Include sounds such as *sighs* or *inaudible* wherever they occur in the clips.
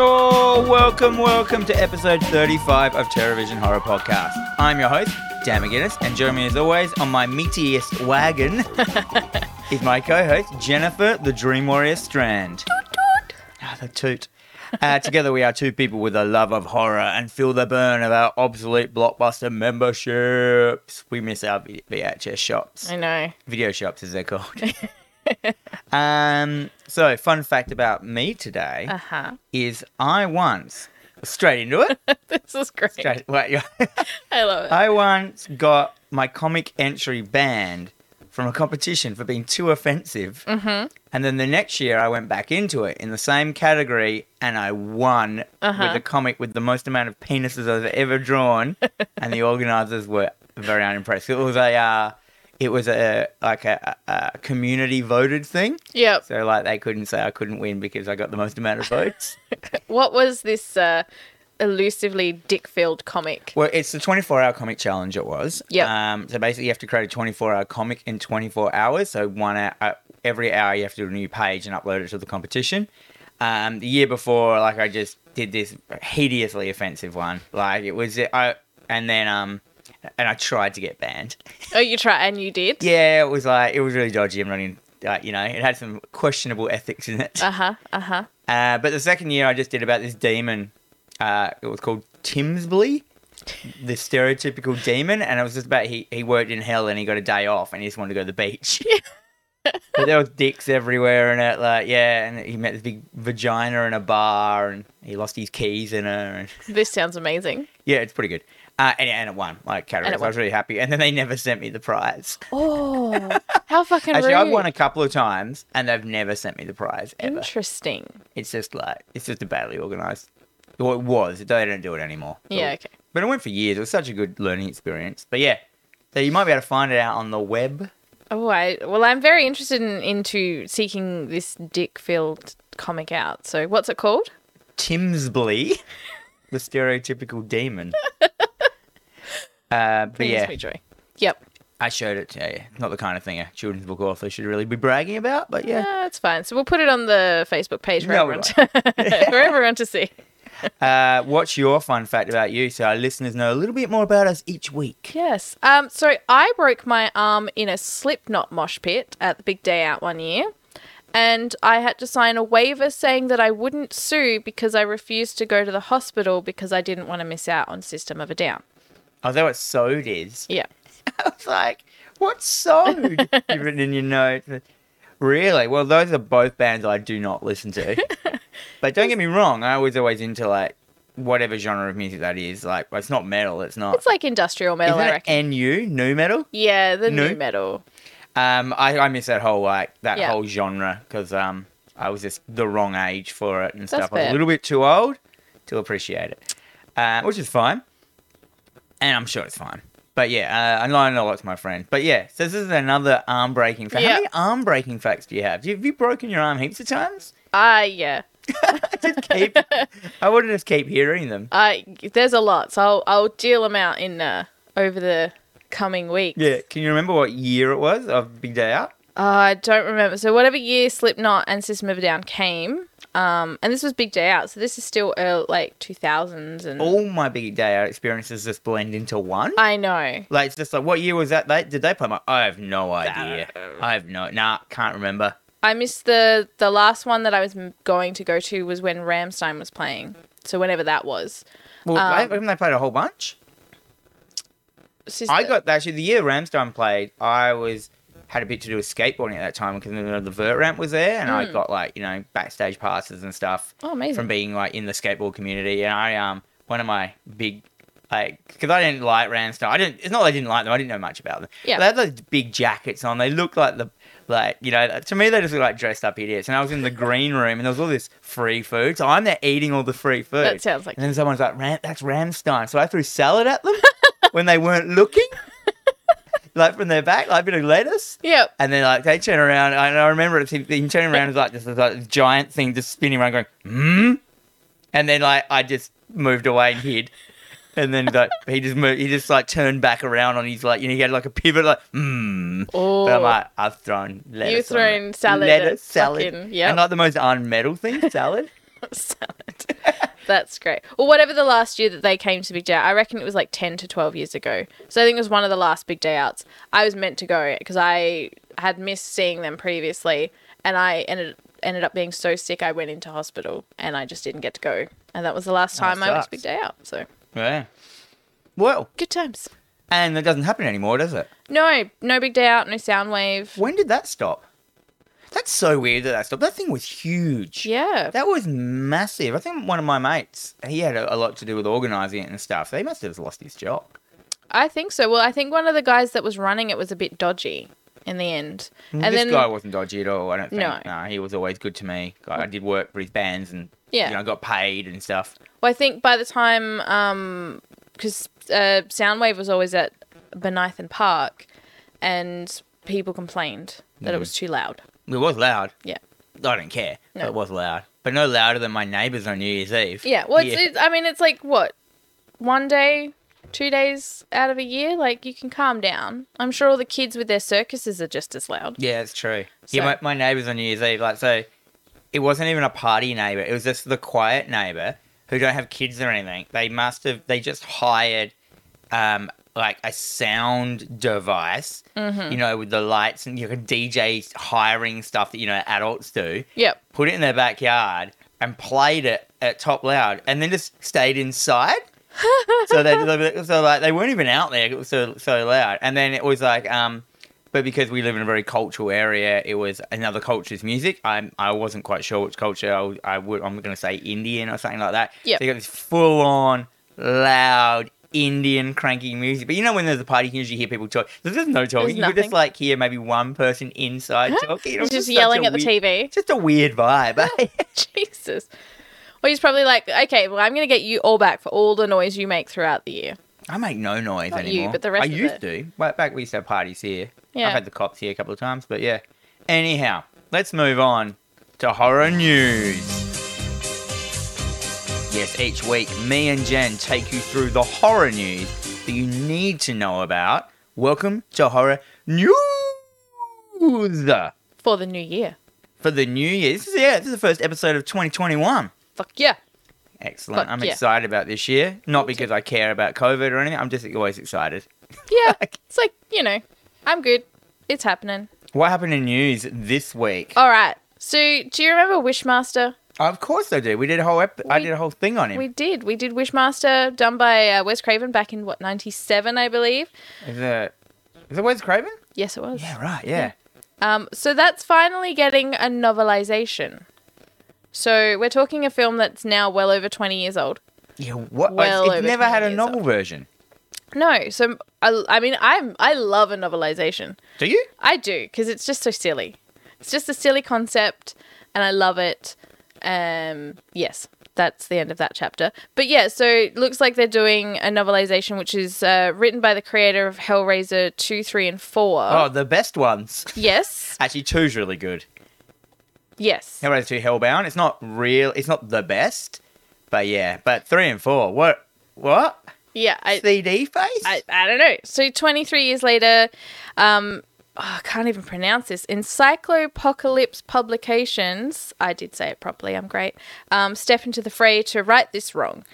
Oh, welcome, welcome to episode 35 of Terrorvision Horror Podcast. I'm your host, Dan McGinnis, and Jeremy, as always, on my meatiest *laughs* wagon is my co-host, Jennifer the Dream Warrior Strand. Ah, the toot. Uh, together we are two people with a love of horror and feel the burn of our obsolete blockbuster memberships. We miss our V- VHS shops I know. video shops as they're *laughs* called. um, so fun fact about me today Uh-huh. is I once straight into it. *laughs* This is great. Straight, Uh, wait, yeah. *laughs* I love it. I once got my comic entry banned from a competition for being too offensive, and then the next year I went back into it in the same category and I won with a comic with the most amount of penises I've ever drawn, and the organisers were very unimpressed. It was a, uh, it was a like a, a community voted thing. yep. So like they couldn't say I couldn't win because I got the most amount of votes. What was this uh, elusively dick-filled comic? Well, it's the 24 hour comic challenge, it was. Yep. Um, so basically, you have to create a 24 hour comic in 24 hours. So one hour, uh, every hour, you have to do a new page and upload it to the competition. Um, the year before, like, I just did this hideously offensive one. Like, it was, I, and then, um, and I tried to get banned. Oh, you try and you did. Yeah, it was like, it was really dodgy and running, like, you know, it had some questionable ethics in it. Uh huh. Uh huh. Uh, but the second year I just did about this demon. Uh, it was called Timsley, the stereotypical demon, and it was just about he, he worked in hell and he got a day off and he just wanted to go to the *laughs* beach. but there was dicks everywhere in it, like yeah, and he met this big vagina in a bar and he lost his keys in her. And, *laughs* This sounds amazing. yeah, it's pretty good. Uh, and, and it won, like categories. I won. was really happy. And then they never sent me the prize. Oh, *laughs* how fucking Actually, rude. I've won a couple of times and they've never sent me the prize ever. Interesting. It's just like it's just a badly organized. Well, it was. They don't do it anymore. Yeah. Okay. But it went for years. It was such a good learning experience. But yeah, so you might be able to find it out on the web. Oh, I well, I'm very interested in, into seeking this dick-filled comic out. So, what's it called? *laughs* Timsbly, the stereotypical demon. Uh, but Brings yeah, me joy. Yep. I showed it to you. Not the kind of thing a children's book author should really be bragging about, but *laughs* yeah. Ah, it's fine. So we'll put it on the Facebook page for No, we everyone to, *laughs* for everyone to see. Uh, what's your fun fact about you so our listeners know a little bit more about us each week? Yes. Um, so I broke my arm in a Slipknot mosh pit at the big day out one year, and I had to sign a waiver saying that I wouldn't sue because I refused to go to the hospital because I didn't want to miss out on System of a Down. Although it's sewed is. Yeah. I was like, what song? *laughs* You've written in your notes. Really? Well, those are both bands I do not listen to. *laughs* but don't get me wrong, I was always into like whatever genre of music that is. Like, well, it's not metal, it's not. It's like industrial metal, Isn't I it reckon. NU, new metal? Yeah, the No. new metal. Um, I, I miss that whole like that Yeah. whole genre because um, I was just the wrong age for it and That's stuff. I was a fair. little bit too old to appreciate it, uh, which is fine, and I'm sure it's fine. But yeah, uh, and I know lots of my friends. But yeah, so this is another arm breaking fact. Yeah. How many arm breaking facts do you have? Do you, have you broken your arm heaps of times? Ah, yeah. *laughs* Keep, I would just keep hearing them. I there's a lot, so I'll I'll deal them out in uh, over the coming weeks. Yeah, can you remember what year it was of Big Day Out? I don't remember. So whatever year Slipknot and System of a Down came, um, and this was Big Day Out, so this is still early, like 2000s and All my Big Day Out experiences just blend into one. I know. Like it's just like what year was that? They did they play? My, I have no idea. I have no. Nah, can't remember. I missed the the last one that I was m- going to go to was when Ramstein was playing. So whenever that was, Well, Um, they- haven't they played a whole bunch? System, I got actually the year Ramstein played. I was had a bit to do with skateboarding at that time because you know, the vert ramp was there, and I got like you know backstage passes and stuff oh amazing from being like in the skateboard community. And I um one of my big like because I didn't like Ramstein. I didn't. It's not that I didn't like them. I didn't know much about them. Yeah. They had those big jackets on. They looked like the like you know to me they just look like dressed up idiots. And I was in the green room and there was all this free food. So I'm there eating all the free food. That sounds like- And then someone's like, Ram- "That's Ramstein." So I threw salad at them when they weren't looking. Like from their back, like a bit of lettuce. Yep. And then like they turn around, and I remember it's him him turning around is like this, like this giant thing just spinning around, going hmm. And then like I just moved away and hid. And then like he just moved, he just like turned back around on his like you know he had like a pivot like hmm. Oh, But I'm *laughs* like I've thrown lettuce. on it. thrown salad at lettuce salad, fucking- yep. *laughs* and like the most unmetal thing, salad. salad. That's great. Well, whatever the last year that they came to Big Day Out, I reckon it was like 10 to 12 years ago. So I think it was one of the last Big Day Outs. I was meant to go because I had missed seeing them previously and I ended ended up being so sick I went into hospital and I just didn't get to go. And that was the last time I went sucks. to Big Day Out. So Yeah. Well, good times. and that doesn't happen anymore, does it? No, no Big Day Out, no Soundwave. When did that stop? That's so weird that that stopped. That thing was huge. Yeah. That was massive. I think one of my mates, he had a, a lot to do with organising it and stuff. They must have lost his job. I think so. Well, I think one of the guys that was running it was a bit dodgy in the end. And this then guy wasn't dodgy at all. I don't think. No. No, he was always good to me. I I did work for his bands and Yeah. you know, got paid and stuff. Well, I think by the time, um 'cause because uh, Soundwave was always at Benithan Park, and people complained that Mm. it was too loud. It was loud. Yeah, I don't care. but No. It was loud, but no louder than my neighbours on New Year's Eve. yeah. Well, it's, it's I mean, it's like what one day, two days out of a year. Like you can calm down. I'm sure all the kids with their circuses are just as loud. Yeah, it's true. So- Yeah, my, my neighbours on New Year's Eve, like, so it wasn't even a party neighbour. It was just the quiet neighbour who don't have kids or anything. They must have, they just hired, um, like a sound device, you know, with the lights and you know, DJ hiring stuff that, you know, adults do, Yep. put it in their backyard and played it at top loud and then just stayed inside. so they so like they weren't even out there. It was so so loud. And then it was like um, but because we live in a very cultural area, it was another culture's music. I I wasn't quite sure which culture. I, would- I would I'm gonna say Indian or something like that. Yep. They got this full on loud. Indian cranky music, but you know when there's a party, you can usually hear people talk. There's just no talking. You could nothing. just like hear maybe one person *laughs* inside talking. It was Just, just such yelling a at the weird- TV. It's just a weird vibe. eh? *laughs* *laughs* Jesus. Well, he's probably like, okay, well, I'm going to get you all back for all the noise you make throughout the year. I make no noise Not you, anymore. but the rest I of used it. to. Right back we used to have parties here. Yeah. I've had the cops here a couple of times, but yeah. Anyhow, let's move on to horror news. Yes, each week me and Jen take you through the horror news that you need to know about. Welcome to horror news for For the new year. the new year. This is yeah, this is the first episode of 2021. Fuck yeah. Excellent. Fuck I'm yeah. excited about this year. Not because I care about COVID or anything. I'm just always excited. *laughs* Yeah. it's like, you know, I'm good. It's happening. What happened in news this week? Oh, All right. So, do you remember Wishmaster? Of course I do. We did a whole ep- I We- did a whole thing on him. We did. We did Wishmaster, done by uh, Wes Craven back in, what, 97, I believe? Is it is it Wes Craven? Yes, it was. Yeah, right. Yeah. Um, so, that's finally getting a novelization. So, we're talking a film that's now well over 20 years old. Yeah. What? Well Well, over it never had 20 a years novel old. version. No, so I, I mean, I'm I love a novelization. Do you? I do because it's just so silly. It's just a silly concept, and I love it. Um, yes, that's the end of that chapter. But yeah, so it looks like they're doing a novelization, which is uh, written by the creator of Hellraiser two, three, and four. Oh, the best ones. *laughs* Yes, Actually, two's really good. yes, Hellraiser two Hellbound. It's not real. It's not the best, but yeah. But three and four. What? What? yeah. I, CD face. I, I don't know. So 23 years later, um, oh, I can't even pronounce this. Encyclopocalypse Publications, I did say it properly, I'm great, um, step into the fray to right this wrong.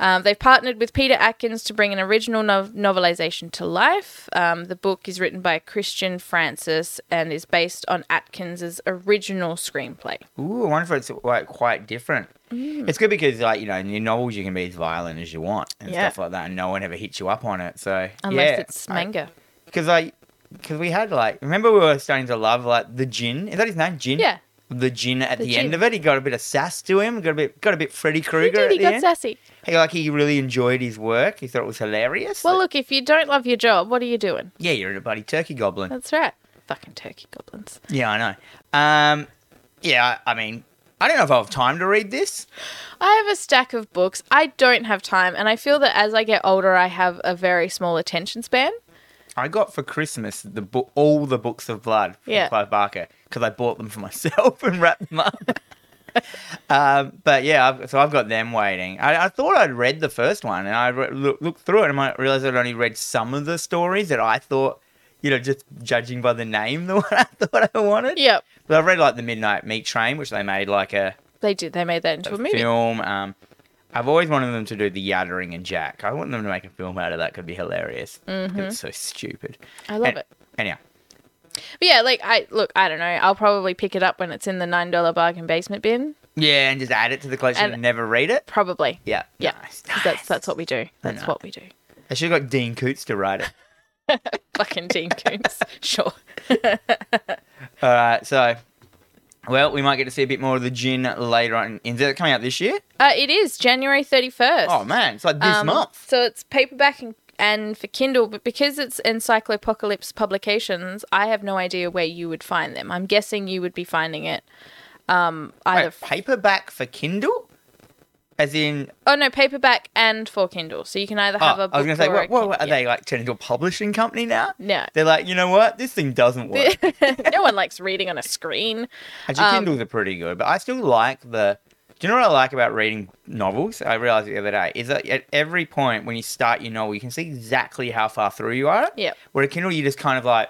Um, they've partnered with Peter Atkins to bring an original nov- novelization to life. Um, the book is written by Christian Francis and is based on Atkins's original screenplay. Ooh, I wonder if it's like quite different. Mm. It's good because like you know, in your novels you can be as violent as you want and Yeah. stuff like that, and no one ever hits you up on it. So Unless yeah, it's manga. because like because we had like remember we were starting to love like the gin is that his name gin Yeah. the gin at The the, Jin. end of it he got a bit of sass to him got a bit got a bit Freddy He Krueger did. at He the got end sassy. he like he really enjoyed his work he thought it was hilarious Well, Like, look, if you don't love your job, what are you doing? yeah you're a bloody turkey goblin That's right. Fucking turkey goblins. yeah I know um yeah I I mean I don't know if I'll have time to read this I have a stack of books. I don't have time, and I feel that as I get older, I have a very small attention span. I got for Christmas the book all the books of blood from Yeah. Clive Barker because I bought them for myself *laughs* and wrapped them up. um, but yeah, I've, so I've got them waiting. I, I thought I'd read the first one and I re- look, looked through it and I realized I'd only read some of the stories that I thought, you know, just judging *laughs* by the name, the one I thought I wanted. Yep. But I've read like the Midnight Meat Train, which they made like a They did. They made that into a movie. film. Um, I've always wanted them to do the Yattering and Jack. I want them to make a film out of that. Could be hilarious. It's so stupid. I love An- it. Anyhow, But yeah, like I look, I don't know. I'll probably pick it up when it's in the nine dollar bargain basement bin. yeah, and just add it to the collection and, And- never read it. Probably. Yeah, Yeah. nice, 'Cause nice. That's that's what we do. That's know. what we do. I should have got Dean Coots to write it. *laughs* Fucking Dean Koontz. *laughs* sure. All right, so well, we might get to see a bit more of the gin later on. Is that coming out this year? Uh, it is January thirty first. Oh man, it's like this Um, month. So it's paperback and, and for Kindle, but because it's Encyclopocalypse Publications, I have no idea where you would find them. I'm guessing you would be finding it um, Wait, either. paperback for Kindle, as in oh no, paperback and for Kindle. So you can either have oh, a book I was going to say, or what, a what, what, are Kindle. they like turned into a publishing company now? No. They're like, you know what? This thing doesn't work. Yeah. *laughs* no one likes reading on a screen. Actually, Um, Kindles are pretty good, but I still like the. Do you know what I like about reading novels? I realized the other day is that at every point when you start your novel, you can see exactly how far through you are. Yep. Where a Kindle, you just kind of like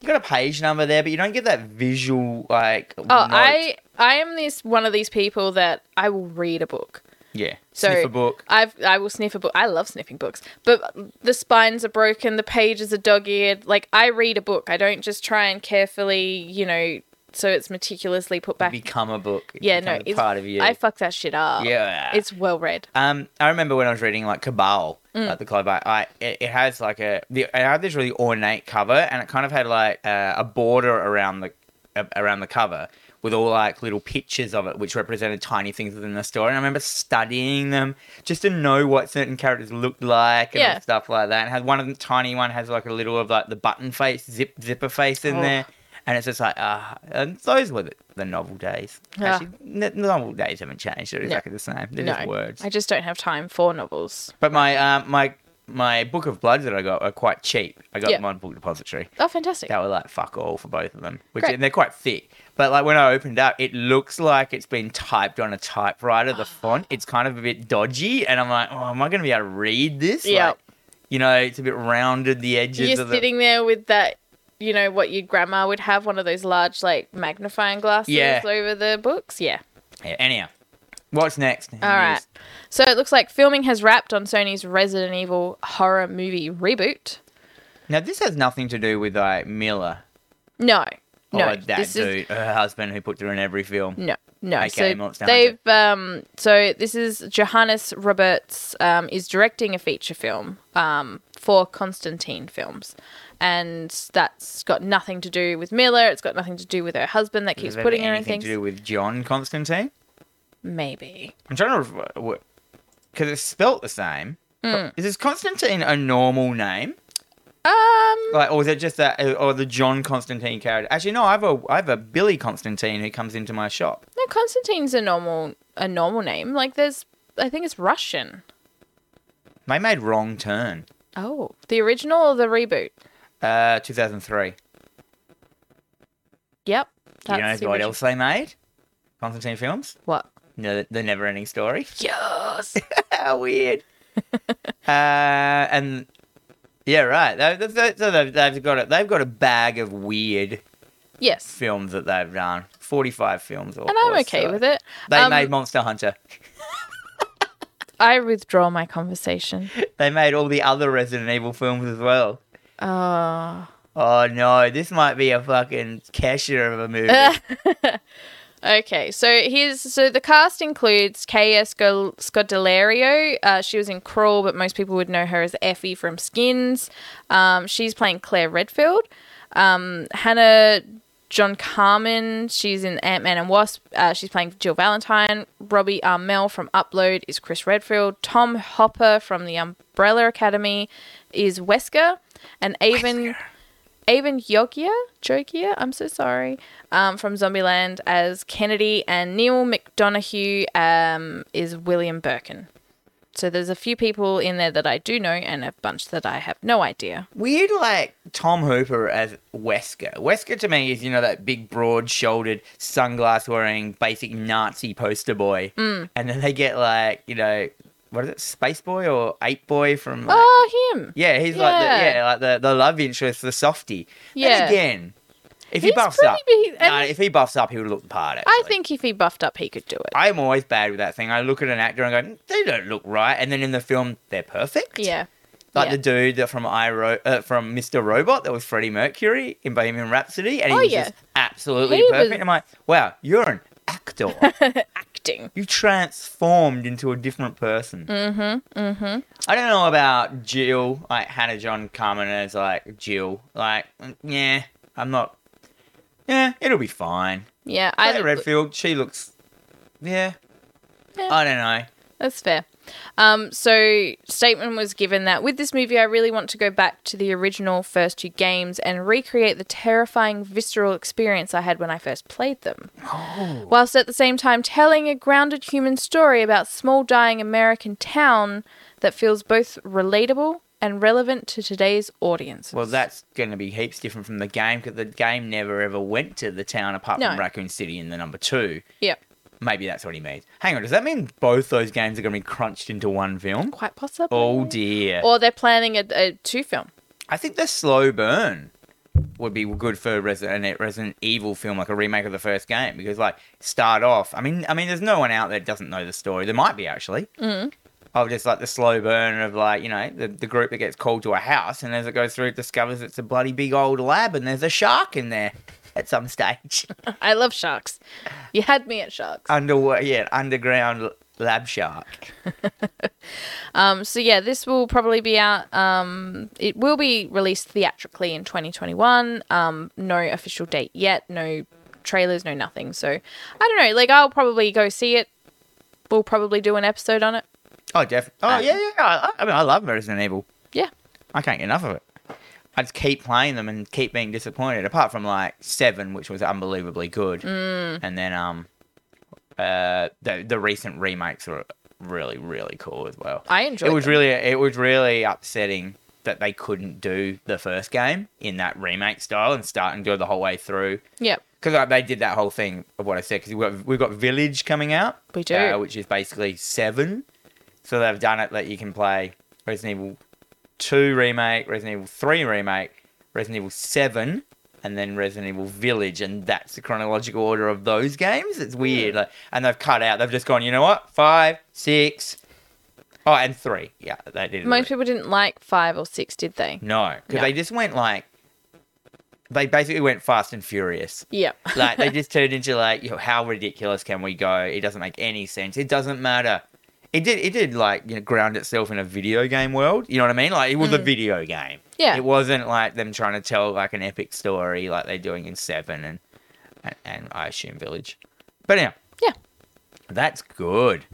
you got a page number there, but you don't get that visual like. Oh, Oh, I I am this one of these people that I will read a book. yeah. So Sniff a book. I've I will sniff a book. I love sniffing books, but the spines are broken, the pages are dog-eared. Like I read a book. I don't just try and carefully, you know, so it's meticulously put back. Become a book. It yeah, no, becomes a it's part of you. I fuck that shit up. Yeah. it's well read. Um, I remember when I was reading like Cabal Mm. at the club. I, I it, it has like a the, it had this really ornate cover, and it kind of had like uh, a border around the uh, around the cover with all like little pictures of it, which represented tiny things within the story. And I remember studying them just to know what certain characters looked like and Yeah. stuff like that. And had one of the tiny one has like a little of like the button face, zip zipper face in Oh. there. And it's just like, ah, and those were the, the novel days. Yeah. Actually, the novel days haven't changed. They're exactly the same. They're Ah. no, just words. I just don't have time for novels. But my um, my my book of bloods that I got are quite cheap. I got Yeah. them on Book Depository. Oh, fantastic! They were like fuck all for both of them, which Great. and they're quite thick. But like when I opened up, it looks like it's been typed on a typewriter. Ah. The font it's kind of a bit dodgy, and I'm like, oh, am I going to be able to read this? Yeah. Like, you know, it's a bit rounded the edges You're of the. sitting there with that, you know, what your grandma would have one of those large like magnifying glasses Yeah. over the books. Yeah. Yeah, anyhow, what's next? All right. So it looks like filming has wrapped on Sony's Resident Evil horror movie reboot. Now this has nothing to do with like Miller No. No. or Oh, that this is dude, her husband who puts her in every film. no. No. Okay, well, so it's down they've um so this is Johannes Roberts um is directing a feature film um for Constantine Films. And that's got nothing to do with Miller. It's got nothing to do with her husband that keeps Does it have putting her in anything things. to do with John Constantine? Maybe. I'm trying to because it's spelt the same. Mm. But Is this Constantine a normal name, Um. like, or is it just that, or the John Constantine character? Actually, no. I have a I have a Billy Constantine who comes into my shop. No, Constantine's a normal a normal name. Like there's, I think it's Russian. They made wrong turn. Oh, the original or the reboot? Uh, 2003. Yep. Do you know the what original. else they made? Constantine films. What? No, the Never Ending Story. *laughs* *laughs* Yes. How *laughs* weird. uh, and yeah, right. They, they, so they've, they've got a, They've got a bag of weird yes. films that they've done. 45 films. Or, And I'm okay with it. They Um, made Monster Hunter. I withdraw my conversation. They made all the other Resident Evil films as well. Oh. Oh no, this might be a fucking cashier of a *laughs* movie. Okay, so here's so the cast includes Kaya Sco- Scodelario. Uh, she was in Crawl, but most people would know her as Effie from Skins. Um, she's playing Claire Redfield. Um, Hannah John Carmen. She's in Ant Man and Wasp. Uh, she's playing Jill Valentine. Robbie Armel from Upload is Chris Redfield. Tom Hopper from The Umbrella Academy is Wesker, and Avon. Avon Yogia, Jogia, I'm so sorry, um, from Zombieland as Kennedy, and Neil McDonough um, is William Birkin. So there's a few people in there that I do know, and a bunch that I have no idea. Weird, like Tom Hooper as Wesker. Wesker to me is you know that big, broad-shouldered, sunglass-wearing, basic Nazi poster boy. Mm. And then they get like you know what is it, Space Boy or Ape Boy from like, Oh, him! Yeah, he's like the, Yeah. yeah, like the, the love interest, the softy. Then Yeah. again, If he He's buffs pretty up, big, and- nah, if he buffs up, he would look the part. I actually. think if he buffed up, he could do it. I'm always bad with that thing. I look at an actor and go, "Mm, they don't look right, and then in the film, they're perfect. yeah. like yeah. the dude that from I Ro- uh, from Mr. Robot that was Freddie Mercury in Bohemian Rhapsody, and he Oh, was yeah. just absolutely He perfect. was- I'm like, wow, you're an *laughs* actor. acting. you transformed into a different person. Mm-hmm. Mm-hmm. I don't know about Jill, like Hannah John Carmen as like Jill. Like, mm, yeah, I'm not. Yeah, it'll be fine. Yeah, I I Redfield, she looks. Yeah. Yeah. I don't know. that's fair. Um, so statement was given that with this movie, I really want to go back to the original first two games and recreate the terrifying visceral experience I had when I first played them, Oh. whilst at the same time telling a grounded human story about small dying American town that feels both relatable and relevant to today's audience. Well, that's going to be heaps different from the game because the game never ever went to the town apart No. from Raccoon City in the number two. yeah, Maybe that's what he means. Hang on, does that mean both those games are going to be crunched into one film? quite possible. Oh dear. Or they're planning a, a two film. *laughs* I think the slow burn would be good for a Resident, Resident Evil film, like a remake of the first game, because like start off. I mean, I mean, there's no one out there that doesn't know the story. There might be actually. Mm. Of just like the slow burn of like you know the, the group that gets called to a house, and as it goes through, it discovers it's a bloody big old lab, and there's a shark in there at some stage. I love sharks. You had me at sharks. Underwater, yeah, underground l- lab shark. Um, so yeah, this will probably be out. Um, it will be released theatrically in 2021. Um, no official date yet. No trailers. No nothing. So I don't know. Like I'll probably go see it. We'll probably do an episode on it. Oh, definitely. Oh, yeah, yeah. I, I mean, I love Resident Evil. Yeah. I can't get enough of it. I just keep playing them and keep being disappointed. Apart from like seven, which was unbelievably good, Mm. and then um, uh, the the recent remakes were really really cool as well. I enjoyed It was them. really it was really upsetting that they couldn't do the first game in that remake style and start and do it the whole way through. Yep. Because like, they did that whole thing of what I said. Because we've got, we've got Village coming out. We do. uh, which is basically seven. So they've done it that you can play Resident Evil 2 remake, Resident Evil 3 remake, Resident Evil 7, and then Resident Evil Village. And that's the chronological order of those games. It's weird. Hmm. Like, and they've cut out. They've just gone, you know what? Five, six, oh, and three. Yeah, they did. it Most people didn't like five or six, did they? no, because No. they just went like. They basically went fast and furious Yep. like they just turned into like you know, how ridiculous can we go it doesn't make any sense it doesn't matter it did it did like you know ground itself in a video game world you know what i mean like it was a video game Yeah. it wasn't like them trying to tell like an epic story like they're doing in seven and and, and i assume village but anyhow Yeah. that's good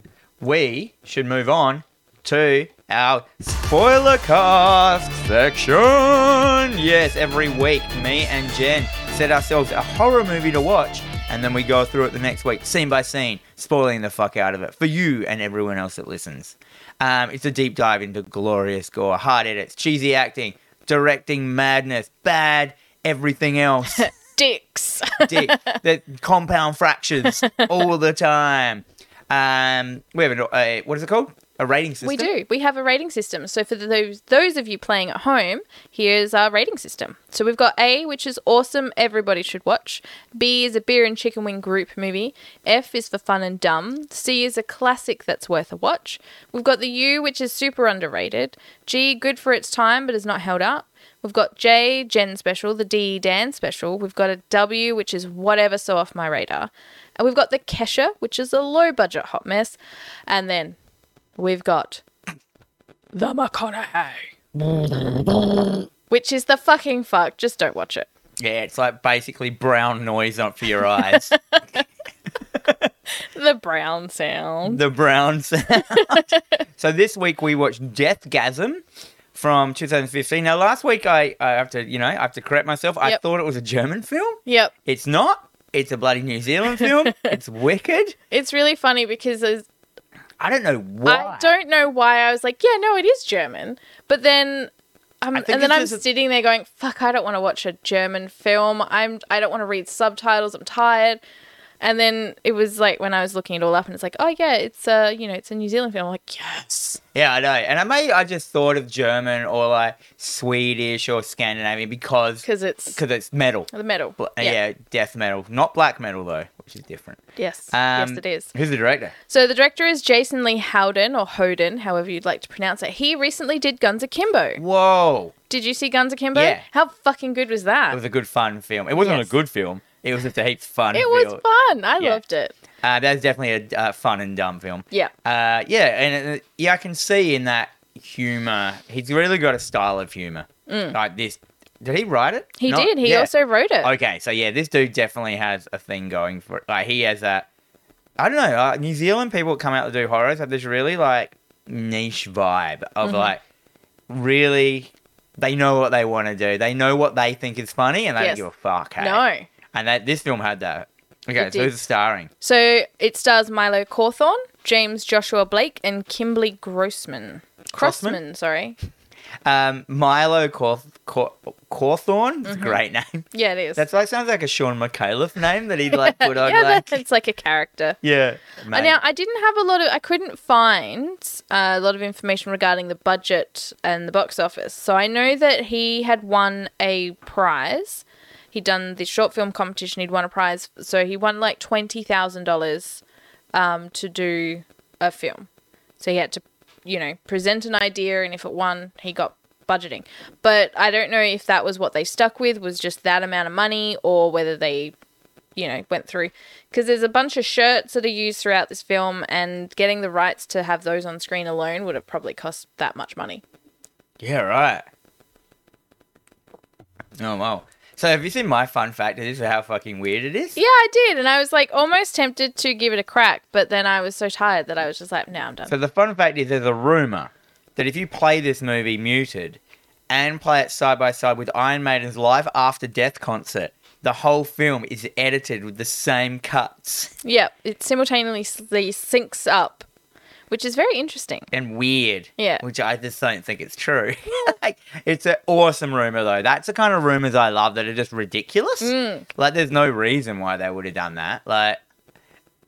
we should move on to our spoiler cast section. Yes, every week, me and Jen set ourselves a horror movie to watch, and then we go through it the next week, scene by scene, spoiling the fuck out of it for you and everyone else that listens. Um, it's a deep dive into glorious gore, hard edits, cheesy acting, directing madness, bad, everything else *laughs* Dicks. dick that compound fractions all the time. Um, we have a, a what is it called? A rating system. we do. We have a rating system. So for those those of you playing at home, here's our rating system. So we've got A, which is awesome, everybody should watch. B is a beer and chicken wing group movie. F is for fun and dumb. C is a classic that's worth a watch. We've got the U, which is super underrated. G, good for its time but is not held up. We've got J, Jen special, the D, Dan special. We've got a W, which is whatever so off my radar. And we've got the Kesha, which is a low budget hot mess. And then we've got the McConaughey, which is the fucking fuck. Just don't watch it. Yeah, it's like basically brown noise up for your *laughs* eyes. The brown sound. the brown sound. so this week we watched Deathgasm from 2015. Now last week I, I have to you know I have to correct myself. I Yep. thought it was a German film. Yep, It's not. It's a bloody New Zealand *laughs* film. it's wicked. it's really funny because there's- I don't know why. I don't know why I was like, yeah, no, it is German, but then. I'm, I and think then it's I'm just a- sitting there going, "Fuck! I don't want to watch a German film. I'm. I don't want to read subtitles. I'm tired." And then it was like when I was looking it all up, and it's like, oh yeah, it's a you know, it's a New Zealand film. I'm like, yes, Yeah, I know. And I may I just thought of German or like Swedish or Scandinavian because because it's because it's metal. the metal. Bla- yeah. death metal, not black metal though, which is different. Yes. Um, yes, it is. Who's the director? So the director is Jason Lee Howden or Howden, however you'd like to pronounce it. He recently did Guns Akimbo. Whoa, Did you see Guns Akimbo? Yeah. How fucking good was that? it was a good fun film. It wasn't Yes. a good film. It was just a heaps fun. *laughs* It was film. fun. I Yeah. loved it. Uh, that was definitely a uh, fun and dumb film. Yeah. Uh, yeah, and uh, yeah, I can see in that humor, he's really got a style of humor. Like this. Did he write it? Mm. He Not- did. He yeah. also wrote it. Okay, so yeah, this dude definitely has a thing going for it. Like he has that. I don't know. Uh, New Zealand people that come out to do horrors have this really like niche vibe of Mm-hmm. like really. They know what they want to do. They know what they think is funny, and they Yes. don't give a fuck. Hey? No. And that this film had that. Okay, It so did. who's starring? So it stars Milo Cawthorn, James Joshua Blake, and Kimberly Grossman. Crossman? Crossman, sorry. Um, Milo Cawth- Caw- Cawthorn. Mm-hmm. It's a great name. Yeah, it is. That's like sounds like a Sean McAuliffe name that he'd like *laughs* put on. yeah, like, that's like a character. yeah. And mate. now I didn't have a lot of, I couldn't find uh, a lot of information regarding the budget and the box office. So I know that he had won a prize. He'd done the short film competition. He'd won a prize, so he won like twenty thousand dollars um, to do a film. So he had to, you know, present an idea, and if it won, he got budgeting. But I don't know if that was what they stuck with was just that amount of money, or whether they you know went through because there's a bunch of shirts that are used throughout this film and getting the rights to have those on screen alone would have probably cost that much money Yeah, right. Oh wow. So have you seen my fun fact? This is how fucking weird it is. yeah i did and i was like almost tempted to give it a crack but then i was so tired that i was just like now i'm done So the fun fact is, there's a rumor that if you play this movie muted and play it side by side with Iron Maiden's Live After Death concert, the whole film is edited with the same cuts yep it simultaneously syncs up which is very interesting and weird. Yeah. Which I just don't think it's true. *laughs* like, it's an awesome rumor though. That's the kind of rumors I love that are just ridiculous. Mm. Like, there's no reason why they would have done that. Like,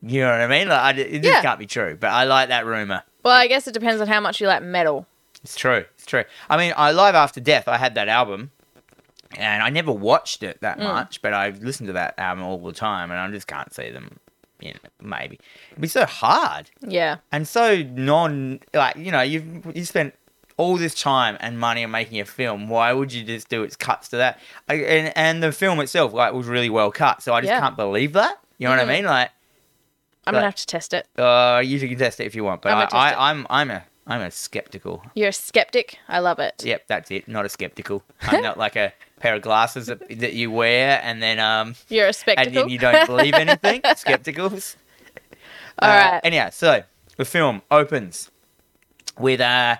you know what I mean? Like, I, it just Yeah. can't be true. But I like that rumor. well i guess it depends on how much you like metal It's true. It's true. I mean, I live after death. I had that album, and I never watched it Mm. that much, but I've listened to that album all the time, and I just can't see them. You know, maybe it'd be so hard yeah and so non like you know you've you spent all this time and money on making a film why would you just do its cuts to that I, and and the film itself like was really well cut so i just Yeah. Mm-hmm. can't believe that you know what i mean like i'm Right. gonna have to test it uh you can test it if you want but I'm I, gonna I, test it. i'm i'm a i'm a skeptical you're a skeptic i love it yep that's it not a skeptical *laughs* i'm not like a pair of glasses that, that you wear and then um you're a spectacle and then you don't believe *laughs* anything skepticals Uh, All right. Anyhow, so the film opens with uh,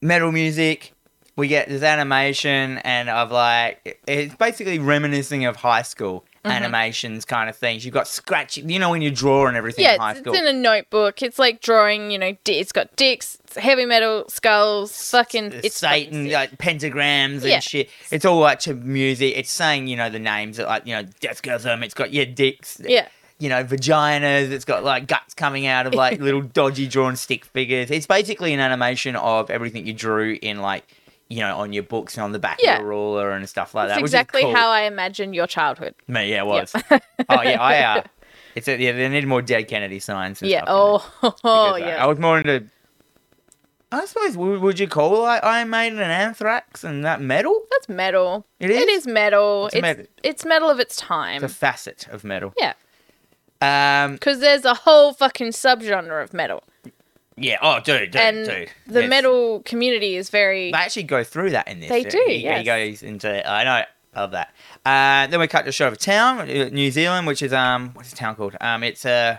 metal music. We get this animation, and of like it- it's basically reminiscing of high school Mm-hmm. animations kind of things. You've got scratchy, you know, when you draw and everything yeah, in high it's, school. it's in a notebook. It's like drawing, you know, di- it's got dicks, it's heavy metal, skulls, fucking. It's It's Satan, fucking sick. like pentagrams Yeah. and shit. It's all like to music. It's saying, you know, the names, like, you know, Death Gasm. It's got, yeah, dicks. Yeah. you know, vaginas. It's got like guts coming out of *laughs* like little dodgy drawn stick figures. It's basically an animation of everything you drew in like, you know, on your books and on the back Yeah. of a ruler and stuff like That's that. exactly which is cool. how I imagine your childhood. Me, yeah, it was. *laughs* oh yeah, I. *laughs* Uh, it's a, yeah, they need more dead Kennedy signs. And yeah. stuff in it. Oh, oh, *laughs* Because, uh, yeah. I was more into. I suppose would, would you call like Iron Maiden and Anthrax and that metal? That's metal. It is? It is metal. It's It's, a it's metal. metal. of its time. It's a facet of metal. yeah. Um. Because there's a whole fucking subgenre of metal. Yeah. Oh, dude, dude, and dude. the Yes. metal community is very. They actually go through that in this. They do, He, he yes. goes into. I know. Love that. Uh, then we cut to a shot of a town, uh, New Zealand, which is um, what's the town called? Um, it's uh,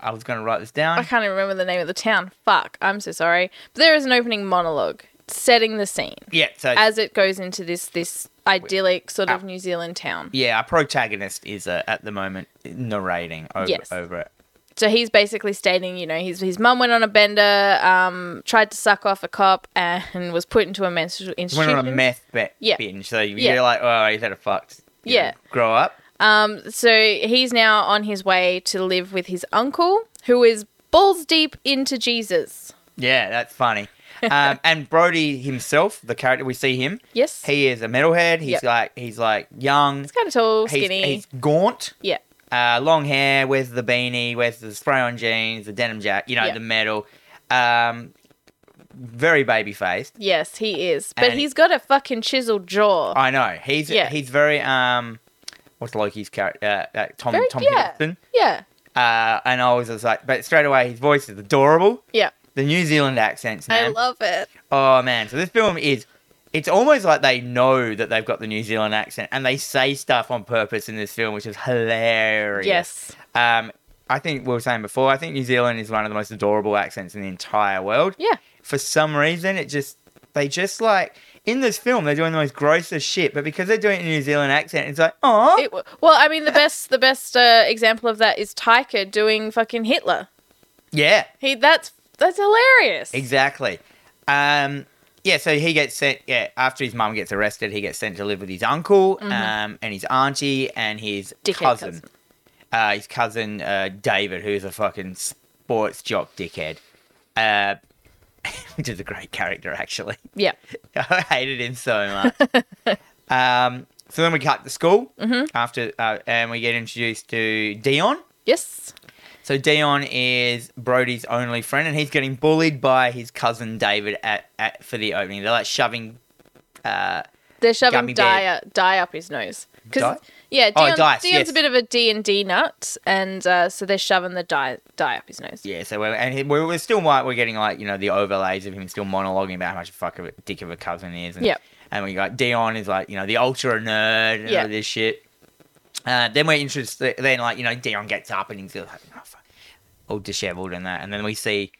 I was going to write this I down. can't even remember the name of the town. Fuck. I'm so sorry. But there is an opening monologue setting the scene. Yeah. So as it goes into this this idyllic sort of Ah. New Zealand town. yeah, our protagonist is uh, at the moment narrating over Yes. over it. So he's basically stating, you know, his his mum went on a bender, um, tried to suck off a cop, and was put into a menstrual Went institution. on a meth bet Yeah. binge, so Yeah. you're like, oh, he's had a fucked. you Yeah. know, grow up. Um, so he's now on his way to live with his uncle, who is balls deep into Jesus. Yeah, that's *laughs* funny. Um, and Brody himself, the character we see him, Yes. he is a metalhead. He's Yep. like he's like young. he's kind of tall, He's, skinny. he's gaunt. yeah. Uh, long hair. Where's the beanie? Where's the spray-on jeans? The denim jacket. You know Yep. the metal. Um, very baby faced. Yes, he is. But And- he's got a fucking chiseled jaw. I know. He's Yeah. he's very um, what's Loki's character? Uh, uh, Tom Very- Tom yeah. Hiddleston. yeah. Uh, and I was just like, but straight away his voice is adorable. Yeah. The New Zealand accents, I man. love it. oh man, so this film is. It's almost like they know that they've got the New Zealand accent, and they say stuff on purpose in this film, which is hilarious. Yes. Um, I think we were saying before. I think New Zealand is one of the most adorable accents in the entire world. Yeah. For some reason, it just they just like in this film they're doing the most grossest shit, but because they're doing it in a New Zealand accent, it's like, oh, It, w- well, I mean, the best the best uh, example of that is Tyker doing fucking Hitler. yeah, He that's that's hilarious. Exactly. Um, yeah, so he gets sent. Yeah, after his mum gets arrested, he gets sent to live with his uncle um, and his auntie and his Mm-hmm. Dickhead cousin. cousin. Uh, his cousin uh, David, who's a fucking sports jock dickhead, uh, *laughs* which is a great character actually. Yeah. *laughs* I hated him so much. um, so then we cut to school after, uh, and we get introduced to Dion. Yes. So Dion is Brody's only friend, and he's getting bullied by his cousin David at, at for the opening. They're like shoving. Uh, They're shoving Gummy bear. dye, dye up his nose. 'Cause- Dye? yeah, Oh, Dion, dice, Dion's yes. a bit of a D and D nut, and uh, so they're shoving the dye dye up his nose. yeah, so we're, and he, we're, we're still like we're getting like you know the overlays of him still monologuing about how much a fuck of a dick of a cousin he is. And, Yep. And we got Dion is like you know the ultra nerd and Yeah. all this shit. Uh, then we're interested. Then like you know Dion gets up and he's like oh, fuck, all dishevelled and that, and then we see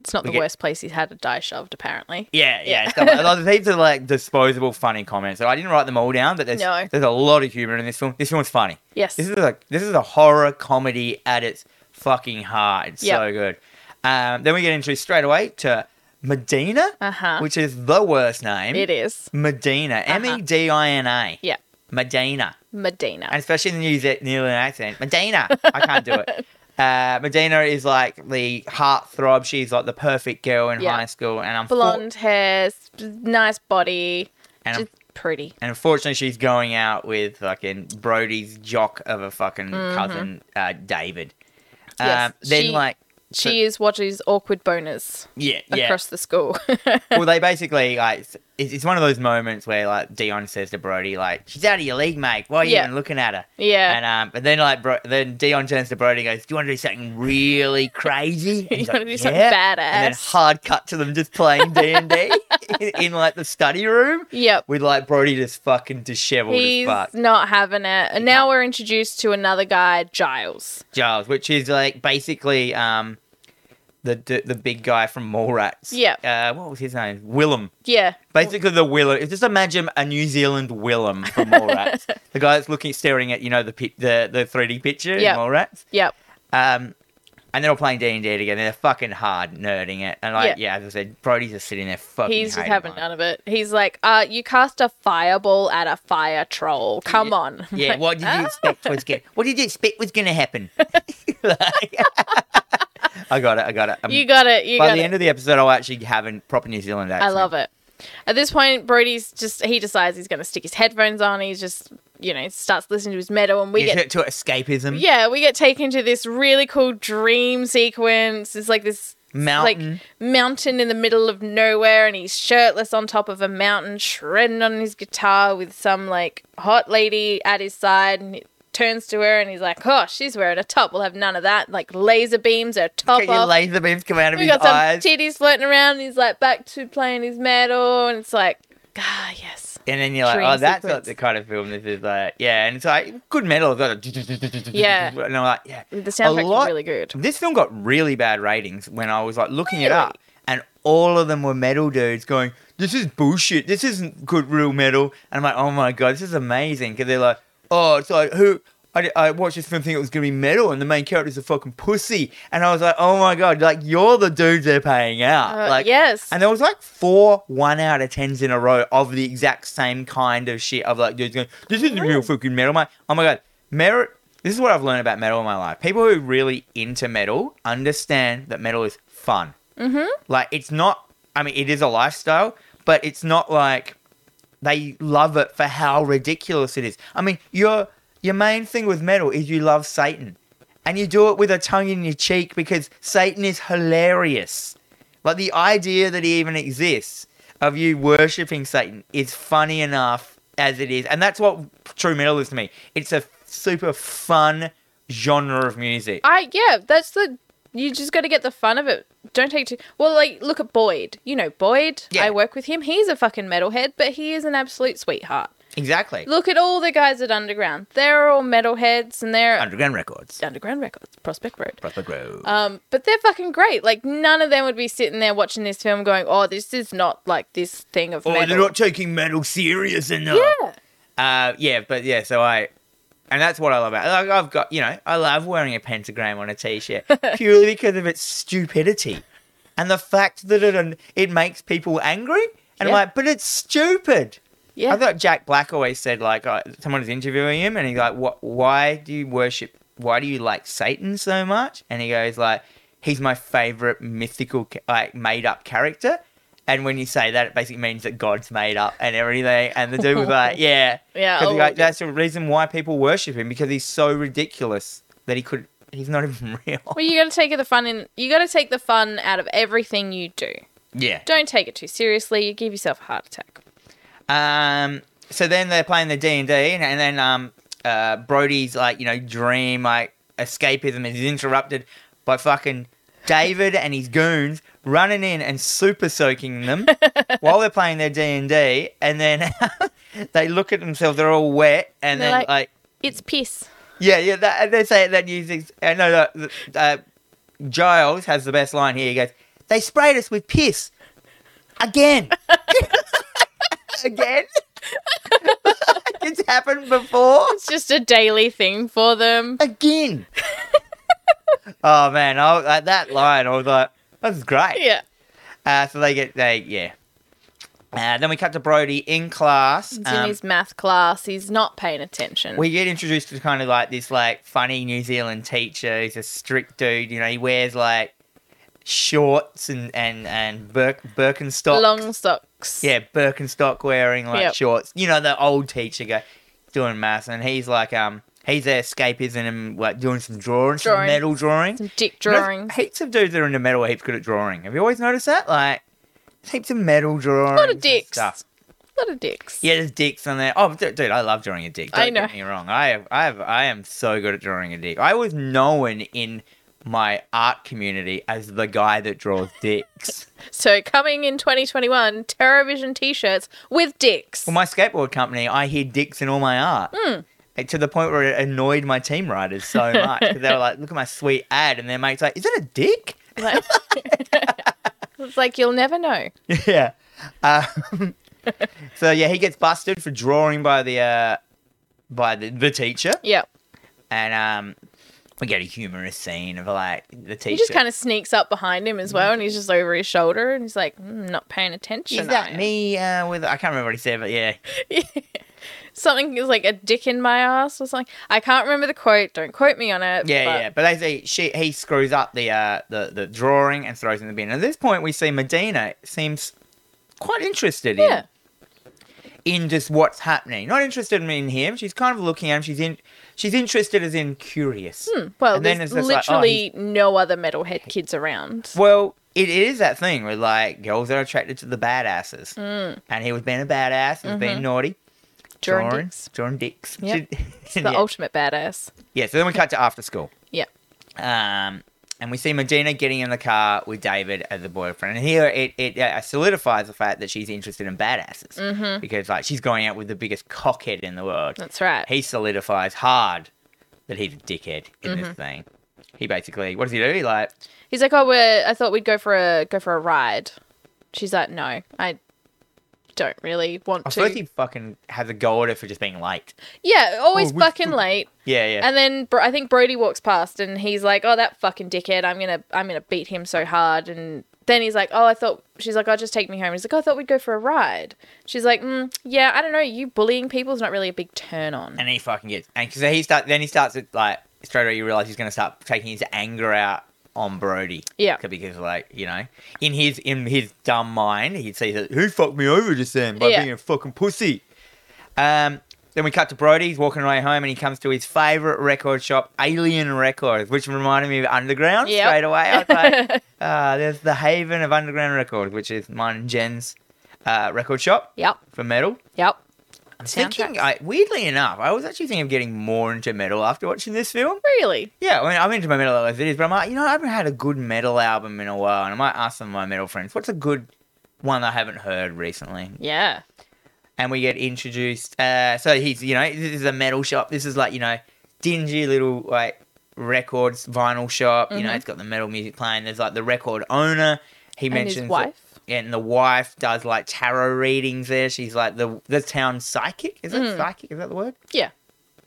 It's not We the get- worst place he's had a dye shoved, apparently. Yeah, Yeah. yeah. yeah. Stuff like, like, these are like disposable, funny comments. So I didn't write them all down, but there's No. there's a lot of humor in this film. This film's funny. Yes. This is like this is a horror comedy at its fucking heart. It's Yep. so good. Um, then we get introduced straight away to Medina, Uh-huh. which is the worst name. It is Uh-huh. Medina, M E D I N A. Yeah. Medina, Medina. and especially in the New Ze- New Zealand accent, Medina. I can't do *laughs* it. Uh, Medina is like the heartthrob. She's like the perfect girl in Yeah. high school, and I'm Blonde hair, s- nice body, and just pretty. And unfortunately, she's going out with fucking Brody's jock of a fucking cousin, uh, David. Mm-hmm. Yes, um, then, she- like, so- She is what is awkward boners yeah, yeah. across the school. *laughs* *laughs* well, they basically, like, it's, it's one of those moments where, like, Dion says to Brody, like, she's out of your league, mate. Why are you Yeah. even looking at her? yeah. And *laughs* um, but then, like, Bro- then Dion turns to Brody and goes, Do you want to do something really *laughs* crazy? And You he's want to like, do something "Yeah." badass? And then hard cut to them just playing *laughs* D&D in, in, like, the study room yep. with, like, Brody just fucking disheveled He's as fuck. not having it. And now we're introduced to another guy, Giles. Giles, which is like basically um the the, the big guy from Mallrats. Yep. Uh, what was his name? Willem. Yeah. Basically, the Willem. Just imagine a New Zealand Willem from *laughs* Mallrats, the guy that's looking, staring at you know the pi- the the three D picture Yep. in Mallrats. Yep. Um, and they're all playing D and D together. They're fucking hard nerding it, and like yeah, as I said, Brody's just sitting there fucking. He's just hating having on it. none of it. He's like, uh, you cast a fireball at a fire troll. Come on. Yeah, Like, what did ah. you expect was going? What did you expect was going to happen? *laughs* Like- *laughs* I got it. I got it. I'm *laughs* You got it. You By got the it. end of the episode, I'll actually have a proper New Zealand I accent. love it. At this point, Brody's just, he decides he's going to stick his headphones on. He's just, you know, starts listening to his metal and we Is get it to escapism? yeah, we get taken to this really cool dream sequence. It's like this Mountain. like mountain in the middle of nowhere, and he's shirtless on top of a mountain, shredding on his guitar with some like hot lady at his side, and he turns to her and he's like, "Oh, she's wearing a top. We'll have none of that." Like laser beams, her top Get your off. laser beams come out of we his got some eyes, titties floating around, and he's like back to playing his metal, and it's like, ah, yes, and then you're like, dream "Oh, that's not sequence. the kind of film this is." Like, yeah, and it's like good metal. it's Like, *laughs* Yeah. and I'm like, yeah. the soundtrack's lot- really good. This film got really bad ratings when I was like looking it Really? up, and all of them were metal dudes going, "This is bullshit. This isn't good real metal." And I'm like, "Oh my god, this is amazing!" Because they're like, "Oh, it's like who." I, di- I watched this film thinking it was gonna be metal, and the main character's a fucking pussy. And I was like, "Oh my god! Like you're the dudes they're paying out." Uh, like yes. And there was like four one out of tens in a row of the exact same kind of shit of like dudes going, "This isn't real fucking metal, mate." Oh my god! Metal. This is what I've learned about metal in my life. People who are really into metal understand that metal is fun. Mm-hmm. Like it's not. I mean, it is a lifestyle, but it's not like they love it for how ridiculous it is. I mean, your your main thing with metal is you love Satan, and you do it with a tongue in your cheek because Satan is hilarious. Like the idea that he even exists of you worshiping Satan is funny enough as it is, and that's what true metal is to me. It's a super fun genre of music. I yeah, that's the you just got to get the fun of it. Don't take too well. Like look at Boyd. You know Boyd. Yeah. I work with him. He's a fucking metalhead, but he is an absolute sweetheart. Exactly. Look at all the guys at Underground. They're all metalheads, and they're Underground Records. Underground Records, Prospect Road. Prospect Road. Um, but they're fucking great. Like none of them would be sitting there watching this film going, "Oh, this is not like this thing of oh, metal." they're not taking metal serious enough. yeah, Uh, yeah, but yeah, so I, and that's what I love about. Like I've got, you know, I love wearing a pentagram on a t-shirt *laughs* purely because of its stupidity, and the fact that it it makes people angry. And I'm Yeah. like, but it's stupid. yeah. I thought Jack Black always said like uh, someone was interviewing him, and he's like, "What? Why do you worship? Why do you like Satan so much?" And he goes like, "He's my favorite mythical, ca- like made-up character." And when you say that, it basically means that God's made up and everything. And the dude was *laughs* like, "Yeah, Yeah, 'Cause he, oh, like, yeah. that's the reason why people worship him because he's so ridiculous that he could. He's not *laughs* even real. well, you got to take the fun in. You got to take the fun out of everything you do. Yeah. Don't take it too seriously. You give yourself a heart attack. Um, so then they're playing the D and D, and then um, uh, Brody's like, you know, dream like escapism is interrupted by fucking David and his goons running in and super soaking them *laughs* while they're playing their D and D, and then *laughs* they look at themselves, they're all wet, and They're then like- like It's piss. I yeah, yeah. That, and they say that using. Uh, no, no. Uh, Giles has the best line here. He goes, "They sprayed us with piss again, *laughs* again. *laughs* it's happened before It's just a daily thing for them. again." oh man, I was, like, that line. I was like, "That's great." Yeah. Uh, so they get they yeah. Uh, then we cut to Brody in class. It's in Um, his math class. He's not paying attention. we get introduced to kind of like this like funny New Zealand teacher. He's a strict dude. You know, he wears like shorts and and and Bir- Birkenstock. Long socks. Yeah, Birkenstock wearing like Yep. shorts. You know, the old teacher guy doing maths, and he's like um he's there escapism and like doing some drawing, some Drawing. metal drawing. Some dick You know, drawings. heaps of dudes that are into metal are heaps good at drawing. Have you always noticed that? Like there's heaps of metal drawing. A lot of dicks. Stuff. A lot of dicks. Yeah, there's dicks on there. Oh, d- dude, I love drawing a dick. Don't I know. get me wrong. I have, I have, I am so good at drawing a dick. I was known in my art community as the guy that *laughs* draws dicks. So coming in 2021, TerraVision t-shirts with dicks. well, my skateboard company, I hear dicks in all my art. Hmm. And To the point where it annoyed my team riders *laughs* so much 'cause they were like, "Look at my sweet ad," and their mates like, "Is it a dick?" *laughs* *laughs* Like- it's like you'll never know. yeah. Um, *laughs* so yeah, he gets busted for drawing by the uh, by the, the teacher. Yeah. and um, we get a humorous scene of like the teacher. He just kind of sneaks up behind him as well, and he's just over his shoulder, and he's like, mm, "Not paying attention." is that I am." me uh, with I can't remember what he said, but yeah, Something is like a dick in my ass or something. I can't remember the quote. Don't quote me on it. yeah, but yeah. But they say she he screws up the uh the the drawing and throws it in the bin. At this point, we see Medina seems quite interested Yeah. in in just what's happening. Not interested in him. She's kind of looking at him. She's in she's interested as in curious. Well, And then there's it's just like, oh, literally no other metalhead kids around. Well, it is that thing where like girls are attracted to the badasses, Hmm. and he was being a badass. He was Mm-hmm. being naughty. Drawing Drawing- dicks. Drawing dicks. Yep. *laughs* yeah. The ultimate badass. Yeah, so then we cut to after school. Yeah. Um, and we see Medina getting in the car with David as a boyfriend. And here it, it uh, solidifies the fact that she's interested in badasses. Mm-hmm. Because, like, she's going out with the biggest cockhead in the world. That's right. He solidifies hard that he's a dickhead in Mm-hmm. this thing. He basically, what does he do? He, Like, He's like, "Oh, we're, I thought we'd go for a go for a ride." She's like, "No, I don't really want I to." suppose he fucking has a go at her for just being late. Yeah, always Oh, we- fucking late. Yeah, yeah. And then Bro- I think Brody walks past and he's like, "Oh, that fucking dickhead! I'm gonna I'm gonna beat him so hard." And then he's like, "Oh, I thought." She's like, "Oh, just take me home." He's like, "Oh, "I thought we'd go for a ride." She's like, mm, "Yeah, I don't know. You bullying people is not really a big turn on." and he fucking gets and because he start then he starts with like straight away you realize he's going to start taking his anger out on Brody. Yeah. because like you know in his in his dumb mind he sees that who fucked me over just then by Yeah. being a fucking pussy. Um. Then we cut to Brody. He's walking away home, and he comes to his favorite record shop, Alien Records, which reminded me of Underground Yep. straight away. I was *laughs* like, ah, there's the haven of Underground Records, which is mine and Jen's uh, record shop Yep. for metal. Yep. I'm thinking, I, weirdly enough, I was actually thinking of getting more into metal after watching this film. Really? Yeah, I mean, I'm into my metal as it is, but I'm like, you know, I haven't had a good metal album in a while, and I might ask some of my metal friends, what's a good one I haven't heard recently? Yeah. And we get introduced. Uh, so he's, you know, this is a metal shop. This is like, you know, dingy little like records vinyl shop. You know, Mhm. it's got the metal music playing. There's like the record owner. He And mentions his that- wife. and the wife does like tarot readings there. She's like the the town psychic. Is that Mm. psychic? Is that the word? yeah.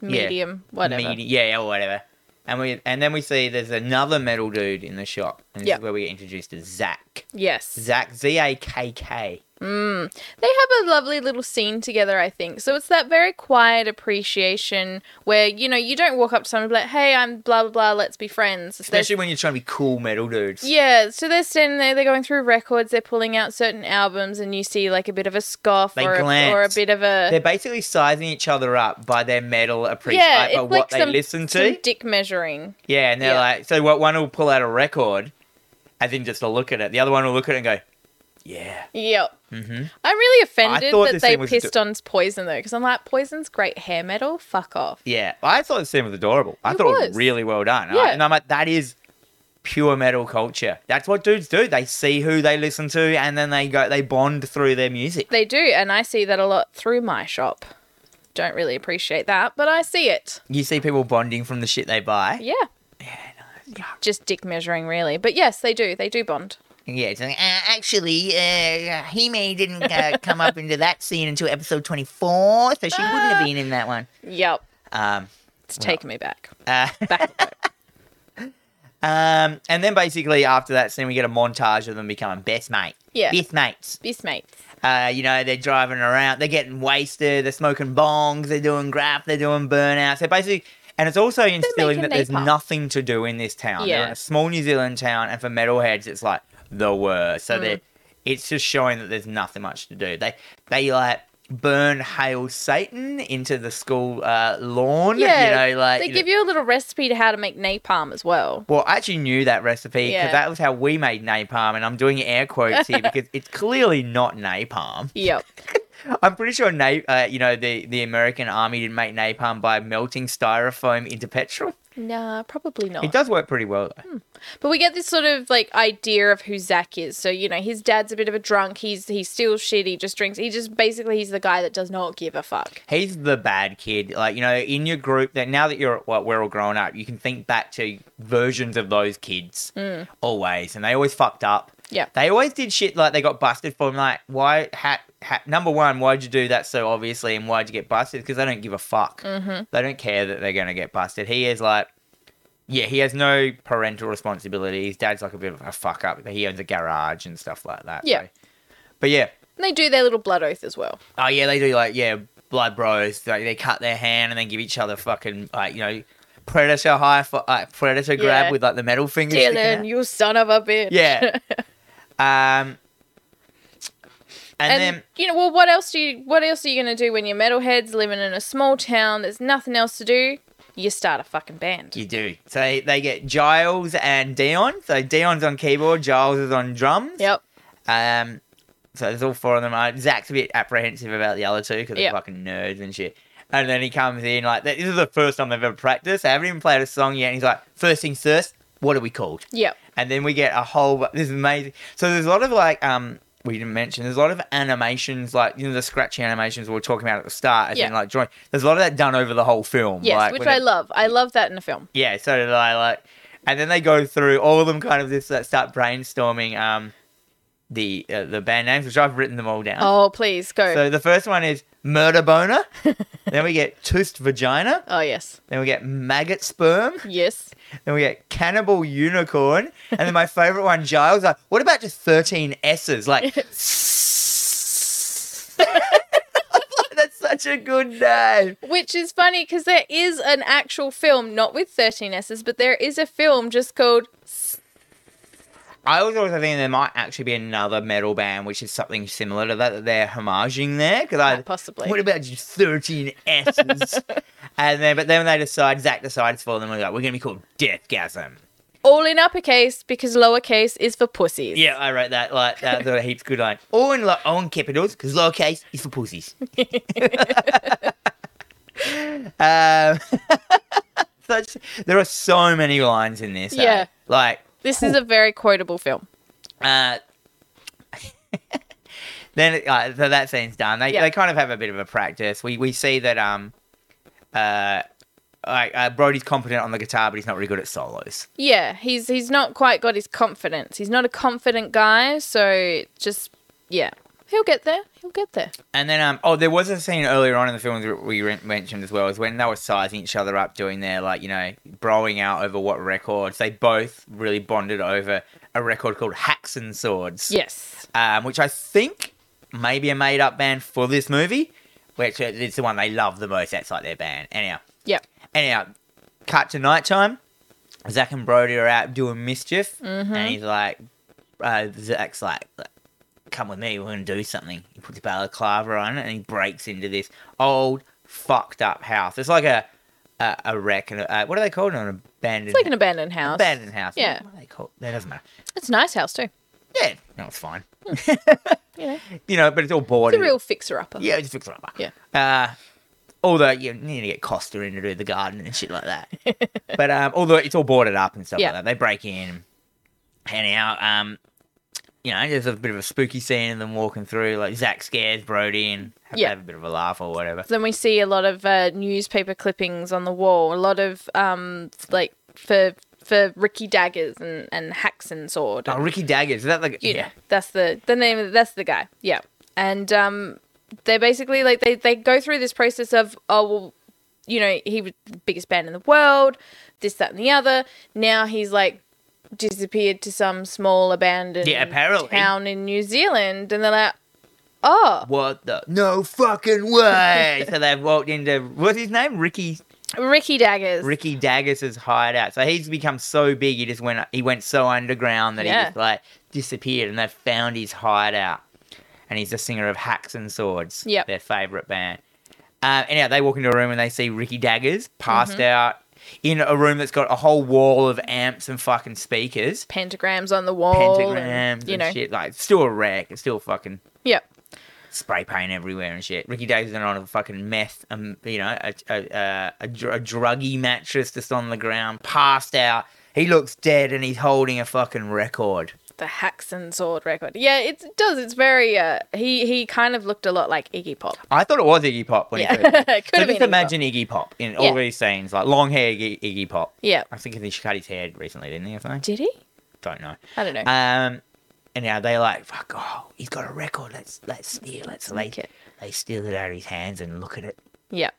Medium. Whatever. Medi- yeah, yeah, or whatever. And we and then we see there's another metal dude in the shop, and this Yep. is where we get introduced to Zach. Yes. Zach Z A K K. Mm. They have a lovely little scene together, I think. So it's that very quiet appreciation where, you know, you don't walk up to someone and be like, hey, I'm blah, blah, blah, let's be friends. It's Especially when you're trying to be cool metal dudes. yeah, so they're standing there, they're going through records, they're pulling out certain albums, and you see like a bit of a scoff They or a, glance. or a bit of They're a. basically sizing each other up by their metal appreciation, Yeah, like, it's by like what they some, listen to. some dick measuring. Yeah, and they're Yeah. like, so what one will pull out a record, as in just to look at it. The other one will look at it and go, yeah. Yep. Mm-hmm. I'm really offended thought that this they thing was a pissed on Poison, though, because I'm like, Poison's great hair metal? Fuck off. Yeah, I thought the scene was adorable. I It thought it was. was really well done. I- Yeah. and I'm like, that is pure metal culture. That's what dudes do. They see who they listen to, and then they go, they bond through their music. They do, and I see that a lot through my shop. Don't really appreciate that, but I see it. You see people bonding from the shit they buy. Yeah. Just dick measuring, really. But yes, they do. They do bond. Yeah, it's like, uh, actually, uh, he may didn't *laughs* uh, come up into that scene until episode 24, so she wouldn't have been in that one. Yep. Um, It's taking me back. uh, Back. *laughs* um, and then basically after that scene, we get a montage of them becoming best mate, yeah. best mates. This mates. Uh, you know, they're driving around, they're getting wasted, they're smoking bongs, they're doing graph, they're doing burnouts. They're basically, and it's also instilling that making there's napalm. nothing to do in this town. They're in Yeah. a small New Zealand town, and for metalheads, it's like the worst. Mm. So they're, it's just showing that there's nothing much to do. They, they like, burn hail satan into the school uh, lawn Yeah. you know like they you know- give you a little recipe to how to make napalm as well. well, I actually knew that recipe because Yeah. that was how we made napalm, and I'm doing air quotes *laughs* here because it's clearly not napalm. Yep. I'm pretty sure, na- uh, you know, the, the American army didn't make napalm by melting styrofoam into petrol. nah, probably It not. does work pretty well, though. But we get this sort of like idea of who Zach is. So, you know, his dad's a bit of a drunk. He's he steals shit, he just drinks. He just basically he's the guy that does not give a fuck. He's the bad kid. Like, you know, in your group, that now that you're, well, we're all grown up, you can think back to versions of those kids always, and they always fucked up. Yeah. They always did shit like they got busted for. i like, why? Ha, ha, number one, why'd you do that so obviously, and why'd you get busted? Because they don't give a fuck. Mhm. They don't care that they're gonna get busted. He is like, yeah, he has no parental responsibility. His dad's like a bit of a fuck up. He owns a garage and stuff like that. Yeah. so- But yeah, And they do their little blood oath as well. oh yeah, they do like yeah, blood bros. Like they cut their hand and then give each other fucking like you know, predator high for like predator Yeah. grab with like the metal fingers. sticking out. Dylan, you son of a bitch. Yeah. *laughs* Um, and, and, then you know, well, what else do you? What else are you going to do when you're metalheads living in a small town? There's nothing else to do. You start a fucking band. you do. So they, they get Giles and Dion. So Dion's on keyboard, Giles is on drums. Yep. Um, so there's all four of them. Uh, Zach's a bit apprehensive about the other two because they're Yep. fucking nerds and shit. And then he comes in like, this is the first time they've ever practiced. They haven't even played a song yet. And he's like, first things first, what are we called? Yep. and then we get a whole this is amazing so there's a lot of like um we didn't mention there's a lot of animations like you know the scratchy animations we were talking about at the start as Yeah. in like drawing there's a lot of that done over the whole film Yes, like, which when I it- love. I love that in a film. yeah so did i like and then they go through all of them kind of this that start brainstorming um the uh, the band names which i've written them all down Oh, please go. so the first one is murder boner *laughs* then we get Toost Vagina. Oh, yes. Then we get Maggot Sperm. Yes. Then we get Cannibal Unicorn. And then my favorite one, Giles. Like, what about just 13 S's? Like, *laughs* that's such a good name. Which is funny because there is an actual film, not with 13 S's, but there is a film just called I was always thinking there might actually be another metal band which is something similar to that that they're homaging there. Because I Quite possibly. What about just thirteen *laughs* S's? and then, but then when they decide, Zach decides for them. We're like, we're gonna be called Deathgasm. All in Uppercase because Lowercase is for pussies. Yeah, I wrote that like that. that heaps good *laughs* line. All in lo- all in capitals because lowercase is for pussies. um, *laughs* such, there are so many lines in this. eh? Yeah. like This is a very quotable film. Uh, *laughs* then uh, so that scene's done. They Yeah. they kind of have a bit of a practice. We we see that um uh like uh, Brody's competent on the guitar, but he's not really good at solos. Yeah, he's he's not quite got his confidence. He's not a confident guy, so just yeah. He'll get there. He'll get there. And then um oh, there was a scene earlier on in the film that we re- mentioned as well is when they were sizing each other up, doing their like you know broing out over what records. They both really bonded over a record called Hacks and Swords. Yes. um, which I think may be a made up band for this movie, which is the one they love the most. That's like their band. Anyhow, Yep. anyhow, cut to nighttime. Zach and Brody are out doing mischief, Mm-hmm. and he's like, uh, Zach's like, "Come with me, we're gonna do something." He puts a balaclava on it, and he breaks into this old fucked up house. It's like a a, a wreck, and a, uh, what are they called? An abandoned, It's like an abandoned house. abandoned house. Yeah. what are they called? That doesn't matter. It's a nice house too. Yeah, no, it's fine. You know, You know, but it's all bored. it's a and- real fixer upper. yeah, it's a fixer upper. Yeah. Uh, although you need to get Costa in to do the garden and shit like that. *laughs* but um, although it's all boarded up and stuff Yeah. like that, they break in, hang out. Um, you know, there's a bit of a spooky scene of them walking through. Like Zach scares Brody and have, Yeah. have a bit of a laugh or whatever. Then we see a lot of uh, newspaper clippings on the wall. A lot of um like for for Ricky daggers and and hacks and sword. Oh, Ricky Daggers. Is that like you know that's the the name of that's the guy yeah and um they're basically like they they go through this process of oh well you know he was the biggest band in the world this that and the other now he's like disappeared to some small abandoned Yeah, apparently. town in new zealand and they're like oh What the? No fucking way! so they've walked into what's his name? Ricky ricky *laughs* daggers Ricky Daggers' hideout. So he's become so big, he just went he went so underground that he Yeah. just like disappeared, and they found his hideout. And he's the singer of Hacks and Swords, Yep. their favorite band. Um, anyhow, they walk into a room and they see Ricky Daggers passed Mm-hmm. out in a room that's got a whole wall of amps and fucking speakers, pentagrams on the wall and, pentagrams, Oh, you and know shit. Like, it's still a wreck. It's still fucking yeah spray paint everywhere and shit. Ricky Daggers on a fucking meth, um, you know, a, a, a, a, dr- a druggy mattress just on the ground, passed out. He looks dead and he's holding a fucking record. the hacks and sword record yeah it's, it does it's very uh he he kind of looked a lot like iggy pop I thought it was Iggy Pop when Yeah. he *laughs* first. It could so have just been Iggy imagine Iggy Pop in all Yeah. these scenes, like long hair Iggy, Iggy Pop. yeah I think he cut his hair recently, didn't he? Or something? did he Don't know. i don't know Um, and now they like, fuck, oh, he's got a record. Let's let's steal, let's Sneak like it. it. They steal it out of his hands and look at it. yeah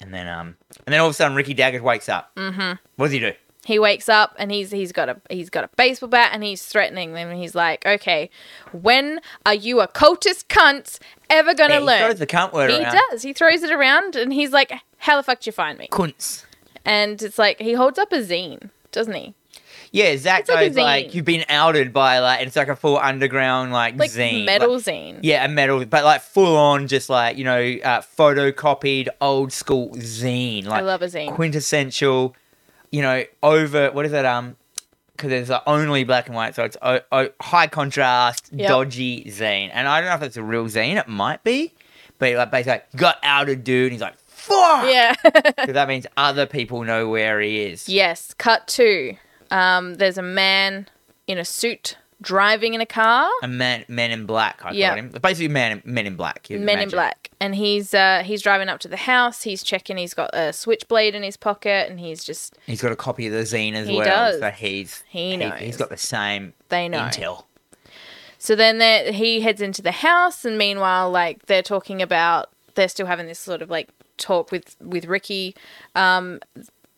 And then um, and then all of a sudden Ricky Daggers wakes up. Mm-hmm. What does he do? he wakes up and he's he's got a he's got a baseball bat and he's threatening them and he's like, okay, when are you occultist cunts ever gonna Yeah, learn? He throws the cunt word he around. does. He throws it around and he's like, how the fuck did you find me? Cunts. And it's like he holds up a zine, doesn't he? Yeah, Zach like a goes like, zine. you've been outed by like, and it's like a full underground like, Like zine, metal Like, zine. yeah, a metal, but like full on, just like you know, uh, photocopied old school zine. Like love a zine. Quintessential, you know, over what is it? Um, because there's like, only black and white, so it's o- o- high contrast, Yep. dodgy zine. And I don't know if it's a real zine. It might be, but like basically, like, got outed, dude. And he's like, fuck. Yeah. *laughs* Because that means other people know where he is. yes. Cut two. Um, there's a man in a suit driving in a car. a man, Men in Black. I Yeah. called him basically Men, men in Black. you'd Men in imagine. Black, and he's uh, he's driving up to the house. He's checking. He's got a switchblade in his pocket, and he's just He's got a copy of the zine as He well. does. So he's He He's knows. got the same They know. intel. So then there- he heads into the house, and meanwhile, like they're talking about, they're still having this sort of like talk with with Ricky. Um,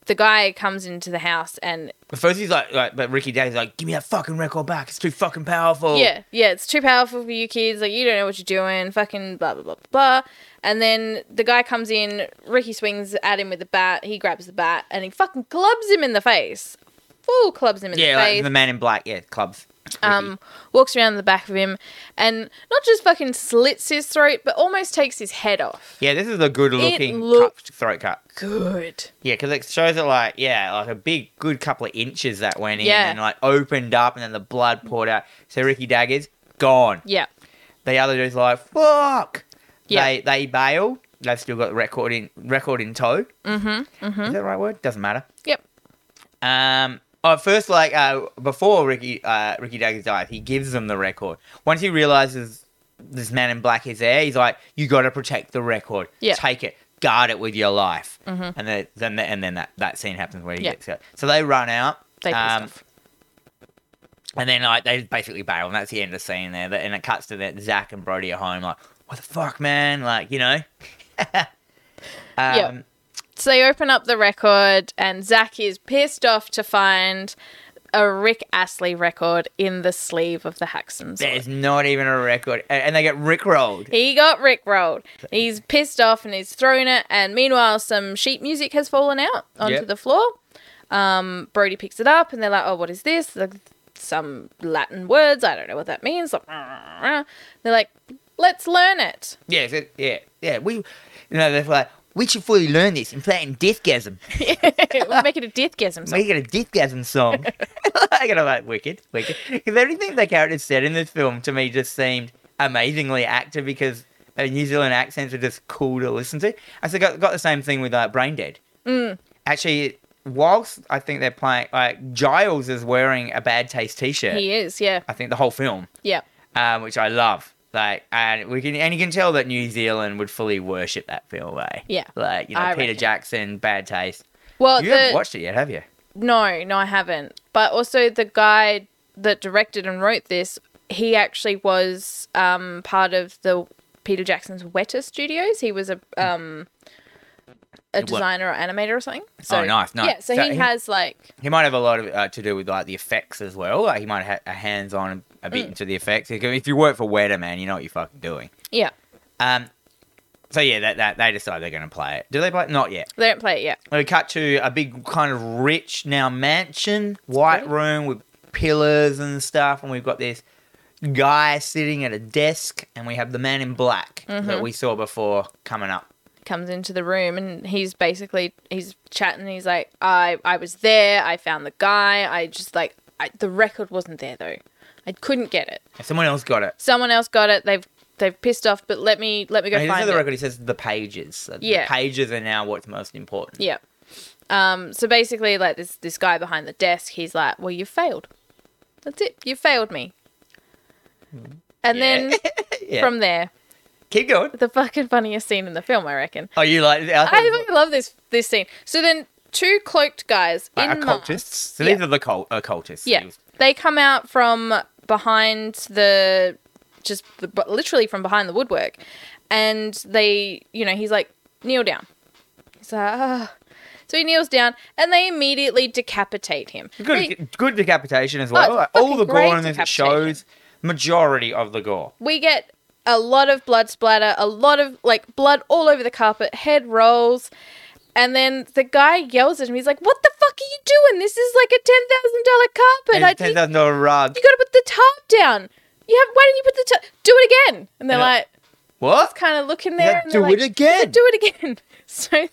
the guy comes into the house and But first he's like, like, but Ricky Daddy's like, give me that fucking record back. It's too fucking powerful. yeah, yeah, it's too powerful for you kids. Like you don't know what you're doing. Fucking blah blah blah blah. blah. And then the guy comes in. Ricky swings at him with the bat. He grabs the bat and he fucking clubs him in the face. Full clubs him in Yeah, the like face. the man in black. Yeah, clubs. Ricky. um, walks around the back of him and not just fucking slits his throat, but almost takes his head off. yeah, this is a good looking looked- cut, throat cut. Good. Yeah, because it shows it like, yeah, like a big, good couple of inches that went in Yeah. and like opened up and then the blood poured out. So Ricky Dagger's gone. Yeah. The other dude's like, fuck. Yeah. They, they bail. They've still got the record in, record in tow. Mm-hmm. Mm-hmm. Is that the right word? Doesn't matter. Yep. Um, oh, first, like uh, before Ricky uh, Ricky Dagger dies, he gives them the record. Once he realizes this man in black is there, he's like, "You got to protect the record. Yeah. Mm-hmm. Take it, guard it with your life." And then, then and then that, that scene happens where he Yeah. gets it. So they run out. They um, pissed off. and then like they basically bail, and that's the end of the scene there. And it cuts to that Zach and Brody at home, like, "What the fuck, man?" Like, you know. *laughs* um, So they open up the record, and Zach is pissed off to find a Rick Astley record in the sleeve of the Haxton sword. There's not even a record, and, and they get rickrolled. He got rickrolled. He's pissed off and he's thrown it. And meanwhile, some sheet music has fallen out onto Yep. the floor. Um, Brody picks it up and they're like, "Oh, what is this?" Like, some Latin words. I don't know what that means. Like, *laughs* they're like, "Let's learn it." *laughs* Yeah, so, yeah, yeah. We, you know, they're like, we should fully learn this and play it in Deathgasm. *laughs* We'll make it a death gasm. song. Make it a Deathgasm song. *laughs* I got like, wicked, wicked. Because everything the characters said in this film to me just seemed amazingly acted because uh, New Zealand accents are just cool to listen to. I still got, got the same thing with like Brain Dead. Mm. Actually, whilst I think they're playing, like Giles is wearing a Bad Taste T-shirt. He is, yeah, I think the whole film. yeah. um, which I love. Like, and we can, and you can tell that New Zealand would fully worship that film, eh? Yeah, Like, you know, I Peter reckon. Jackson, Bad Taste. Well, you the, haven't watched it yet, have you? No, no, I haven't. But also, the guy that directed and wrote this, he actually was um, part of the Peter Jackson's Weta Studios. He was a um, a It wa- designer or animator or something. So, Oh, nice, nice. Yeah, so, So he, he- has like He might have a lot of uh, to do with like the effects as well. Like, he might have a hands on a bit Mm. into the effects. Like, If you work for Weta, man, you know what you're fucking doing. yeah. Um, so yeah, that, that they decide they're going to play it. Do they play it? Not yet. They don't play it yet. We cut to a big kind of rich now mansion, white pretty. room with pillars and stuff, and we've got this guy sitting at a desk, and we have the man in black Mm-hmm. that we saw before coming up. Comes into the room and he's basically he's chatting. He's like, I I was there. I found the guy. I just like I, the record wasn't there though. I couldn't get it. And someone else got it. Someone else got it. They've they've pissed off. But let me let me go And he find says the it. record. He says the pages. So Yeah. The pages are now what's most important. Yeah. Um, so basically, like this this guy behind the desk, he's like, "Well, you failed. That's it. You failed me." And then *laughs* Yeah. from there, keep going. the fucking funniest scene in the film, I reckon. Oh, you like? I, I think- fucking love this this scene. So then, two cloaked guys like, in occultists. masks- So Yeah. these are the cult, uh, occultists. Yeah, they come out from behind the just the, but literally from behind the woodwork, and they, you know, he's like, kneel down. He's like, ah. So he kneels down, and they immediately decapitate him. We, Good, good decapitation as well. Oh, it's Like, all fucking the great gore in this it decapitation. shows majority of the gore. we get a lot of blood splatter, a lot of like blood all over the carpet, head rolls, and then the guy yells at him. He's like, "What the fuck are you doing? This is like a ten thousand dollar carpet. I, It's you, ten thousand dollar *laughs* rug. you got to put the tarp down. You have. Why didn't you put the tarp? Do it again." And they're And I- like. What? kind of looking there. like, and they're "Do it like, again." Do it again. *laughs* So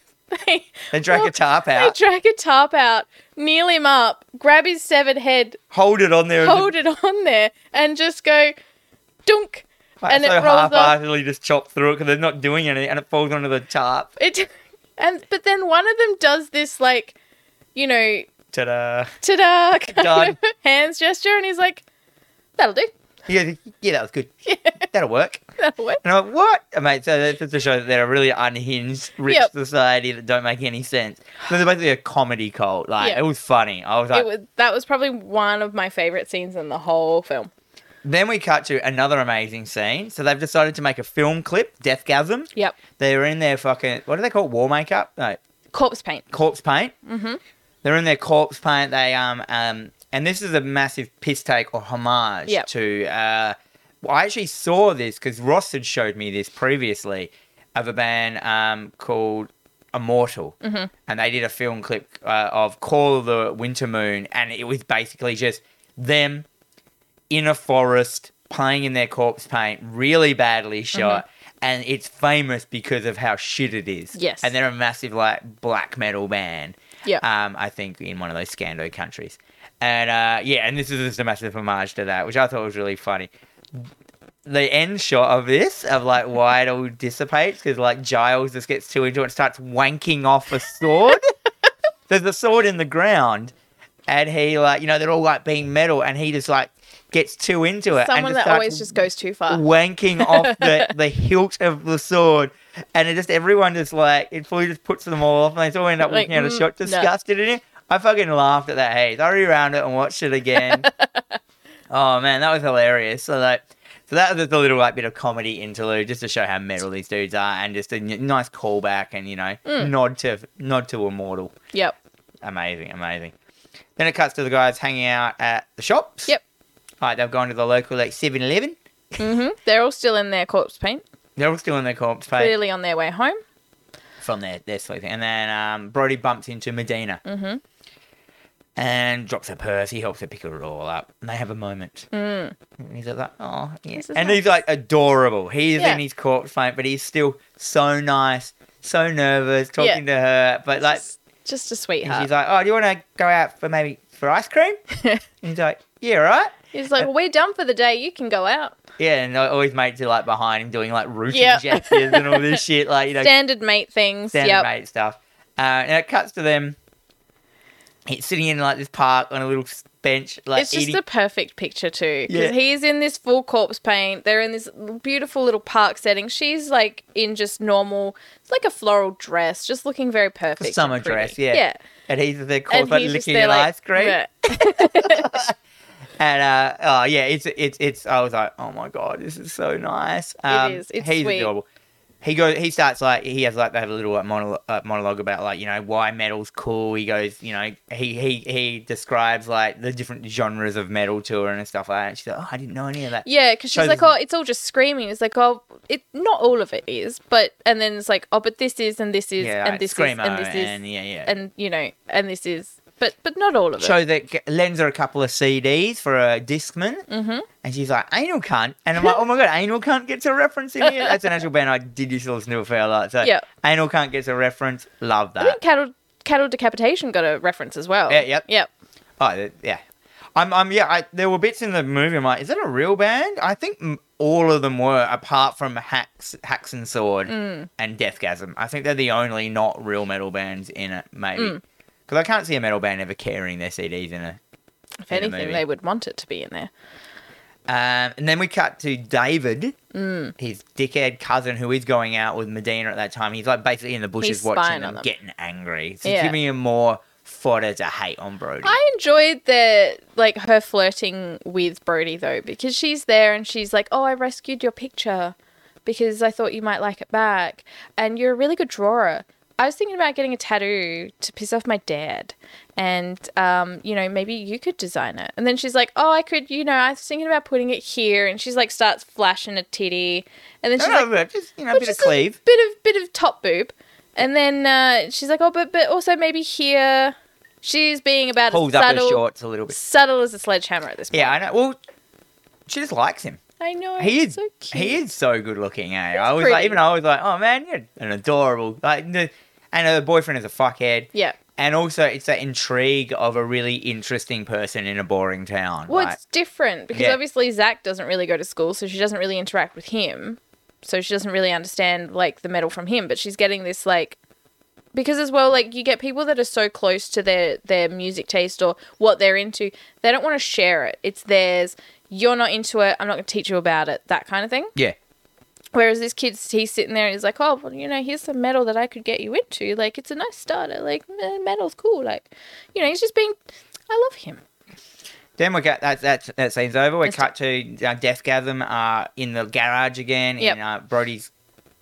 they They drag a tarp They out, drag a tarp out, kneel him up, grab his severed head, hold it on there, hold it on there, and just go dunk, and and so it rolls off. half-heartedly just chop through it because they're not doing anything, and it falls onto the tarp. It, *laughs* and but then one of them does this like, you know, Ta-da! ta-da kind Done. of *laughs* hands gesture, and he's like, "That'll do. Yeah, yeah, that was *laughs* good. That'll work. That'll work." And I'm like, what? And mate, so that's just to show that they're a really unhinged, rich Yep. society that don't make any sense. So they're basically a comedy cult. Like Yeah. it was funny. I was like, It was that was probably one of my favorite scenes in the whole film. Then we cut to another amazing scene. So they've decided to make a film clip, Deathgasm. Yep. They're in their fucking, what do they call it? War makeup? No, Corpse paint. corpse paint. Mm-hmm. They're in their corpse paint. They um um, and this is a massive piss take or homage Yep. to. Uh, well, I actually saw this because Ross had showed me this previously of a band um called Immortal, mm-hmm. and they did a film clip uh, of Call of the Winter Moon, and it was basically just them in a forest playing in their corpse paint, really badly shot. And it's famous because of how shit it is. Yes. And they're a massive like black metal band. Yeah. Um, I think in one of those Scando countries. And uh, yeah, and this is just a massive homage to that, which I thought was really funny. The end shot of this, of like why it all dissipates, because like Giles just gets too into it and starts wanking off a *laughs* sword. There's a sword in the ground, and he like you know they're all like being metal, and he just like gets too into it. Someone and that starts always just goes too far. wanking off the, the hilt of the sword. And it just everyone just like it fully just puts them all off and they all end up Like, looking at a mm, shot no. disgusted in it. I fucking laughed at that haze. I rewound it and watched it *laughs* again. oh man, that was hilarious. So like so that was just a little like bit of comedy interlude just to show how metal these dudes are and just a n- nice callback and you know Mm. nod to nod to immortal. Yep. Amazing, amazing. Then it cuts to the guys hanging out at the shops. Yep. All right, they've gone to the local like 7-Eleven. hmm They're all still in their corpse paint, They're all still in their corpse paint. clearly on their way home. from their, their sleeping. And then um, Brody bumps into Medina Mhm. and drops her purse. He helps her pick her all up. And they have a moment. Mm. And he's like, oh, yeah. This is And nice. he's like adorable. He's Yeah. in his corpse paint, but he's still so nice, so nervous talking to her. But like, just, just a and she's sweetheart. like, oh, do you want to go out for maybe for ice cream? *laughs* and he's like, yeah, right. He's like, well, we're done for the day. You can go out. Yeah, and all his mates are like behind him doing like rooting Yeah. gestures and all *laughs* this shit. Like, you know, Standard mate things. standard yep. mate stuff. Uh, and it cuts to them. It's sitting in like this park on a little s- bench, like it's just eating. the perfect picture too Yeah. because he's in this full corpse paint they're in this beautiful little park setting she's like in just normal it's like a floral dress just looking very perfect and summer pretty. dress, yeah. yeah and he's there, called like just licking an there, like, ice cream. *laughs* bleh. And uh, oh yeah, it's it's it's. I was like, oh my god, this is so nice. Um, is. It's he's sweet. adorable. He goes. He starts like he has like they have a little like, monologue, uh, monologue about like you know why metal's cool. He goes, you know, he he he describes like the different genres of metal to her and stuff like that. And she's like, oh, I didn't know any of that. yeah because she's Shows like his- oh it's all just screaming it's like oh it not all of it is but and then it's like oh but this is and this is yeah, and like, this screamo is and this is and yeah, yeah. and you know and this is but but not all of it So that g- lends her a couple of CDs for a Discman, Mhm. and she's like, "Anal cunt," and I'm like, "Oh my god, anal cunt gets a reference in here." That's an actual band I did used to listen to a fair lot. So Yeah. anal cunt gets a reference. Love i that. think cattle cattle decapitation got a reference as well Yeah, yep. yep Oh th- yeah, I'm, I'm yeah. I, there were bits in the movie. I'm like, "Is that a real band?" I think m- all of them were, apart from Hacks, Hacks and Sword Mm. and Deathgasm. I think they're the only not real metal bands in it, maybe. Mm. Because I can't see a metal band ever carrying their CDs in a If in a anything, movie. they would want it to be in there. Um, and then we cut to David, Mm. his dickhead cousin, who is going out with Medina at that time. He's like basically in the bushes He's watching spying them, on them. getting angry. So Yeah. giving him more fodder to hate on Brody. I enjoyed the like her flirting with Brody though, because she's there and she's like, "Oh, I rescued your picture because I thought you might like it back, and you're a really good drawer." I was thinking about getting a tattoo to piss off my dad, and um, you know maybe you could design it. And then she's like, "Oh, I could, you know, I was thinking about putting it here," and she's like starts flashing a titty, and then No, she's no, like, but just you know, a bit of just cleave. bit of bit of top boob, and then uh, she's like, "Oh, but but also maybe here." She's being about as Pulls up his subtle, shorts a little bit. subtle as a sledgehammer at this point. Yeah, I know. Well, she just likes him. I know. He is it's Oh, so cute. he is so good looking. Eh? I was like, pretty. even I was like, oh man, you're an adorable. Like, the- and her boyfriend is a fuckhead. Yeah. And also, it's that intrigue of a really interesting person in a boring town. Well, right? it's different because Yeah. obviously Zach doesn't really go to school, so she doesn't really interact with him. So she doesn't really understand like the metal from him, but she's getting this like because as well like you get people that are so close to their their music taste or what they're into, they don't want to share it. It's theirs. You're not into it. I'm not going to teach you about it. That kind of thing. yeah. Whereas this kid's he's sitting there and he's like, oh, well, you know, here's some metal that I could get you into. Like, it's a nice starter. Like, eh, metal's cool. Like, you know, he's just being. I love him. Then we get that that that scene's over. We It's- cut to uh, Deathgasm uh, in the garage again Yep. in uh, Brody's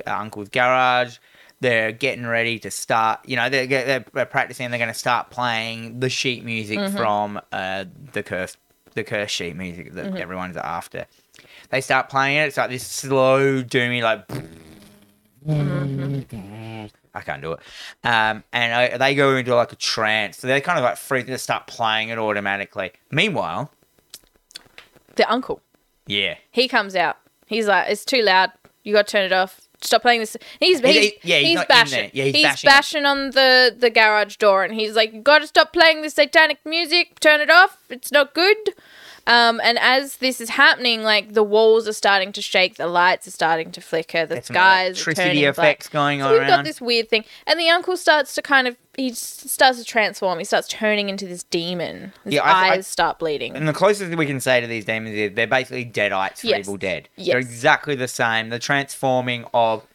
uh, uncle's garage. They're getting ready to start. You know, they're they're, they're practicing. They're going to start playing the sheet music Mm-hmm. from uh, the cursed the cursed sheet music that Mm-hmm. everyone's after. They start playing it. It's like this slow doomy like. Mm-hmm. I can't do it. Um, and I, they go into like a trance. So they're kind of like free to start playing it automatically. Meanwhile, The uncle. yeah. He comes out. He's like, it's too loud. You got to turn it off. Stop playing this. He's He- he's, he- yeah, he's he's, not in there. bashing. Yeah, he's he's bashing. bashing, on the the garage door, and he's like, "You got to stop playing this satanic music. Turn it off. It's not good." Um, and as this is happening, like the walls are starting to shake, the lights are starting to flicker, the There's some skies are turning electricity black. effects going So on we've got around. this weird thing, and the uncle starts to kind of he s- starts to transform. He starts turning into this demon. His Yeah, I- I- eyes start bleeding. And the closest we can say to these demons is they're basically deadites for Yes. Evil Dead. Yes. They're exactly the same. The transforming of.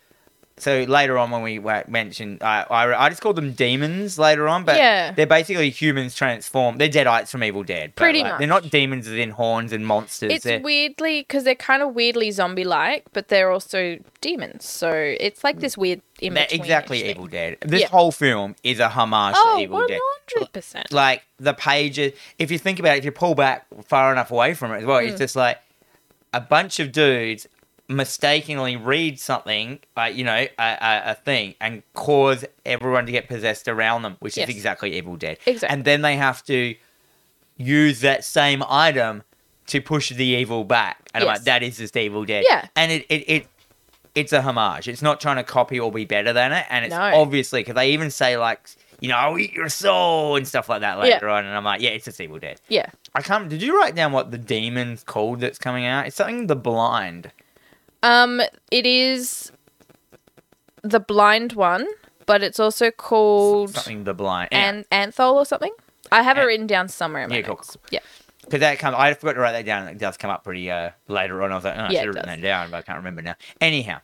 So later on, when we wa- mentioned, I I, I just called them demons later on, but Yeah. they're basically humans transformed. They're deadites from Evil Dead. but, Pretty like, They're much. not demons as in horns and monsters. It's they're, weirdly because they're kind of weirdly zombie-like, but they're also demons. So it's like this weird in they're between-ish exactly thing. Evil Dead. This Yeah. whole film is a homage to Oh, Evil one Dead. hundred percent. like the pages. If you think about it, if you pull back far enough away from it as well, Mm. it's just like a bunch of dudes mistakenly read something, uh, you know, a, a, a thing, and cause everyone to get possessed around them, which Yes. is exactly Evil Dead. Exactly. And then they have to use that same item to push the evil back, and I'm Yes. like, that is just Evil Dead. Yeah. And it it. it it's a homage. It's not trying to copy or be better than it, and it's No. obviously because they even say like, you know, I'll eat your soul and stuff like that Yeah. later on, and I'm like, yeah, it's just Evil Dead. Yeah, I can't. Did you write down what the demon's called that's coming out? It's something the blind. um, it is the blind one, but it's also called Something the blind. And an anthol or something. I have An- it written down somewhere. In my Yeah, cool, notes. Yeah, because that comes, I forgot to write that down. and It does come up pretty uh, later on. I was like, oh, I Yeah, should have it written that does. down, but I can't remember now. Anyhow.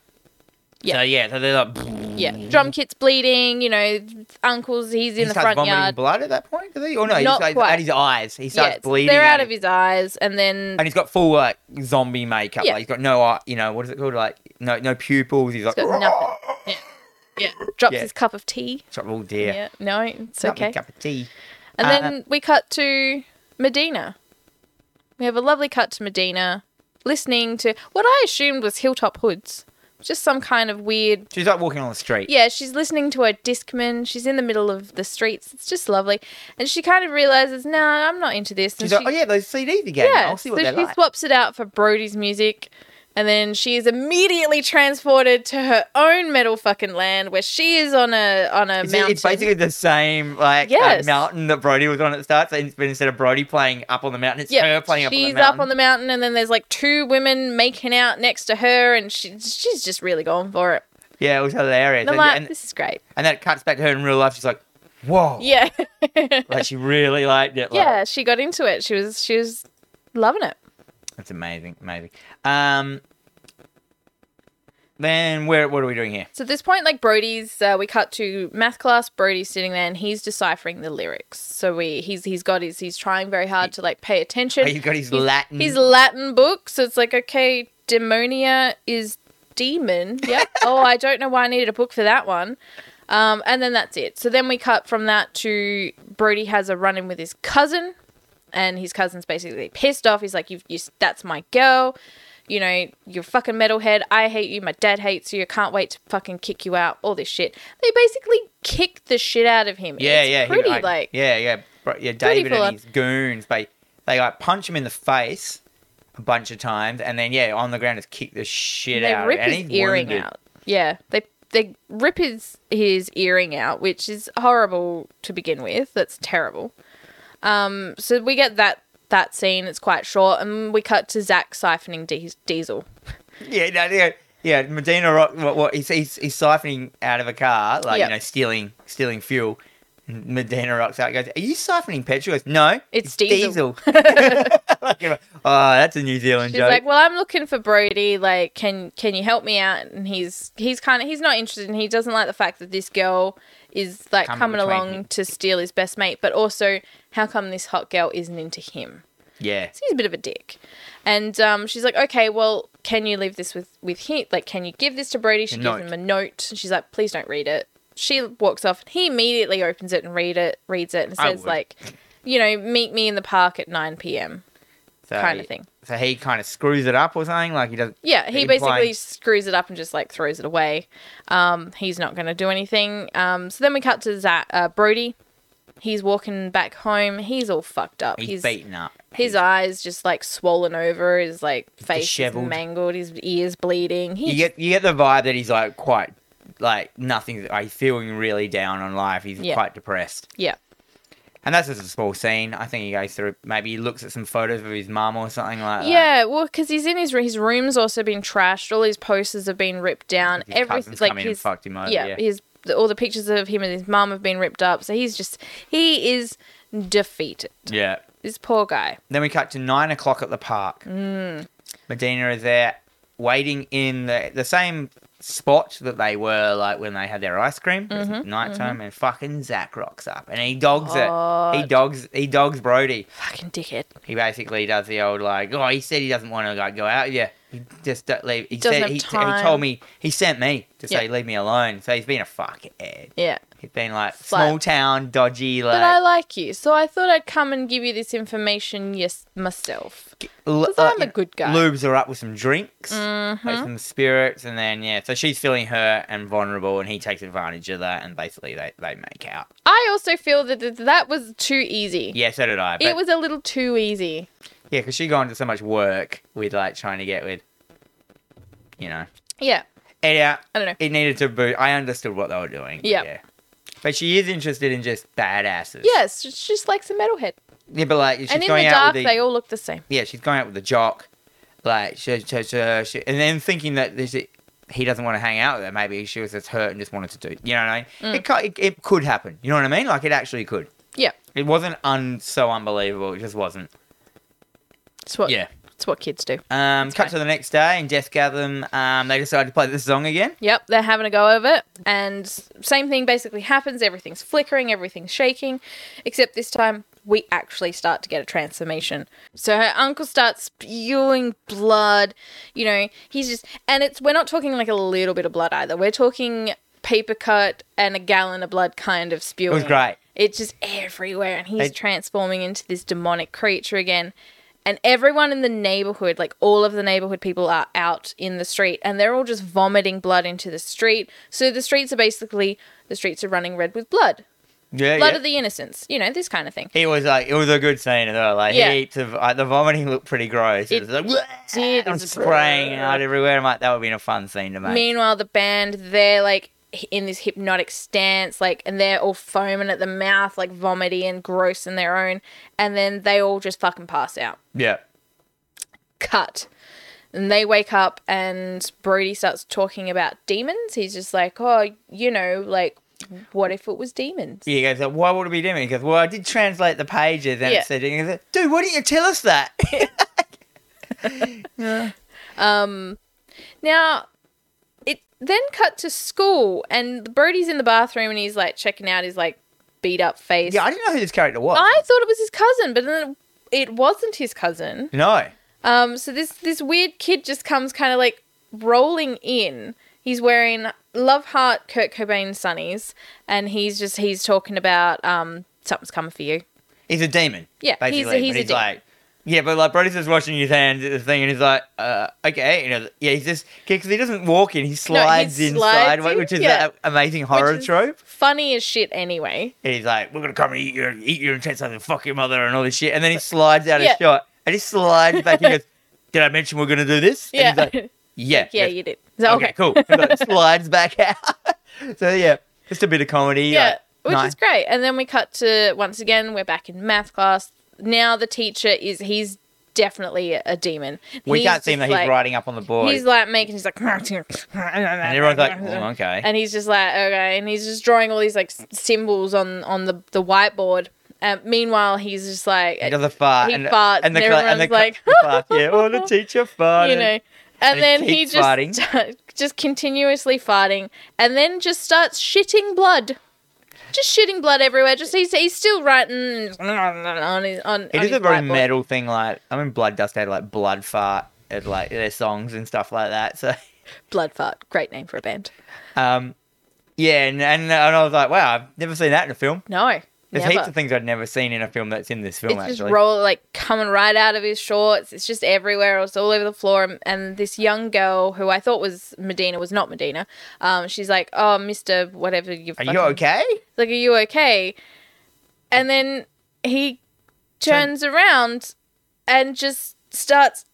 Yeah. So yeah, so they're like. yeah. Drum kit's bleeding. You know, uncle's he's He in the starts front vomiting yard. blood at that point, does he? Or no, Not he's like, quite. at his eyes. He Yeah, starts it's- bleeding. they're out at of his eyes, and then and he's got full like zombie makeup. Yeah. Like he's got no, eye- you know, what is it called? Like no, no pupils. He's like, got nothing. yeah, drops Yeah. his cup of tea. It's like, oh dear. Yeah, no, it's Got me a okay. Cup of tea. And Uh, then we cut to Medina. We have a lovely cut to Medina listening to what I assumed was Hilltop Hoods. Just some kind of weird. She's like walking on the street. Yeah, she's listening to her Discman. She's in the middle of the streets. It's just lovely. And she kind of realizes, no, nah, I'm not into this. And She's she, like, oh yeah, those CDs again. yeah, I'll see what so they're she like. swaps it out for Brody's music. And then she is immediately transported to her own metal fucking land where she is on a on a It's, mountain. it's basically the same like uh, Yes. mountain that Brody was on at the start. So in- but instead of Brody playing up on the mountain, it's her playing up on the she's mountain. up on the mountain, and then there's like two women making out next to her, and she, she's just really going for it. yeah, it was hilarious. And I'm And, like, and, this is great. and that cuts back to her in real life. She's like, whoa. Yeah, *laughs* Like she really liked it. Like, yeah, she got into it. She was she was loving it. That's amazing, amazing. Um, then where? What are we doing here? So at this point, like Brody's, uh, we cut to math class. Brody's sitting there, and he's deciphering the lyrics. So we he's he's got his he's trying very hard to like pay attention. Oh, he's got his He's- Latin. His Latin book, so it's like okay, demonia is demon. *laughs* Yep. oh, I don't know why I needed a book for that one. Um, and then that's it. So then we cut from that to Brody has a run in with his cousin, and his cousin's basically pissed off. He's like, "You, you that's my girl. You know, you're a fucking metalhead. I hate you. My dad hates you. I can't wait to fucking kick you out. All this shit." They basically kick the shit out of him. yeah, It's yeah. he, Pretty like, like yeah, yeah, Bro- yeah. David full and on. his goons, they they like punch him in the face a bunch of times, and then yeah, on the ground just kick the shit they out. of rip him, and his he's earring wounded. out. Yeah, they they rip his his earring out, which is horrible to begin with. That's terrible. Um, so we get that that scene. It's quite short, and we cut to Zach siphoning Dies- diesel. Yeah, no, yeah, yeah. Medina Rock. What? what he's, he's he's siphoning out of a car, like Yep. you know, stealing stealing fuel. And Medina rocks out. and Goes, are you siphoning petrol? He Goes, no, It's diesel." *laughs* Like, oh, that's a New Zealand She's joke. like, "Well, I'm looking for Brody. Like, can can you help me out?" And he's he's kind of he's not interested, and he doesn't like the fact that this girl is like Coming coming between along him. to steal his best mate, but also how come this hot girl isn't into him? Yeah. So he's a bit of a dick. And um, she's like, okay, well, can you leave this with with him? Like, can you give this to Brody? She A gives note. him a note. And she's like, please don't read it. She walks off. and He immediately opens it and read it, reads it, and I says would. like, you know, meet me in the park at nine p.m. So- Kinda thing. So he kind of screws it up or something. Like he doesn't. Yeah, he Implying- basically screws it up and just like throws it away. Um, he's not going to do anything. Um, so then we cut to Zach, uh, Brody. He's walking back home. He's all fucked up. He's, beaten up. His eyes just like swollen over. His like face is disheveled. mangled. His ears bleeding. He You get you get the vibe that he's like quite like nothing. Like feeling really down on life. He's Yeah. quite depressed. yeah, And that's just a small scene. I think he goes through. Maybe he looks at some photos of his mum or something like that. yeah. Well, because he's in his his room's also been trashed. All his posters have been ripped down. His Everything cousins like come in and his fucked him over. yeah, Yeah. his all the pictures of him and his mum have been ripped up. So he's just he is defeated. Yeah. This poor guy. Then we cut to nine o'clock at the park. Mm. Medina is there waiting in the, the same spot that they were like when they had their ice cream. It's Mm-hmm, nighttime and fucking Zach rocks up and he dogs it. He God. dogs he dogs Brody. Fucking dickhead. He basically does the old like, oh, he said he doesn't want to like go out. Yeah, he just don't leave. He Doesn't said have he, t- he time. told me he sent me to say Yeah. leave me alone. So he's been a fuckhead. Yeah. He's been like Flat. small town dodgy like But I like you, so I thought I'd come and give you this information yes myself. L- uh, 'Cause I'm a good guy. Mm-hmm. Lubes her up with some drinks, like some spirits, and then yeah, so she's feeling hurt and vulnerable, and he takes advantage of that, and basically they, they make out. I also feel that th- that was too easy. Yeah, so did I. But, It was a little too easy. yeah, because she got into so much work with like trying to get with, you know, Yeah. yeah. I don't know. It needed to boot. I understood what they were doing. Yeah. Yeah. But she is interested in just badasses. Yes, it's just like some metalhead. Yeah, but like she's and in the going out dark, with the, they all look the same. yeah, she's going out with the jock, like she, she, she, she- and then thinking that this he doesn't want to hang out with her. Maybe she was just hurt and just wanted to do. You know what I Mm. mean? It, ca- it it could happen. You know what I mean? Like it actually could. Yeah. It wasn't un so unbelievable. It just wasn't. It's what. Yeah. It's what kids do. Um, cut fine. to the next day, and Death Gatham. Um, they decided to play this song again. Yep, they're having a go of it, and same thing basically happens. Everything's flickering, everything's shaking, except this time we actually start to get a transformation. So her uncle starts spewing blood. You know, he's just, and it's we're not talking like a little bit of blood either. We're talking paper cut and a gallon of blood kind of spewing. great. It's just everywhere, and he's They- transforming into this demonic creature again. And everyone in the neighborhood, like all of the neighborhood people, are out in the street, and they're all just vomiting blood into the street. So the streets are basically the streets are running red with blood, Yeah, blood yeah. of the innocents, you know, this kind of thing. it was like it was a good scene though. Like Yeah. heaps of like, the vomiting looked pretty gross. It, It was like "Bleh," did, it and was- spraying out everywhere. I'm like that would be a fun scene to make. Meanwhile, the band they're like in this hypnotic stance, like, and they're all foaming at the mouth, like vomity and gross in their own, and then they all just fucking pass out. yeah. cut. And they wake up and Brody starts talking about demons. He's just like, oh, you know, like, what if it was demons? Yeah, he goes, like, why would it be demon? He goes, well, I did translate the pages and Yeah. it said, and he goes, dude, why didn't you tell us that? *laughs* Now, it then cut to school and Brody's in the bathroom and he's like checking out his like beat up face. yeah, I didn't know who this character was. I thought it was his cousin, but then it wasn't his cousin. no. Um, so this this weird kid just comes kind of like rolling in. He's wearing love heart Kurt Cobain sunnies, and he's just he's talking about um something's coming for you. He's a demon. Yeah, he's a- basically. he's but a he's demon. like, yeah, but like, Brody's just washing his hands at the thing and he's like, uh, okay. You know, yeah, he's just, because he doesn't walk in, he slides slides inside, in, which is yeah. that amazing horror is- trope. Funny as shit, anyway. And he's like, we're going to come and eat your, eat your intestines and fuck your mother and all this shit. And then he slides out Yeah. of shot and he slides back and goes, *laughs* did I mention we're going to do this? Yeah, And he's like, yeah. *laughs* yeah, yes, you did. So, okay, okay, cool. Like, slides back out. *laughs* so yeah, just a bit of comedy. Yeah, like, which nice. is great. And then we cut to once again we're back in math class. Now the teacher is he's definitely a demon. We He's can't see him that just he's like- writing up on the board. He's like making he's like *laughs* and and everyone's *laughs* like, "Oh, okay. and he's just like okay and he's just drawing all these like s- symbols on on the the whiteboard and meanwhile he's just like uh, he does a fart. he and, farts and the and cla- and the everyone's cla- the class, yeah, well, *laughs* the teacher farted. you know and and he then he keeps just *laughs* farting. just continuously farting and then just starts shitting blood just shitting blood everywhere. Just he's he's still writing on his on. It is on his a very whiteboard. metal thing. Like I mean, Blood Dust had like Blood Fart and like their songs and stuff like that. So blood fart. Great name for a band. um, yeah, and, and and I was like, wow, I've never seen that in a film. No, There's never. heaps of things I'd never seen in a film that's in this film. it's just actually, roll like coming right out of his shorts. It's just everywhere. It's all over the floor. And, and this young girl who I thought was Medina was not Medina. Um, she's like, "Oh, Mister, whatever you." are you okay? Like, are you okay? And then he turns around and just starts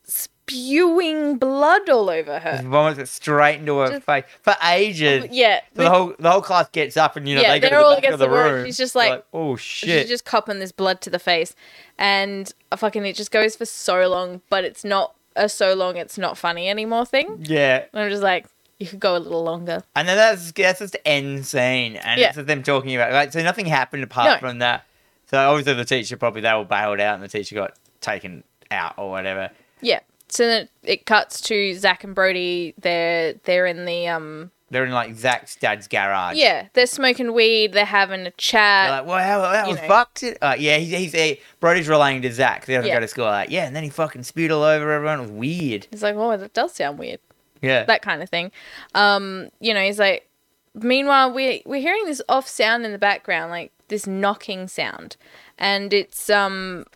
spewing blood all over her. The vomits it straight into her Just- face for ages. Yeah, So the whole the whole class gets up and you know Yeah, they go to they're all the back against of the the wall. room. She's just They're like, oh she's shit. just copping this blood to the face, and uh, fucking it just goes for so long, but it's not a so long it's not funny anymore thing. yeah, And I'm just like, you could go a little longer. and then that's that's just the end scene, and Yeah. it's just them talking about like so nothing happened apart No. from that. So obviously the teacher probably they were bailed out and the teacher got taken out or whatever. Yeah. So then it cuts to Zach and Brody. They're they're in the um They're in like Zach's dad's garage. yeah they're smoking weed. They're having a chat. They're like, well, how, how Uh, you the know. fuck did-" Uh, yeah, he's, he's eh, Brody's relaying to Zach. 'cause He doesn't Yeah. go to school. Like, yeah, and then he fucking spewed all over everyone. It was weird. He's like, oh, that does sound weird. Yeah. That kind of thing. Um, you know, he's like, meanwhile, we we're hearing this off sound in the background, like this knocking sound, and it's um,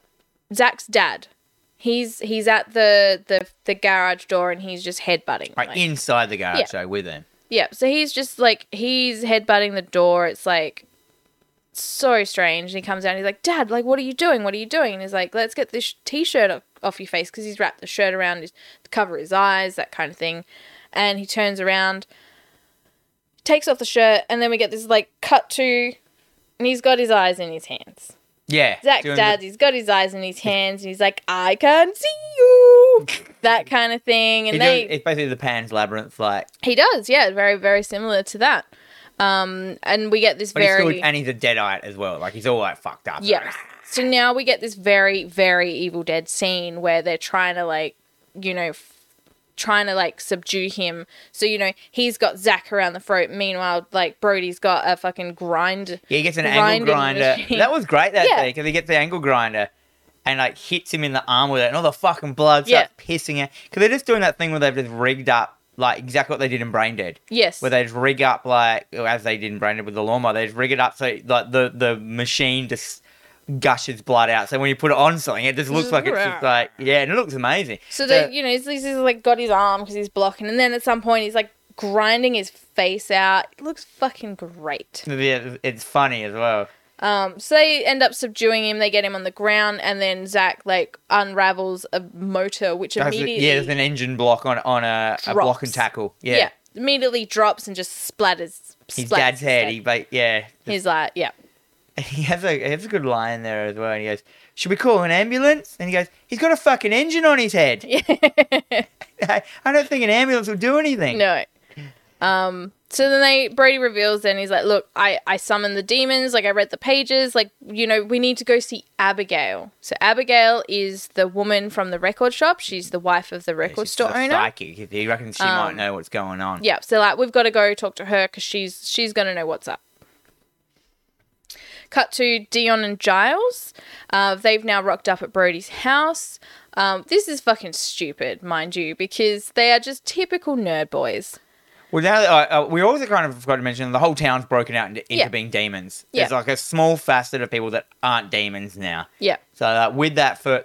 Zach's dad. He's he's at the the the garage door and he's just headbutting. right like- inside the garage, Yeah. so with him. yeah, so he's just like he's headbutting the door. It's like so strange. And he comes out and he's like, "Dad, like, what are you doing? What are you doing?" And he's like, "Let's get this t-shirt off, off your face because he's wrapped the shirt around his to cover his eyes, that kind of thing." And he turns around, takes off the shirt, and then we get this like cut to, and he's got his eyes in his hands. Yeah. Zach's doing the- *laughs* dad, he's got his eyes in his hands, and he's like, "I can see you," *laughs* that kind of thing. he's And doing- they it's basically the Pan's Labyrinth, like, he does, yeah, very, very similar to that. Um, and we get this but he's very still, and he's a deadite as well. Like, he's all like fucked up. yes. So now we get this very, very Evil Dead scene where they're trying to like, you know, f- trying to like subdue him. So you know he's got Zach around the throat. Meanwhile, like Brody's got a fucking grind. Yeah, he gets an Grinding angle grinder. machine. That was great that Yeah. day because he gets the angle grinder and like hits him in the arm with it, and all the fucking blood Yeah. starts pissing out. Because they're just doing that thing where they've just rigged up like exactly what they did in Brain Dead, Yes. where they just rig up like or as they did in Brain Dead with the lawnmower, they just rig it up so like the the machine just gushes blood out. So when you put it on something, it just looks Just like it's just like yeah, and it looks amazing. So they, you know, he's, he's like got his arm because he's blocking, and then at some point he's like grinding his face out. It looks fucking great. yeah, it's funny as well. Um, so they end up subduing him. They get him on the ground, and then Zach like unravels a motor, which Does it- immediately yeah, there's an engine block on on a, a block and Drops. tackle. yeah. immediately drops and just splatters. his splatters dad's head. head. He, but yeah, He's like, yeah, *laughs* *laughs* he has a he has a good line there as well. And he goes, "Should we call an ambulance?" And he goes, "He's got a fucking engine on his head. *laughs* I don't think an ambulance will do anything." no. Um, so then they Brody reveals, and he's like, look, I I summoned the demons. Like I read the pages. Like you know, we need to go see Abigail. So Abigail is the woman from the record shop. She's the wife of the record She's store a owner. Psychic. He reckons she might Um, know what's going on. Yeah, so like we've got to go talk to her because she's she's gonna know what's up. Cut to Dion and Giles. Uh, they've now rocked up at Brody's house. Um, this is fucking stupid, mind you, because they are just typical nerd boys. Well, now that- uh, uh, we also kind of forgot to mention the whole town's broken out into, into Yeah. being demons. Yeah. There's like a small facet of people that aren't demons now. Yeah, So uh, with that for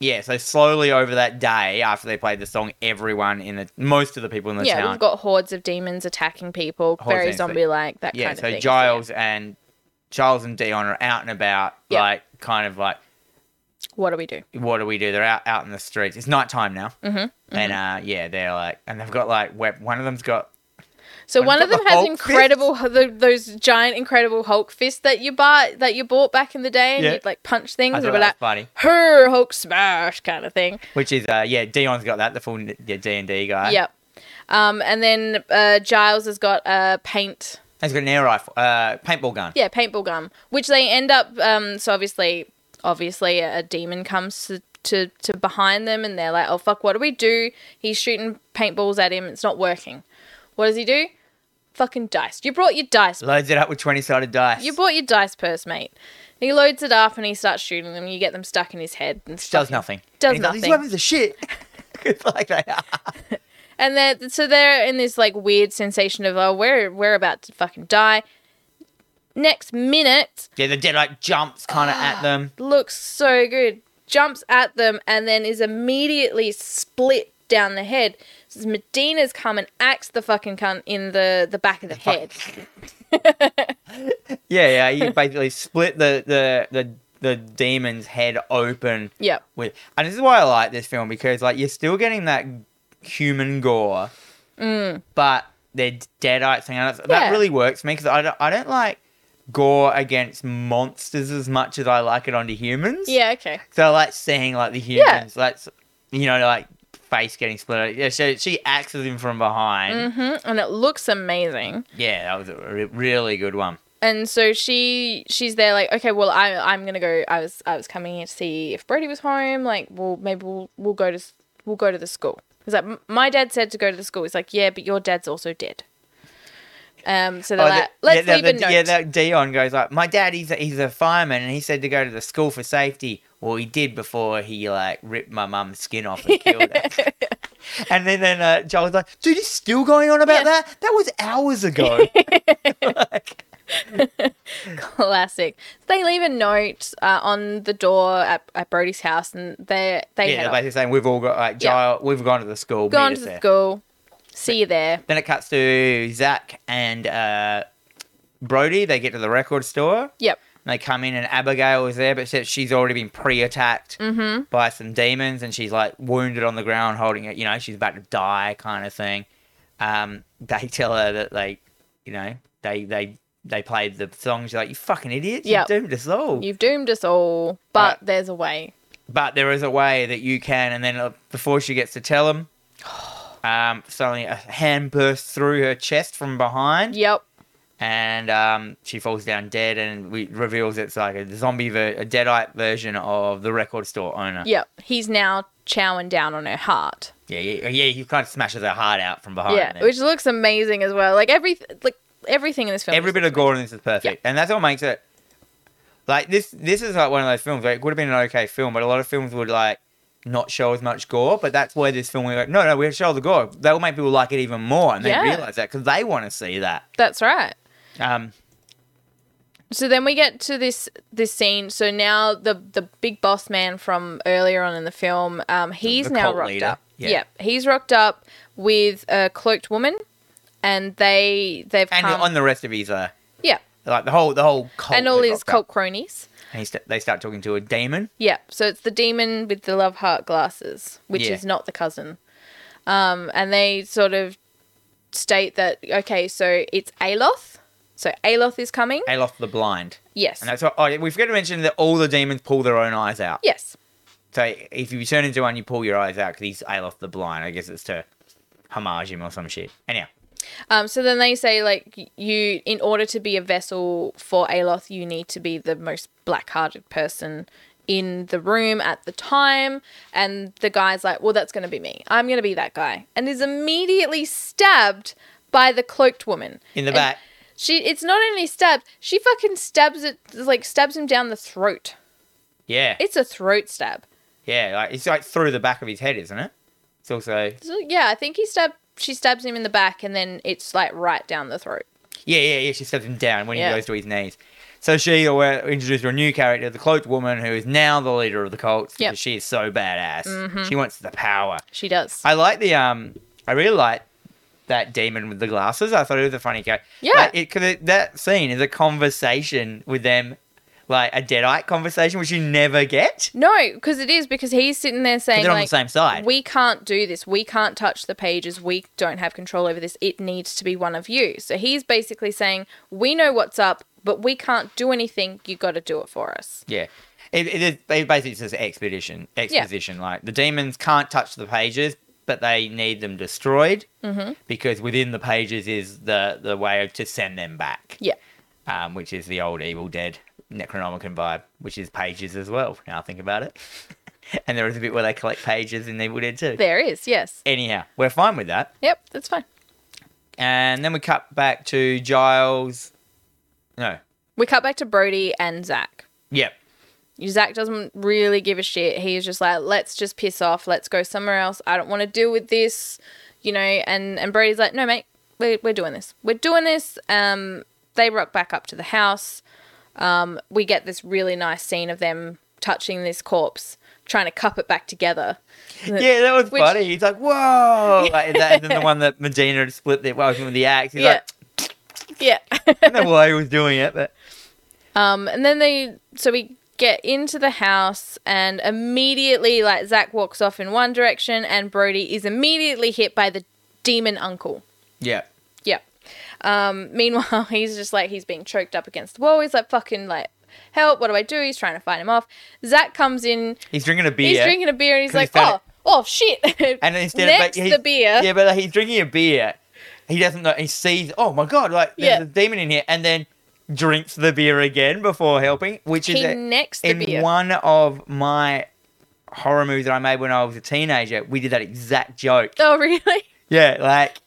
yeah, so slowly over that day after they played the song, everyone in the most of the people in the yeah. town We've got hordes of demons attacking people, Hordes very and stuff. zombie-like, that yeah, kind of so thing. Giles and Giles and Dion are out and about, Yeah. like kind of like yeah. What do we do? what do we do? They're out out in the streets. It's nighttime now, Mhm, and uh, yeah, they're like, and they've got like wep- one of them's got So One's one of got them the has Hulk incredible *laughs* the, those giant incredible Hulk fists that you bought that you bought back in the day, and Yeah. you'd like punch things. I and thought it'd be that was funny, like, her Hulk smash kind of thing. which is uh, yeah, Dion's got that the full D and D guy. Yep. Um, and then uh, Giles has got a paint, he's got an air rifle, uh, paintball gun. yeah, paintball gun, which they end up. Um, so obviously, obviously, a demon comes to, to to behind them, and they're like, "Oh fuck, what do we do?" He's shooting paintballs at him. It's not working. What does he do? fucking dice. You brought your dice. Loads it up with 20 sided dice. You brought your dice purse, mate. And he loads it up and he starts shooting them. You get them stuck in his head and stuff. Does nothing. And Does he's like, These nothing. weapons are *laughs* shit. it's like they are. And then so they're in this like weird sensation of oh we're we're about to fucking die. Next minute Yeah, the deadlight jumps kind of Ah. at them. looks so good, jumps at them and then is immediately split down the head. So Medina's come and axe the fucking cunt in the the back of the head. Yeah, yeah. You basically split the the the the demon's head open Yep. with, and this is why I like this film because like you're still getting that human gore, but they're deadites thing. And Mm. Yeah. That really works for me because I don't, I don't like gore against monsters as much as I like it onto humans. Yeah. Okay. So I like seeing like the humans, like you know, like face getting split. Yeah, so she axes him from behind. hmm And it looks amazing. Yeah, that was a re- really good one. and so she she's there like okay well I I'm gonna go I was I was coming here to see if Brody was home like well maybe we'll we'll go to s- we'll go to the school he's like "M- my dad said to go to the school he's like yeah but your dad's also dead um so they're Oh, like the- let's yeah, leave the, a note Yeah, that Dion goes like, my dad, he's a, he's a fireman, and he said to go to the school for safety. Well, he did before he like ripped my mum's skin off and killed *laughs* her. *laughs* and then then uh, Joel's like, dude, you still going on about Yeah. that? That was hours *laughs* ago. *laughs* like, classic they leave a note uh, on the door at, at Brody's house and they yeah, they head they're off. basically saying we've all got like Yeah. Giles, we've gone to the school. go meet on us to the there." school see you there Then it cuts to Zach and uh, Brody. They get to the record store. yep And they come in and Abigail is there, but she- she's already been pre-attacked by some demons, and she's like wounded on the ground, holding it. You know, she's about to die, kind of thing. Um, they *laughs* tell her that they, you know, they they they played the song. She's like, "You fucking idiots! Yep. You doomed us all." you've doomed us all but Right. there's a way but there is a way that you can. And then uh, before she gets to tell him, um, suddenly a hand bursts through her chest from behind, yep and um, she falls down dead, and we reveals it's like a zombie, ver- a deadite version of the record store owner. Yep. He's now chowing down on her heart. yeah, yeah, yeah. He kind of smashes her heart out from behind. yeah, then. which looks amazing as well. Like every like everything in this film. every is- bit of gore in this is perfect, and that's what makes it. Like this, this is like one of those films. Where it would have been an okay film, but a lot of films would like not show as much gore. But that's where this film we like, no, no, we show the gore. That will make people like it even more, and they Yeah. realize that because they want to see that. That's right. Um, So then we get to this this scene. So now the the big boss man from earlier on in the film, um, he's the now cult rocked leader. up. Yeah. Yep. He's rocked up with a cloaked woman, and they they've and come. on the rest of his, uh, yeah. like the whole, the whole cult um, And all they his rocked up. cult cronies. And he st- they start talking to a demon. Yeah, so it's the demon with the love heart glasses, which Yeah. is not the cousin. Um, and they sort of state that okay, so it's Aloth. So Aloth is coming. Alof the Blind. yes. And that's what oh, yeah, we forgot to mention that all the demons pull their own eyes out. yes. So if you turn into one, you pull your eyes out because he's Alof the Blind. I guess it's to homage him or some shit. Anyhow, Um, so then they say like you, in order to be a vessel for Aloth, you need to be the most black-hearted person in the room at the time. And the guy's like, well, that's going to be me. I'm going to be that guy, and is immediately stabbed by the cloaked woman in the And- back, She it's not only stabbed, she fucking stabs it like stabs him down the throat. yeah, It's a throat stab. yeah, like it's like through the back of his head, isn't it? It's also So, yeah, I think he stabbed she stabs him in the back and then it's like right down the throat. yeah, yeah, yeah. She steps him down when Yeah. he goes to his knees. So she or we're introduced to a new character, the cloaked woman, who is now the leader of the cult Yep. Mm-hmm. because she is so badass. She wants the power. She does. I like the um. I really like that demon with the glasses. I thought it was a funny character. Yeah. like it, cause it, that scene is a conversation with them, like a deadite conversation, which you never get. no, because it is because he's sitting there But saying they're on like the same side. we can't do this. We can't touch the pages. We don't have control over this. It needs to be one of you. So he's basically saying, "We know what's up, but we can't do anything. You got to do it for us." yeah. It, it is it basically says expedition, exposition. Like the demons can't touch the pages, but they need them destroyed Mm-hmm. because within the pages is the the way to send them back, Yeah. um, which is the old Evil Dead Necronomicon vibe, which is pages as well. Now I think about it, *laughs* and there is a bit where they collect pages in Evil Dead too. There is. Yes. Anyhow, we're fine with that. Yep, that's fine. And then we cut back to Giles. No. We cut back to Brody and Zach. Yep. Zach doesn't really give a shit. He's just like, let's just piss off. Let's go somewhere else. I don't want to deal with this, you know. And and Brady's like, no, mate, we're, we're doing this. We're doing this. Um, they rock back up to the house. Um, we get this really nice scene of them touching this corpse, trying to cup it back together. Yeah, that was Which- funny. He's like, *laughs* whoa. Like that, and then the one that Medina had split the, well, with the axe. He's Yeah. like, Yeah. *laughs* I don't know why he was doing it, but Um, and then they, so we get into the house, and immediately, like, Zach walks off in one direction, and Brody is immediately hit by the demon uncle. yeah. Yeah. Um, meanwhile, *laughs* he's just like, he's being choked up against the wall. He's like, fucking, like, help, what do I do? He's trying to fight him off. Zach comes in, He's drinking a beer. he's drinking a beer, and he's 'Cause like, he's oh, found oh, shit. *laughs* And instead of Next but he's- the beer. Yeah, but like, he's drinking a beer. He doesn't know. He sees, oh my God, like there's Yeah. a demon in here. And then drinks the beer again before helping, which is He a- necks the in beer. one of my horror movies that I made when I was a teenager. We did that exact joke. *laughs* oh, really? Yeah, like.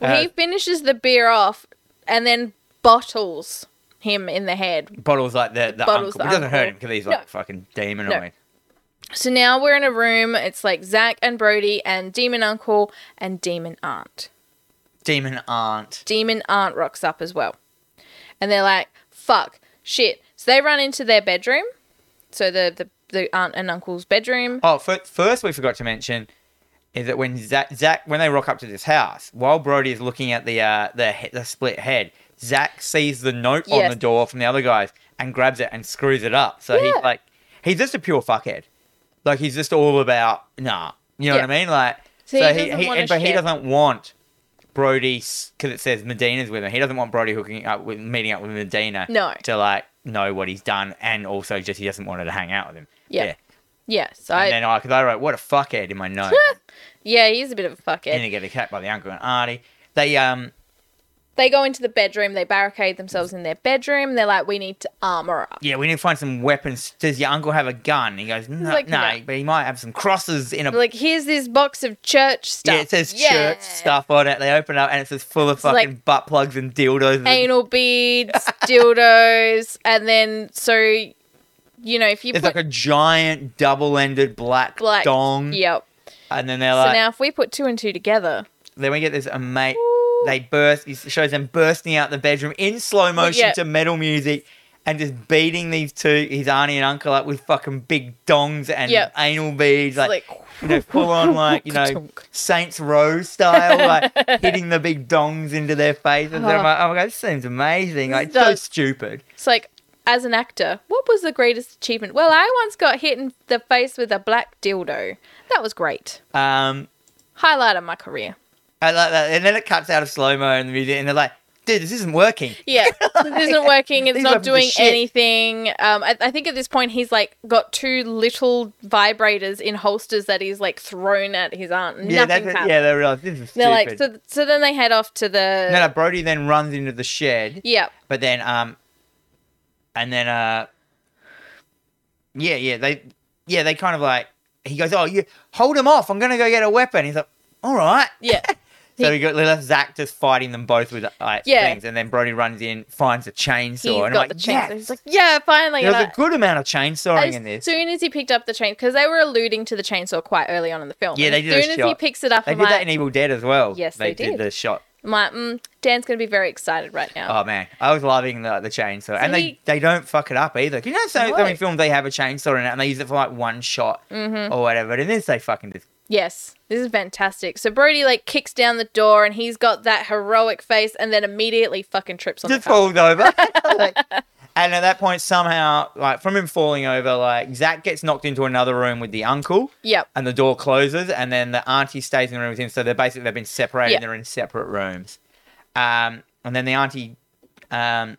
Well, uh, he finishes the beer off and then bottles him in the head bottles like the, the Bottles uncle. the it doesn't hurt uncle. him because he's No. like fucking demon. No. I mean. So now we're in a room. It's like Zach and Brody and Demon Uncle and Demon Aunt. Demon aunt. Demon Aunt rocks up as well. And they're like, fuck, shit. So they run into their bedroom. So the, the, the aunt and uncle's bedroom. Oh, fir- first we forgot to mention is that when Zach, Zach when they rock up to this house, while Brody is looking at the uh, the, he- the split head, Zach sees the note on Yes. the door from the other guys and grabs it and screws it up. So he's Yeah. like, he's just a pure fuckhead. Like he's just all about nah. You know what I mean? Like So so, he he, doesn't he wanna and, but he share. doesn't want Brody because it says Medina's with him. He doesn't want Brody hooking up with meeting up with Medina. No. to like know what he's done and also just he doesn't want her to hang out with him. Yeah. Yeah, so I, And then I, because I wrote, what a fuckhead in my note. *laughs* yeah, he's a bit of a and fuckhead. you get attacked by the uncle and auntie. They, um, They go into the bedroom. They barricade themselves in their bedroom. They're like, we need to armor up. yeah, we need to find some weapons. Does your uncle have a gun? He goes, no, like, no, no. but he might have some crosses in a. Like, here's this box of church stuff. Yeah, it says Yeah. church stuff on it. They open it up and it says full of like- fucking butt plugs and dildos. and *laughs* anal beads, dildos, and then so you know if you There's put like a giant double-ended black, black dong, yep. and then they're so like, now if we put two and two together, then we get this mate. Ooh. They burst. It shows them bursting out the bedroom in slow motion yeah. to metal music, and just beating these two, his auntie and uncle, up with fucking big dongs and Yeah. anal beads, it's like, like, you know, full *laughs* on like you know Ka-chunk. Saints Row style, *laughs* like hitting the big dongs into their faces. And Oh. I'm like, oh my god, this seems amazing. Like This so does. stupid. it's like as an actor, what was the greatest achievement? Well, I once got hit in the face with a black dildo. That was great. Um, Highlight of my career. I like that. And then it cuts out of slow mo and the music, and they're like, dude, this isn't working. Yeah, *laughs* this isn't working. It's These not weapons are doing shit. anything. Um, I, I think at this point he's like got two little vibrators in holsters that he's like thrown at his aunt. Yeah, Nothing that's happened. yeah. They realize this is stupid. They're like, so, so then they head off to the. no, no, Brody then runs into the shed. Yeah. But then, um, and then, uh, yeah, yeah, they, yeah, they kind of like, he goes, oh, you hold him off. I'm going to go get a weapon. He's like, all right. *laughs* Yeah. So we got we left Zach just fighting them both with uh, like, Yeah. things. And then Brody runs in, finds a chainsaw. He's and got I'm like, the chainsaw. yes. He's like, yeah, finally. there was like, a good amount of chainsawing in as this. soon as he picked up the chain, because they were alluding to the chainsaw quite early on in the film. Yeah, And they as did a soon as he shot. picks it up, They I'm, did that like, in Evil Dead as well. Yes, they did. the shot. I'm like, mm, Dan's going to be very excited right now. Oh man, I was loving the, the chainsaw, and he- they, they don't fuck it up either. 'Cause You know, so, No. so many films they have a chainsaw in it, and they use it for like one shot Mm-hmm. or whatever. And in this, they fucking just Yes, this is fantastic. So Brody like kicks down the door, and he's got that heroic face, and then immediately fucking trips on just the car. falls *laughs* over. *laughs* Like, and at that point, somehow, like from him falling over, like Zach gets knocked into another room with the uncle, Yep. and the door closes, and then the auntie stays in the room with him. So they're basically they've been separated. Yeah. They're in separate rooms, um, and then the auntie, um,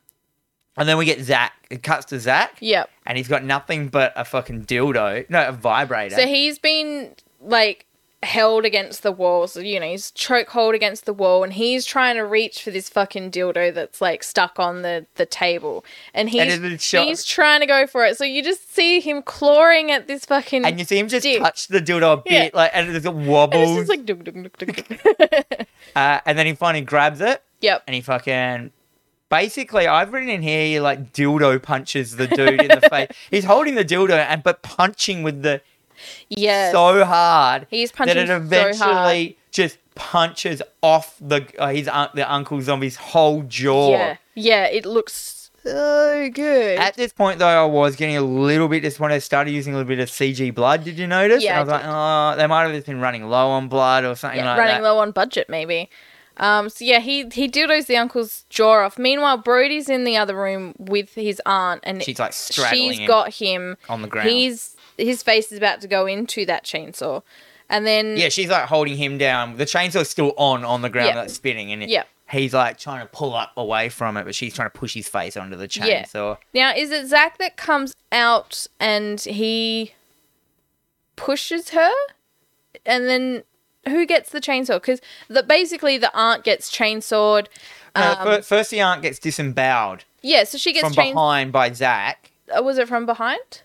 and then we get Zach. It cuts to Zach. Yep. and he's got nothing but a fucking dildo, no, a vibrator. So he's been like held against the wall. So, you know, he's chokehold against the wall and he's trying to reach for this fucking dildo that's like stuck on the, the table. And he's, it was shot- he's trying to go for it. So you just see him clawing at this fucking. and you see him just dick. touch the dildo a bit, Yeah. like, and it just And it's wobbles. just like. dunk, dunk, dunk, dunk, dunk. Uh, and then he finally grabs it *laughs* Yep. and he fucking. Basically, I've written in here he like dildo punches the dude in *laughs* the face. He's holding the dildo and but punching with the Yes. so hard He's that punching it so eventually hard. just punches off the uh, his un- the uncle zombie's whole jaw. yeah. Yeah. It looks so good. At this point, though, I was getting a little bit disappointed. I started using a little bit of CG blood. Did you notice? Yeah, And I was I like, oh, they might have just been running low on blood or something yeah, like running that. low on budget, maybe. Um, so yeah, he he dildos the uncle's jaw off. Meanwhile, Brody's in the other room with his aunt, and She's, like, straddling she's him got him on the ground. He's his face is about to go into that chainsaw, and then Yeah, she's like holding him down. The chainsaw's still on on the ground, Yeah. like spinning, and Yeah. he's like trying to pull up away from it, but she's trying to push his face onto the Yeah. chainsaw. now is it Zach that comes out and he pushes her, and then who gets the chainsaw? Because the basically the aunt gets chainsawed. No, Um, fir- first, the aunt gets disemboweled Yeah, so she Uh, from gets chained. behind by Zach. Uh, was it from behind?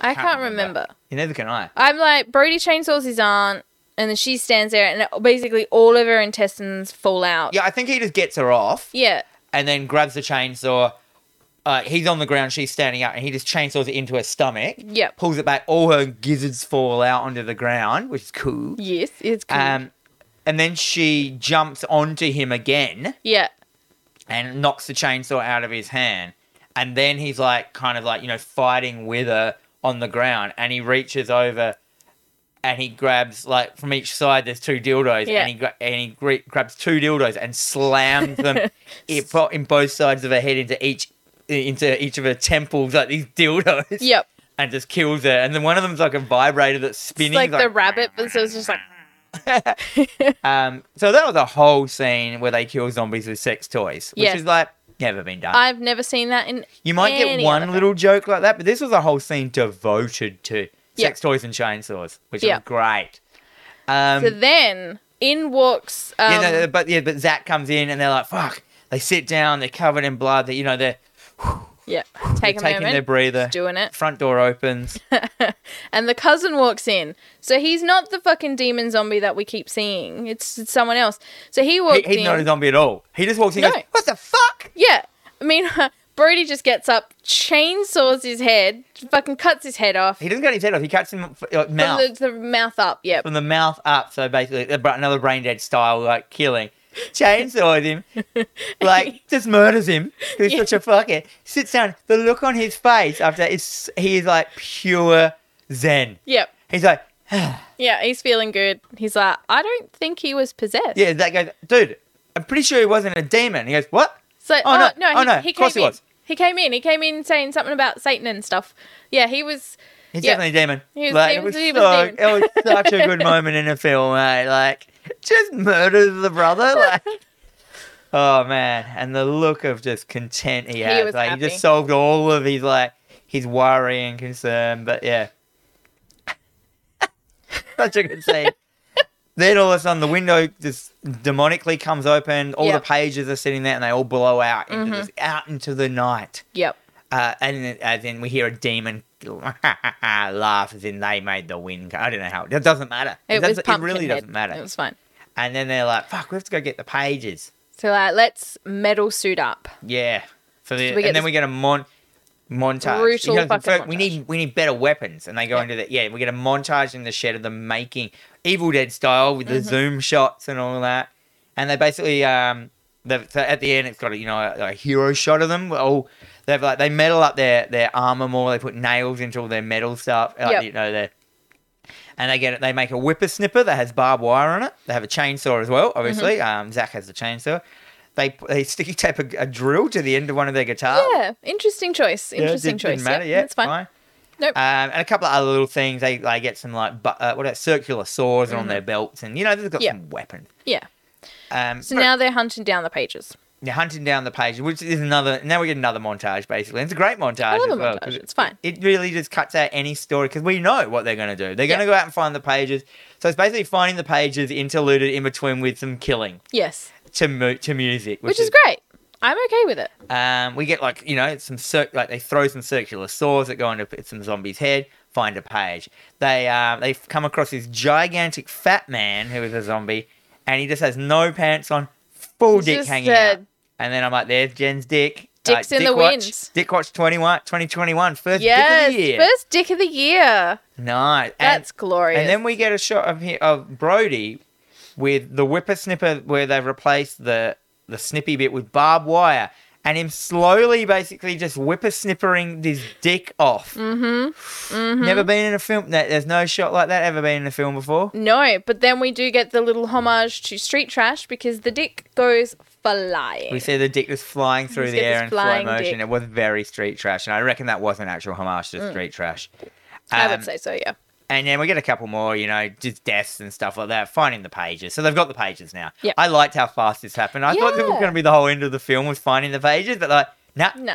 I can't, remember. You neither can I. I'm like Brody chainsaws his aunt, and then she stands there, and basically all of her intestines fall out. Yeah, I think he just gets her off Yeah. and then grabs the chainsaw. Uh, he's on the ground, she's standing up, and he just chainsaws it into her stomach. Yep. Pulls it back, all her gizzards fall out onto the ground, which is cool. Yes, it's cool. Um, and then she jumps onto him again. yeah. and knocks the chainsaw out of his hand. And then he's like, kind of like, you know, fighting with her on the ground. And he reaches over and he grabs, like, from each side, there's two dildos. Yeah. And he, gra- and he gre- grabs two dildos and slams *laughs* them in, bo- in both sides of her head into each into each of her temples, like these dildos. Yep. And just kills her. And then one of them's like a vibrator that's It's spinning. like, like- the rabbit, but so it's just *laughs* like um, so that was a whole scene where they kill zombies with sex toys, which Yeah. is like never been done. I've never seen that in. You might get any one other- little joke like that, but this was a whole scene devoted to Yeah. sex toys and chainsaws, which Yeah. was great. Um, So then in walks. Um, yeah, no, but yeah, but Zach comes in and they're like, "Fuck!" They sit down, they're covered in blood. They, you know, they're, yeah. they're Take a taking their moment. breather. just doing it. Front door opens. And the cousin walks in. So he's not the fucking demon zombie that we keep seeing. It's, it's someone else. So he he, walks he's in. not a zombie at all. He just walks in. and No. goes, What the fuck? Yeah. I mean, *laughs* Brody just gets up, chainsaws his head, fucking cuts his head off. He doesn't cut his head off. He cuts him f- like, mouth From the, the mouth up, yeah. from the mouth up. So basically, the bra- another brain dead style like killing. Chainsaws him, like just murders him. He's Yeah. such a fucker. Sits down. The look on his face after that is he is like pure zen. Yep. He's like, Yeah, he's feeling good. He's like, I don't think he was possessed. yeah. That goes, dude. I'm pretty sure he wasn't a demon. He goes, what? So, Oh, oh, no. no, Oh, he, no. he Of course came he in. was. He came in. He came in saying something about Satan and stuff. Yeah, he was. He's Yeah. definitely a demon. He was- like, he was- it was, he was so- demon. it was such a *laughs* good moment in a film, mate. Like, just murders the *laughs* brother. Like, oh man, and the look of just content he has. was like, he happy. just solved all of his like his worry and concern. But yeah, *laughs* such a good *laughs* scene. then all of a sudden, the window just demonically comes open. All Yeah. Mm-hmm. the pages are sitting there, and they all blow out into this, out into the night. Yep. Uh, and then, and then we hear a demon *laughs* laugh as in they made the win. I don't know how. That doesn't matter. It, was doesn't, it pumpkin. really doesn't It matter. was fine. And then they're like, fuck, we have to go get the pages. So like, let's metal suit up. Yeah. So the, we get and then this we get a mon- montage. brutal You know, fucking so We montage. need we need better weapons. And they go Yeah. into the yeah. We get a montage in the shed of them making Evil Dead style with the Mm-hmm. zoom shots and all that. And they basically um they've, so at the end it's got a, you know a, a hero shot of them. Oh, they've like they metal up their their armor more. They put nails into all their metal stuff. Like, Yep. You know their and they get it. They make a whippersnipper that has barbed wire on it. They have a chainsaw as well, obviously. Mm-hmm. Um, Zach has the chainsaw. They they sticky tape a, a drill to the end of one of their guitars. Yeah, interesting choice. Uh, Yeah, it Interesting didn't- choice. Didn't matter. Yep, yeah, that's fine. Nope. Um, and a couple of other little things. They they get some like bu- uh, what are circular saws on their belts, and you know they've got Mm-hmm. Yeah. some weapon. yeah. Um, So but now they're hunting down the pages. they're hunting down the page, which is another. Now we get another montage basically. It's a great montage. I love as a well, montage. 'cause It's fine. it really just cuts out any story because we know what they're going to do. They're going to Yeah. go out and find the pages. So it's basically finding the pages interluded in between with some killing Yes, to mu- to music, which, is, great. I'm okay with it. Um, we get like you know some cir- like they throw some circular saws that go into some zombies' head. Find um, a page. They uh, they come across this gigantic fat man who is a zombie, and he just has no pants on, full He's dick just, hanging uh, out. And then I'm like, there's Jen's dick. Uh, Dicks in dick the watch, wind. Dick Watch 21, 2021, first Yes, dick of the year. first dick of the year. nice. And- That's glorious. and then we get a shot of hi- of Brody with the whippersnipper where they've replaced the the snippy bit with barbed wire and him slowly basically just whippersnippering this dick off. Mm-hmm. Never been in a film that there's no shot like that ever been in a film before. no, but then we do get the little homage to Street Trash because the dick goes flying. We see the dick was flying through He's the got air this in slow flying motion. dick. Mm. It was very street trash, and I reckon that was an actual homage to street trash. I Um, would say so, yeah. And then we get a couple more, you know, just deaths and stuff like that, finding the pages. So they've got the pages now. Yep. I liked how fast this happened. I thought this was Yeah. going to be the whole end of the film was finding the pages, but like, nah, No.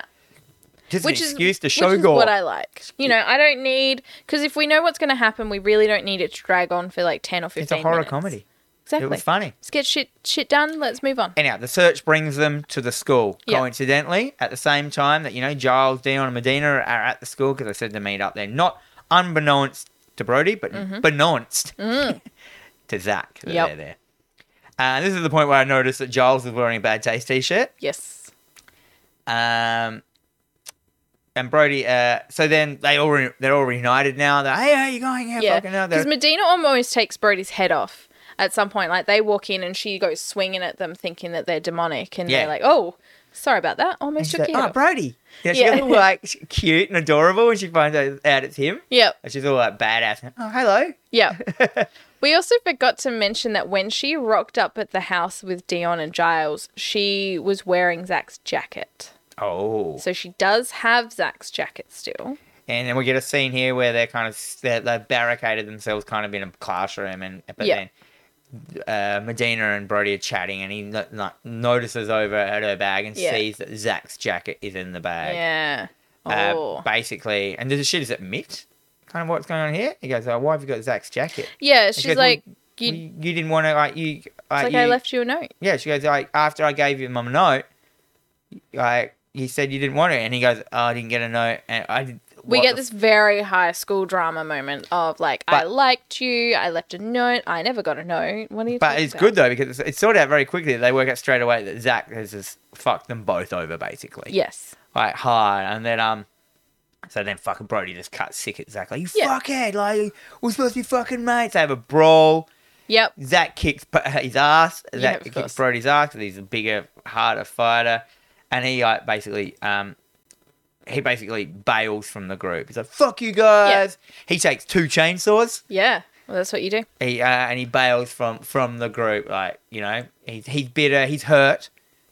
just Which an is, excuse to show which is gore. what I like. You know, I don't need because if we know what's going to happen, we really don't need it to drag on for like ten or fifteen. it's a horror minutes. comedy. Exactly. It was funny. Let's get shit shit done. Let's move on. Anyhow, the search brings them to the school. Yeah. Coincidentally, at the same time that, you know, Giles, Dion, and Medina are at the school because they said to meet up there. Not unbeknownst to Brody, but *laughs* beknownst to Zach that Mm-hmm. Mm. Yep. they're there. Uh, this is the point where I noticed that Giles was wearing a bad taste t shirt. Yes. Um, and Brody. Uh, so then they all re- they're all reunited now. They're hey, how you going? Yeah, yeah. fucking hell. Because They're, Medina almost takes Brody's head off at some point. Like they walk in and she goes swinging at them, thinking that they're demonic, and Yeah. they're like, "Oh, sorry about that. and Almost she's took like, you." oh, off. Brody. Yeah, she's Yeah. all like sh- cute and adorable when she finds out out it's him. Yep. And she's all like badass. Oh, hello. Yeah. *laughs* we also forgot to mention that when she rocked up at the house with Dion and Giles, she was wearing Zach's jacket. Oh. So she does have Zach's jacket still. And then we get a scene here where they're kind of s- they're, they've barricaded themselves kind of in a classroom, and but Yeah. then uh, Medina and Brody are chatting, and he no- no- notices over at her bag and Yeah. sees that Zach's jacket is in the bag. Yeah. Uh, Oh. Basically, and the shit is admit kind of what's going on here. He goes, oh, "Why have you got Zach's jacket? yeah, she's goes, "Well, like, You, you, you, didn't want to like you. it's like you, I left you a note. Yeah, she goes like after I gave you mum a note, like you said you didn't want it, and he goes, oh, "I didn't get a note." And I did, We what get the this very high school drama moment of like, I But- liked you, I left a note, I never got a note. What are you But talking it's about? good though because it's, it's sorted out very quickly. They work out straight away that Zach has just fucked them both over basically. Yes. Like hard, and then um, so then fucking Brody just cuts sick at Zach like you Yeah. fuckhead, like we're supposed to be fucking mates. They have a brawl. Yep. Zach kicks p- his ass. Yeah, Zach of kicks course. Brody's ass 'cause he's a bigger, harder fighter, and he like basically um. He basically bails from the group. He's like, "Fuck you guys!" He takes two chainsaws. Yeah. Well, that's what you do. He uh, and he bails from from the group. Like you know, he's he's bitter. He's hurt.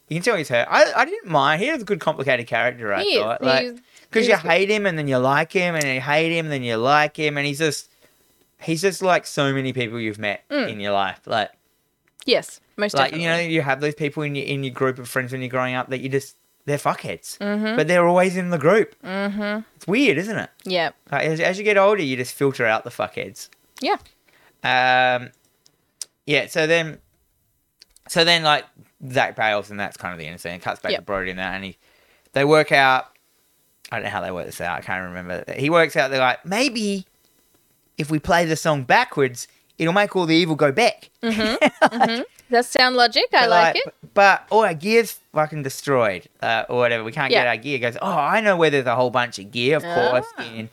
You can tell he's hurt. I, I didn't mind. He was a good complicated character. I He is. thought, He like is- because he you is good. hate him and then you like him and you hate him then you like him and he's just he's just like so many people you've met Mm. in your life. Like Yes. Most like definitely. you know you have those people in your in your group of friends when you're growing up that you just they're fuckheads, but they're always in the group. Mm-hmm. It's weird, isn't it? yeah. Like, as, as you get older, you just filter out the fuckheads. Yeah. Um, yeah. So then, so then like Zach bails, and that's kind of the end of the scene. Cuts back to Yep. Brody and that, and he they work out. I don't know how they work this out. I can't remember. He works out. They're like, maybe if we play the song backwards, it'll make all the evil go back. That's sound logic. I But, like, it. b- But all our gear's fucking destroyed, uh, or whatever. We can't get Yeah. our gear. He Goes. Oh, I know where there's a whole bunch of gear. Of course. Ah. In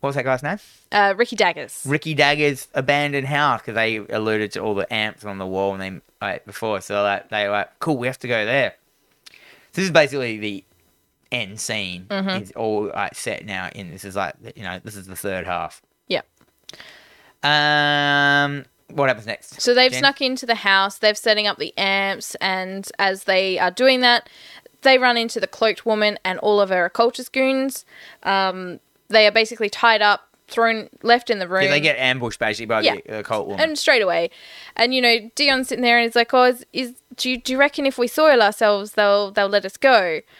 what's that guy's name? Uh, Ricky Daggers. Ricky Dagger's abandoned house because they alluded to all the amps on the wall and they like, before, so like they were like, cool, we have to go there. So this is basically the end scene. Mm-hmm. It's all like set now in this is like you know this is the third half. Yep. Um, what happens next? So they've Jen? snuck into the house, they've setting up the amps, and as they are doing that, they run into the cloaked woman and all of her occultist goons. Um, they are basically tied up, thrown, left in the room. Yeah, they get ambushed basically by Yeah. the occult woman. and straight away. And you know, Dion's sitting there and he's like, "Oh, is, is do, you, do you reckon if we soil ourselves, they'll they'll let us go?" *laughs*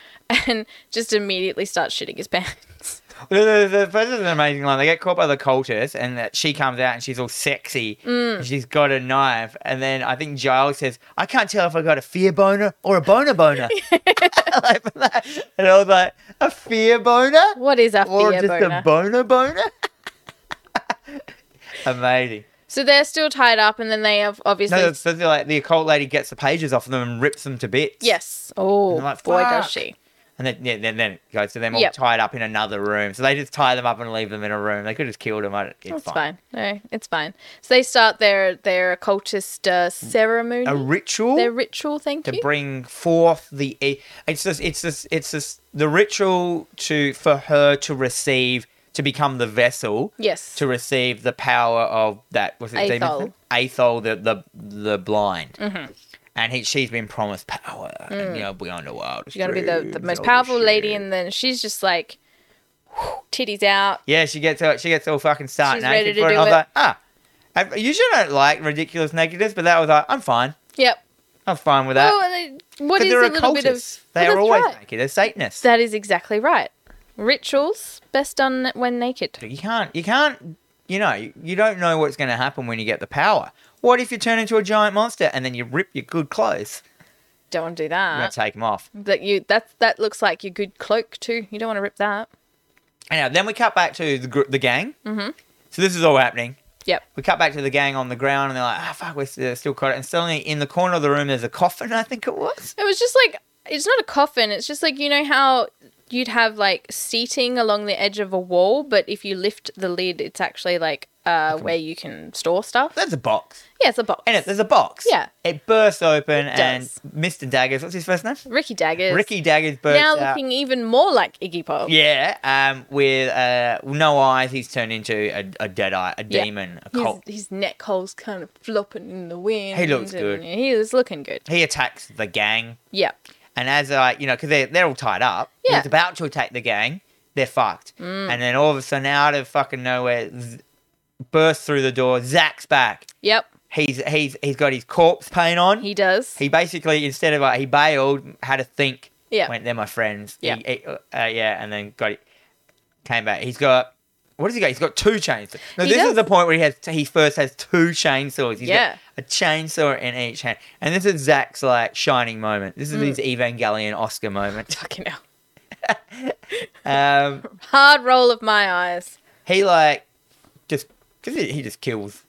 And just immediately starts shitting his pants. *laughs* The, the, the first is an amazing line. They get caught by the cultists, and that she comes out and she's all sexy. Mm. and She's got a knife, and then I think Giles says, "I can't tell if I got a fear boner or a boner *laughs* boner." *laughs* like for that. And I was like, "A fear boner What is a or fear just boner? a boner boner?" *laughs* amazing. So they're still tied up, and then they have obviously. No, that's, that's like the occult lady gets the pages off of them and rips them to bits. yes. Oh, And they're like, boy, does "Fuck." she. And then, yeah, then, then it goes to them all Yep. tied up in another room. So they just tie them up and leave them in a room. They could have just killed them. I don't, it's It's fine. fine. No, it's fine. So they start their their occultist uh, ceremony, A ritual their ritual. Thank to you. bring forth the. e- It's just, it's just, it's just the ritual to for her to receive to become the vessel yes. to receive the power of that was it Athol. Demon? Athol, the the the blind. Mm-hmm. And he, she's been promised power, and you know, beyond the world. Mm. She's gonna be the, the most Oh, powerful lady, shit. and then she's just like, whew, titties out. Yeah, she gets all, she gets all fucking stark She's naked ready to for it. do I was it. like, ah, I usually don't like ridiculous negatives, but that was like, I'm fine. Yep. I'm fine with that. Well, they- what Because is a they're little bit of? occultists. Well, They are that's always right. naked. They're Satanists. That is exactly right. Rituals best done when naked. you can't, you can't, you know, you, you don't know what's going to happen when you get the power. What if you turn into a giant monster and then you rip your good clothes? Don't want to do You're going that. to take them off. That you that that looks like your good cloak too. You don't want to rip that. Anyhow, then we cut back to the, gr- the gang. Mm-hmm. So this is all happening. Yep. We cut back to the gang on the ground and they're like, ah, fuck, we're still, still caught. And suddenly in the corner of the room, there's a coffin, I think it was. It was just like it's not a coffin. It's just like you know how you'd have like seating along the edge of a wall, but if you lift the lid, it's actually like uh, where you can store stuff. There's a box. Yeah, it's a box. And it, there's a box. Yeah. It bursts open and does. Mr. Daggers, what's his first name? Ricky Daggers. Ricky Daggers bursts now out. looking even more like Iggy Pop. Yeah, um, with uh, no eyes, he's turned into a, a dead eye, a Yeah. demon, a His, cult. his neck hole's kind of flopping in the wind. He looks good. and He is looking good. He attacks the gang, Yeah. and as I, you know, because they're, they're all tied up, Yeah. Mm. he's about to attack the gang, they're fucked. And then all of a sudden, out of fucking nowhere, z- bursts through the door, Zach's back. Yep. He's he's he's got his corpse paint on. He does. *laughs* He basically instead of like he bailed, had a think. Yeah. went they're my friends. He- Yeah. he- uh, yeah, and then got it. Came back. He's got what has he got? He's got two chains. No, He this is does. the point where he has he first has two chainsaws. He's Yeah. got a chainsaw in each hand, and this is Zach's like shining moment. This is Mm. his Evangelion Oscar moment. Fucking hell. *laughs* Um, Hard roll of my eyes. he like just because he, he just kills.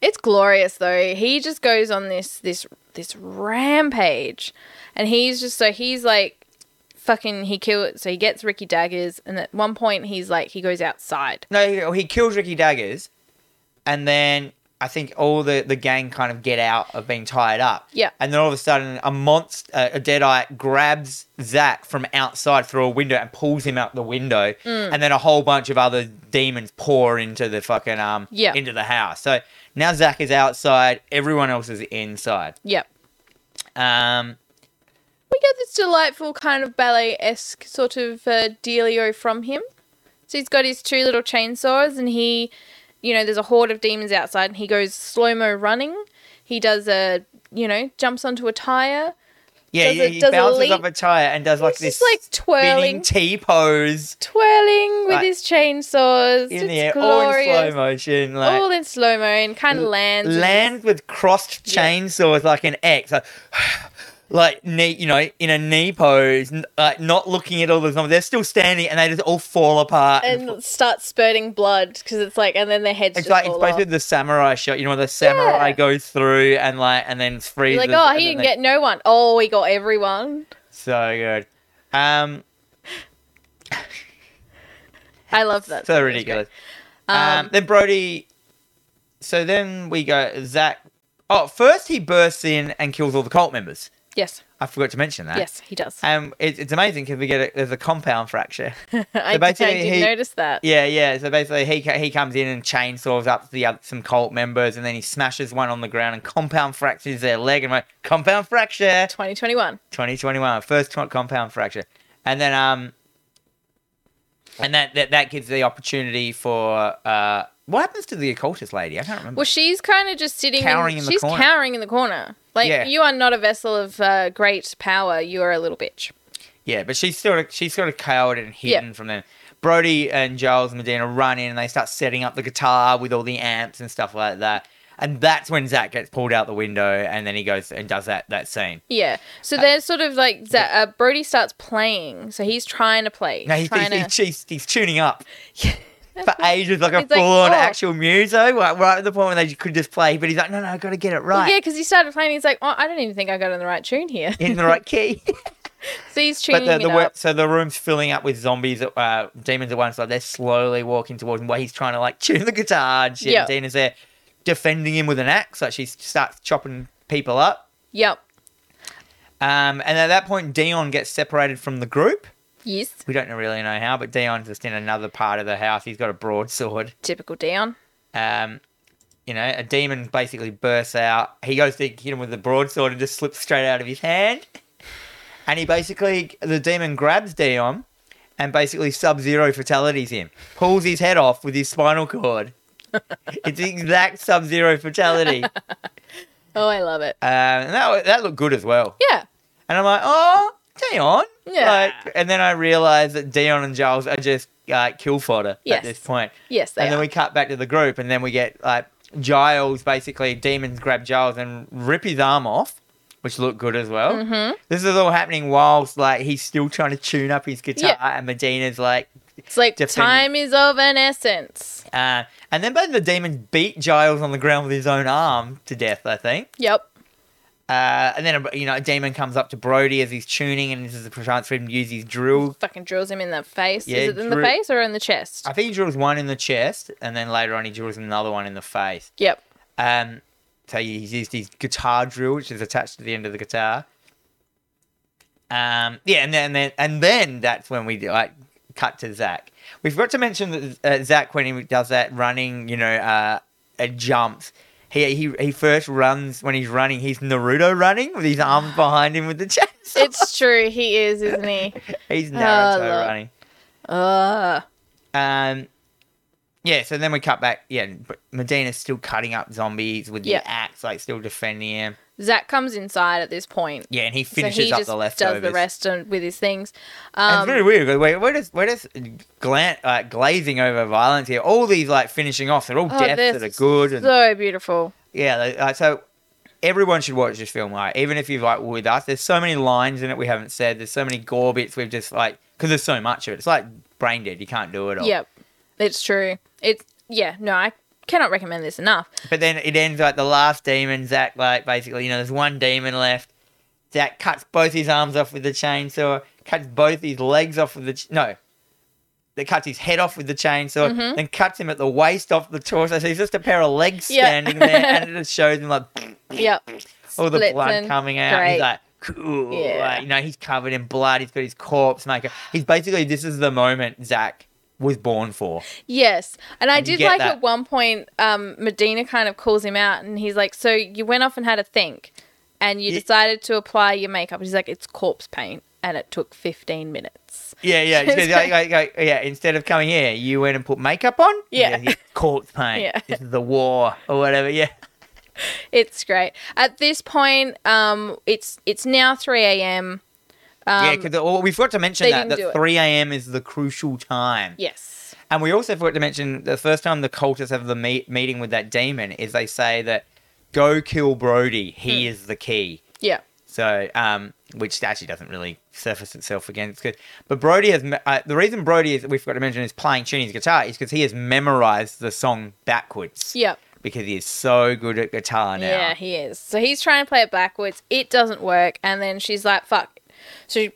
It's glorious though. He just goes on this this this rampage, and he's just so he's like fucking he kills. So he gets Ricky daggers, and at one point he's like he goes outside. No, he, he kills Ricky Daggers, and then I think all the, the gang kind of get out of being tied up. Yeah. And then all of a sudden, a monster, a Deadeye grabs Zach from outside through a window and pulls him out the window. Mm. And then a whole bunch of other demons pour into the fucking um Yeah. into the house. So now Zach is outside. Everyone else is inside. Yep. Um. We get this delightful kind of ballet esque sort of uh, dealio from him. So he's got his two little chainsaws, and he, you know, there's a horde of demons outside, and he goes slow mo running. He does a, you know, jumps onto a tire. Yeah, Does yeah, it- he does it bounces leap? up a tire and does like He's this just, like, twirling. spinning T pose twirling with Like, his chainsaws. in it's the air, all in glorious. Oh, slow motion. Like, All in slow mo and kind of lands. and- land with crossed Yeah. chainsaws like an X, like, *sighs* like knee, you know, in a knee pose, n- like not looking at all the zombies. They're still standing, and they just all fall apart. and and fall- starts spurting blood because it's like, and then their heads it's just like it's fall basically off. the samurai shot. You know, where the samurai Yeah. goes through and like, and then freezes. You're like, oh, and he then didn't they- get no one. Oh, we got everyone. so good. Um, I love that. so It's ridiculous. Um, Um, then Brody. So then we go Zach. Oh, first he bursts in and kills all the cult members. great. Yes, I forgot to mention that. yes, he *laughs* does. *laughs* Um, it, it's amazing because we get a, there's a compound fracture. I, so did- I basically didn't he- notice that. Yeah, yeah. So basically, he co- he comes in and chainsaws up the other, some cult members, and then he smashes one on the ground and compound fractures their leg. And I'm like, compound fracture, 2021. 2021, first co- compound fracture, and then um, and that that, that gives the opportunity for uh, what happens to the occultist lady? I can't remember. Well, she's kind of just sitting. Cowering in the she's corner. cowering in the corner. Like Yeah. you are not a vessel of uh, great power. You are a little bitch. Yeah, but she's sort of she's sort of cowed and hidden from them. Brody and Giles Medina run in and they start setting up the guitar with all the amps and stuff like that. And that's when Zach gets pulled out the window and then he goes and does that that scene. Yeah. So Uh, they're sort of like Za- uh, Brody starts playing. So he's trying to play. No, he's he's, trying he's, to. *laughs* he's, he's, he's tuning up. for ages, like a It's like, full on oh. actual muso, like, right at the point when they could just play. But he's like, no, no, I got to get it Well, yeah, right because he started playing. He's like, oh, I don't even think I got in the right tune here. in the *laughs* right key. so he's tuning but the, it the up. wor- so the room's filling up with zombies, uh, demons at one side. They're slowly walking towards him while he's trying to like *laughs* tune the guitar and shit. Yeah. And Dina's there defending him with an axe. Like she starts chopping people up. Yep. Um, and at that point, Dion gets separated from the group. Yes. We don't really know how, but Dion's just in another part of the house. He's got a broadsword. Typical Dion. Um, you know, a demon basically bursts out. He goes to hit him with the broadsword and just slips straight out of his hand. And he basically, the demon grabs Dion and basically sub zero fatalities him, pulls his head off with his spinal *laughs* cord. it's the exact sub zero fatality. Um, Oh, I love it. and that, wa- that looked good as well. Yeah. And I'm like, oh, Dion. Yeah. Like, and then I realised that Dion and Giles are just uh, kill fodder at Yes. this point. Yes, they and then are. we cut back to the group, and then we get like Giles basically demons grab Giles and rip his arm off, which looked good as well. Mhm. This is all happening whilst like he's still trying to tune up his guitar, and Medina's like, It's like defend- time is of an essence. uh, and then both the demons beat Giles on the ground with his own arm to death, I think. Yep. Uh, and then you know a demon comes up to Brody as he's tuning, and this is a chance for him to use his drill. Fucking drills him in the face. Yeah, is it in the drill- face or in the chest? I think he drills one in the chest, and then later on he drills another one in the face. Yep. Um, so he's used his guitar drill, which is attached to the end of the guitar. Um, yeah, and then and then, and then that's when we like cut to Zach. We forgot to mention that uh, Zach when he does that running, you know, uh, uh jumps. He, he he first runs when he's running. He's Naruto running with his arms behind him with the chainsaw. It's true. He is, isn't he? *laughs* he's Oh, Naruto Lord. running. Uh, Um, yeah, so then we cut back. Yeah, but Medina's still cutting up zombies with Yeah. the axe, like still defending him. Zach comes inside at this point. Yeah, and he So finishes he up just the does leftovers. the rest and, with his things. And Um, it's very weird. 'cause Where, where does where does glan, uh, glazing over violence here? All these like finishing off. They're all Oh, deaths they're that are good. And, so beautiful. yeah, they- like, so everyone should watch this film. Like, even if you've like with us, there's so many lines in it we haven't said. There's so many gore bits we've just like because there's so much of it. It's like brain dead. You can't do it all. Yep. It's true. It's yeah. No, I cannot recommend this enough. But then it ends like the last demon, Zach, like basically, you know, there's one demon left. Zach cuts both his arms off with the chainsaw, cuts both his legs off with the. Ch- no. That cuts his head off with the chainsaw, Mhm. then cuts him at the waist off the torso. So he's just a pair of legs Yeah. standing there, *laughs* and it just shows him like *laughs* Yep. all Oh, the Splits blood and- coming out. and He's great. like, cool. Yeah. Like, you know, he's covered in blood. He's got his corpse maker. He's basically, this is the moment Zach was born for. Yes. And I And you did get like that. at one point, um, Medina kind of calls him out and he's like, So you went off and had a think and you Ye- decided to apply your makeup. He's like, It's corpse paint and it took 15 minutes. Yeah, *laughs* yeah. It's Instead, like, like, like, yeah, instead of coming here, you went and put makeup on. Yeah. you Court paint. Yeah. This is the war or whatever. Yeah. It's great. At this point, um, it's it's now 3 a.m. yeah, Um, because well, we forgot to mention they that, didn't do that it. 3 a.m. is the crucial time. yes. And we also forgot to mention the first time the cultists have the meet, meeting with that demon is they say that go kill Brody. He Hmm. is the key. Yeah. So, um, which actually doesn't really surface itself again. It's good. But Brody has, me- uh, the reason Brody is, we forgot to mention, is playing tuning his guitar is because he has memorized the song backwards. Yeah. because he is so good at guitar now. Yeah, he is. So he's trying to play it backwards. It doesn't work. And then she's like, fuck. So she-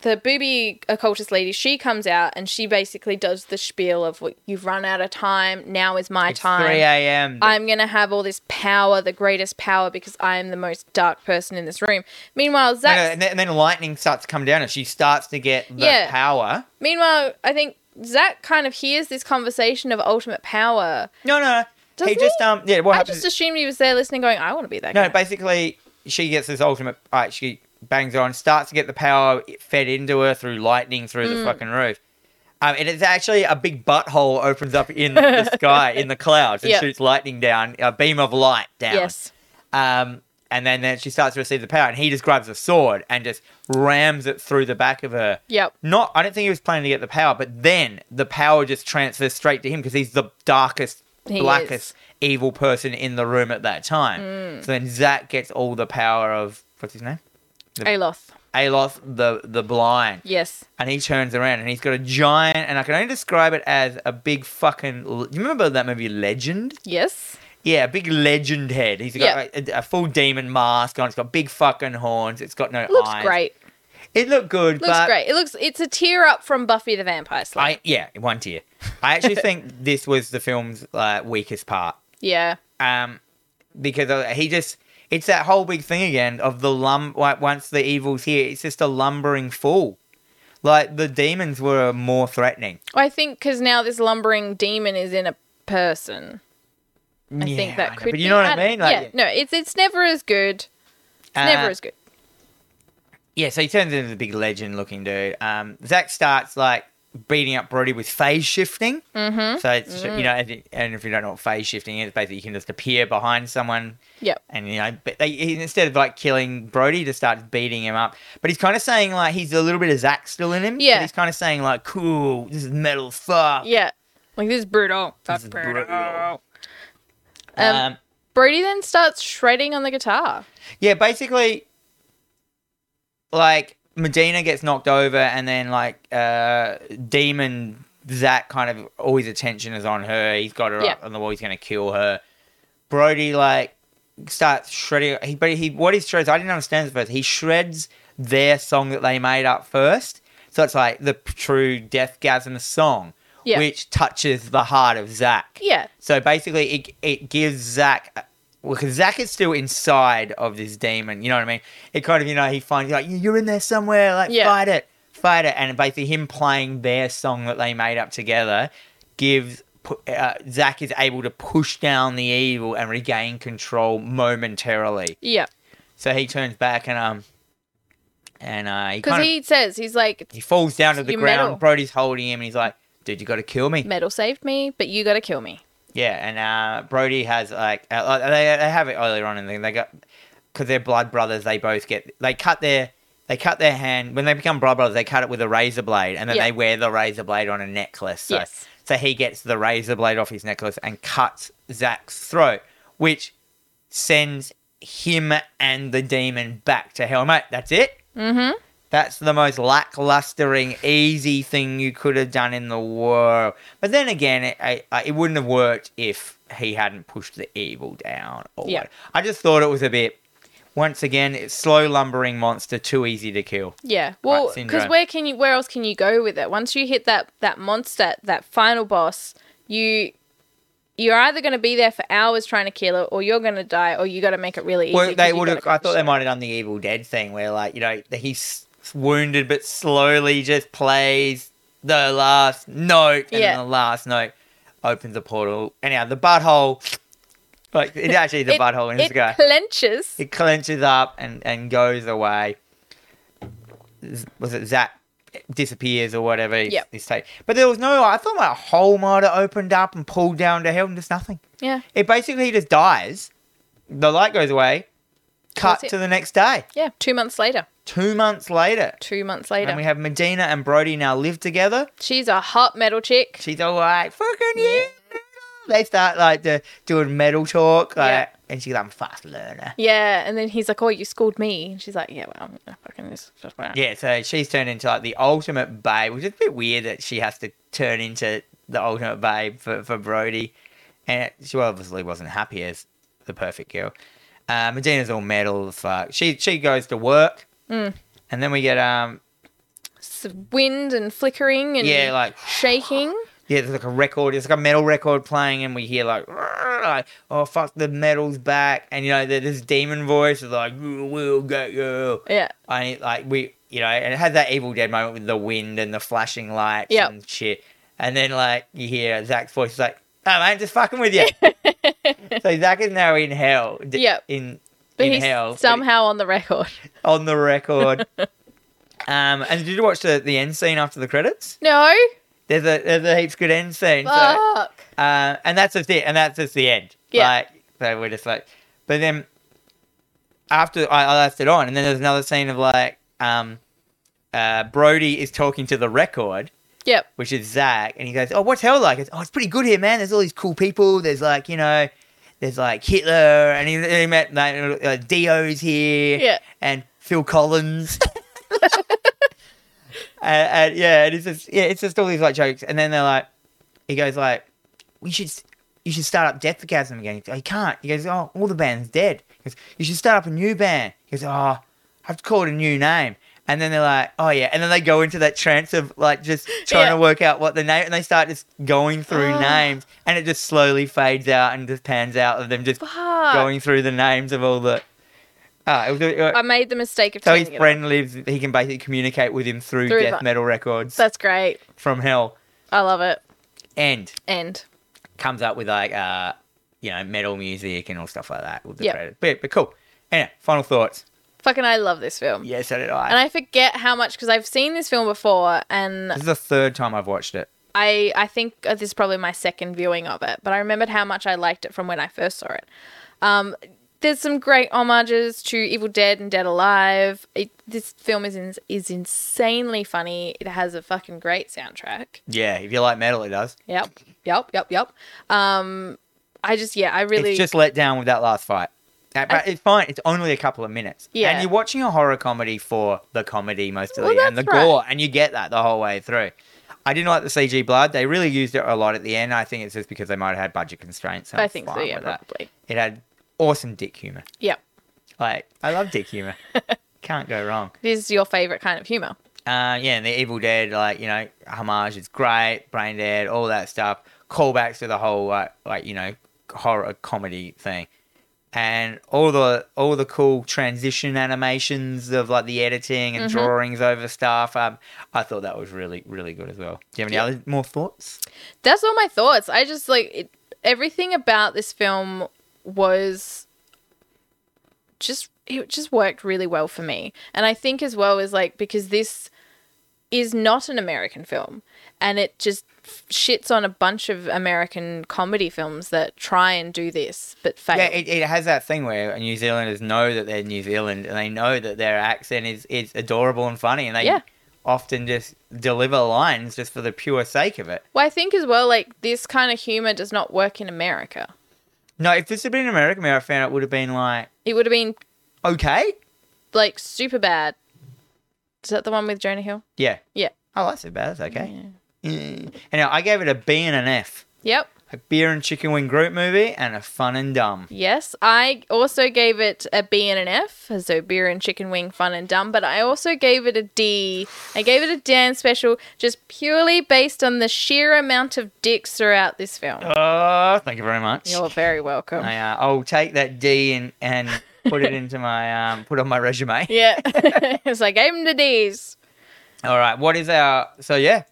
the booby occultist lady, she comes out and she basically does the spiel of, "What you've run out of time. Now is my it's 3 time. a.m. I'm going to have all this power, the greatest power, because I am the most dark person in this room. Meanwhile, No, Zach. no, and, then, and then lightning starts to come down and she starts to get the Yeah. power. meanwhile, I think Zach kind of hears this conversation of ultimate power. No, no, no. he Doesn't just um yeah, what I happens? just assumed he was there listening, going, I want to be that no, guy. basically she gets this ultimate right, she bangs on, starts to get the power fed into her through lightning through Mm. the fucking roof. Um, and it's actually a big butthole opens up in *laughs* the sky, in the clouds, and Yeah. shoots lightning down, a beam of light down. Yes. Um, and then, then she starts to receive the power, and he just grabs a sword and just rams it through the back of her. Yep. Not, I don't think he was planning to get the power, but then the power just transfers straight to him because he's the darkest, He blackest, is. evil person in the Mm. room at that time. So then Zach gets all the power of what's his name, Aloth. Aloth the the blind. Yes. And he turns around and he's got a giant, and I can only describe it as a big fucking. l- You remember that movie Legend? Yes. Yeah, a big legend head. He's got Yeah. like, a, a full demon mask on. It's got big fucking horns. It's got no Looks eyes. great. It looked good, Looks but great. It looks it's a tear up from Buffy the Vampire Slayer. I yeah, one tier. I actually *laughs* think this was the film's uh, weakest part. yeah. um, because uh, he just it's that whole big thing again of the lum like once the evil's here it's just a lumbering fool like the demons were more threatening I think cuz now this lumbering demon is in a person. I think that could but be you know what i don't- mean like yeah, no, it's it's never as good. It's uh, never as good. yeah so he turns into the big legend looking dude um zach starts like beating up brody with phase shifting Mhm. so it's you know and and if you don't know what phase shifting is basically you can just appear behind someone Yep. and you know, but they, he, instead of like killing Brody, he just starts beating him up. But he's kind of saying like he's a little bit of Zack still in him. but Yeah. he's kind of saying like, "Cool, this is metal as fuck." Yeah. Like this is brutal. That's is brutal. brutal. Um, Um, Brody then starts shredding on the guitar. yeah, basically, like Medina gets knocked over, and then like uh, Demon Zack kind of all his attention is on her. He's got her Yeah. up on the wall. He's gonna kill her. Brody like starts shredding. He, but he what he shreds, I didn't understand this at first. He shreds their song that they made up first. So it's like the p- true Deathgasm song, Yeah. which touches the heart of Zack. Yeah. So basically, it it gives Zach. Because Zach is still inside of this demon, you know what I mean? It kind of, you know, he finds like you're in there somewhere, like Yeah. fight it, fight it, and basically him playing their song that they made up together gives pu- uh, Zach is able to push down the evil and regain control momentarily. Yeah. So he turns back and um, and uh, he Because kind he says he's like of he falls down to the You're ground. metal. Brody's holding him, and he's like, "Dude, you got to kill me." metal saved me, but you got to kill me. Yeah, and uh, Brody has like uh, uh, they they have it earlier on in the thing. They got because they're blood brothers. They both get they cut their they cut their hand when they become blood brothers. They cut it with a razor blade, and then Yeah. they wear the razor blade on a necklace. So, Yes. so he gets the razor blade off his necklace and cuts Zach's throat, which sends him and the demon back to hell, mate. That's it. Mm-hmm. That's the most lacklustering, easy thing you could have done in the world. But then again, it, I, I, it wouldn't have worked if he hadn't pushed the evil down. Or Yeah. what. I just thought it was a bit. Once again, it's slow lumbering monster, too easy to kill. Yeah. Well, because syndrome. where can you? Where else can you go with it? Once you hit that that monster, that final boss, you you're either going to be there for hours trying to kill it, or you're going to die, or you got to make it really easy. Well, 'cause they you would gotta have. I thought they crush might have done the Evil Dead thing, where like you know he's wounded but slowly just plays the last note, and Yeah. then the last note opens a portal. Anyhow, the butthole, like it's actually the It- butthole in this it. guy. It clenches. It clenches up and, and goes away. Z- Was it Zap disappears or whatever? he's- Yep. he's take. But there was no. I thought my whole might have opened up and pulled down to hell and just nothing. Yeah. It basically just dies. The light goes away. Cut That's it. to the next day. Yeah. Two months later. Two months later. Two months And later. we have Medina and Brody now live together. She's a hot metal chick. She's all like, fucking yeah. They start like the, doing metal talk. Like, Yeah. And she's like, I'm a fast learner. Yeah, and then he's like, "Oh, you schooled me," and she's like, "Yeah, well, I'm gonna fucking this." just whatever." Yeah, so she's turned into like the ultimate babe, which is a bit weird that she has to turn into the ultimate babe for, for Brody. And she obviously wasn't happy as the perfect girl. Uh, Medina's all metal as fuck. She she goes to work, Mm. and then we get um S- wind and flickering and yeah like shaking. yeah there's like a record, there's like a metal record playing, and we hear like, like oh fuck the metal's back, and you know there's this demon voice is like we'll get you, Yeah, I mean, like we, you know, and it had that Evil Dead moment with the wind and the flashing lights Yep. and shit. And then like you hear Zach's voice is like, "Oh man, just fucking with *laughs* you." so Zach is now in hell. d- Yep. In but in he's hell but somehow on the record. *laughs* on the record. *laughs* um, and did you watch the the end scene after the credits? No, There's a there's a heaps good end scene. so- fuck. uh, and that's just it. And that's just the end. Yeah. Like, so we're just like, but then after I, I left it on, and then there's another scene of like, um, uh, Brody is talking to the record, Yep. which is Zach, and he goes, "Oh, what's hell like?" It's, "Oh, it's pretty good here, man. There's all these cool people. There's like, you know, there's like Hitler, and he, he met like uh, Dio's here, Yeah. and Phil Collins." *laughs* and, and, yeah, and it's just yeah, it's just all these like jokes, and then they're like, he goes like, we should you should start up Deathgasm again. He can't. He goes, oh, all the band's dead. He goes, you should start up a new band. He goes, oh, I have to call it a new name. And then they're like, oh yeah, and then they go into that trance of like just trying *laughs* Yeah. to work out what the name, and they start just going through Ah. names, and it just slowly fades out and just pans out of them just Fuck. going through the names of all the. Ah, it was, it was- I made the mistake of so turning his it friend lives. He can basically communicate with him through, Through death the- metal off. records That's great. from hell. I love it. And End. comes up with like uh, you know metal music and all stuff like that. With the Yep. credit. But, but cool. Anyway, final thoughts. Fucking, I love this film. Yeah, so did And I. I forget how much because I've seen this film before, and This is the third time I've watched it. I I think this is probably my second viewing of it, but I remembered how much I liked it from when I first saw it. Um, there's some great homages to Evil Dead and Dead Alive. It, this film is in, is insanely funny. It has a fucking great soundtrack. Yeah, if you like metal, it does. Yep, yep, yep, yep. Um, I just yeah, I really It's just let down with that last fight. Uh, But it's fine. It's only a couple of minutes. Yeah. And you're watching a horror comedy for the comedy most of Well, the and the that's right. gore, and you get that the whole way through. I didn't like the CG blood. They really used it a lot at the end. I think it's just because they might have had budget constraints. so I I'm think so. fine Yeah, with that. probably. It had awesome dick humor. Yep. Like I love dick *laughs* humor. Can't go wrong. This is your favorite kind of humor. Uh, yeah, and the Evil Dead, like you know, homage is great. Brain Dead, all that stuff. Callbacks to the whole like, like you know horror comedy thing, and all the all the cool transition animations of like the editing Mm-hmm. and drawings over stuff. Um, I thought that was really really good as well. Do you have any Yeah. other more thoughts? that's all my thoughts. I just like it, everything about this film was just it just worked really well for me. And I think as well is like because this is not an American film and it just f- shits on a bunch of American comedy films that try and do this but fail. Yeah, it, it has that thing where New Zealanders know that they're New Zealand and they know that their accent is, is adorable and funny, and they Yeah. often just deliver lines just for the pure sake of it. well, I think as well like this kind of humor does not work in America. No, if this had been an American movie, I found it would have been like, It would have been okay. like super bad. Is that the one with Jonah Hill? Yeah. Yeah. Oh, that's about That's okay. Yeah. Anyway, I gave it a B and an F. Yep. A beer and chicken wing group movie and a fun and dumb. Yes, I also gave it a B and an F, so beer and chicken wing, fun and dumb. But I also gave it a D. I gave it a Dan special, just purely based on the sheer amount of dicks throughout this film. Oh, thank you very much. You're very welcome. I, uh, I'll take that D and, and put it into my, um, put on my *laughs* resume. Yeah, *laughs* it's like I gave him the D's. All right. What is our, so yeah,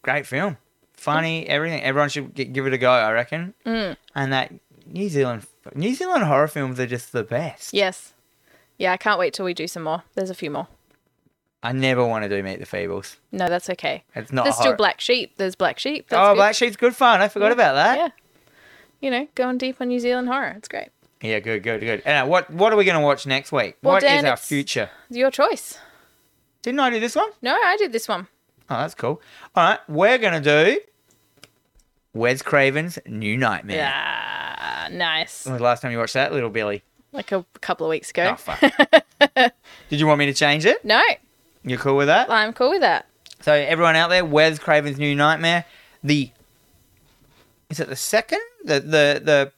great film. Funny, everything. Everyone should gi- give it a go, I reckon. Mm. And that New Zealand, New Zealand horror films are just the best. Yes, yeah. I can't wait till we do some more. There's a few more. I never want to do Meet the Feebles. No, that's okay. It's not There's a horror. still black sheep. There's black sheep. That's oh, good. Black Sheep's good fun. I forgot about that. Yeah, you know, going deep on New Zealand horror. It's great. Yeah. good, good, good. And uh, what what are we going to watch next week? Well, What is Dan, our it's- future? It's your choice. Didn't I do this one? No, I did this one. Oh, that's cool. All right, we're going to do Wes Craven's New Nightmare. Yeah, nice. When was the last time you watched that, Little Billy? like a couple of weeks ago. Oh, fuck. Did you want me to change it? *laughs* No, You're cool with that? I'm cool with that. So, everyone out there, Wes Craven's New Nightmare. The. Is it the second? The. the, the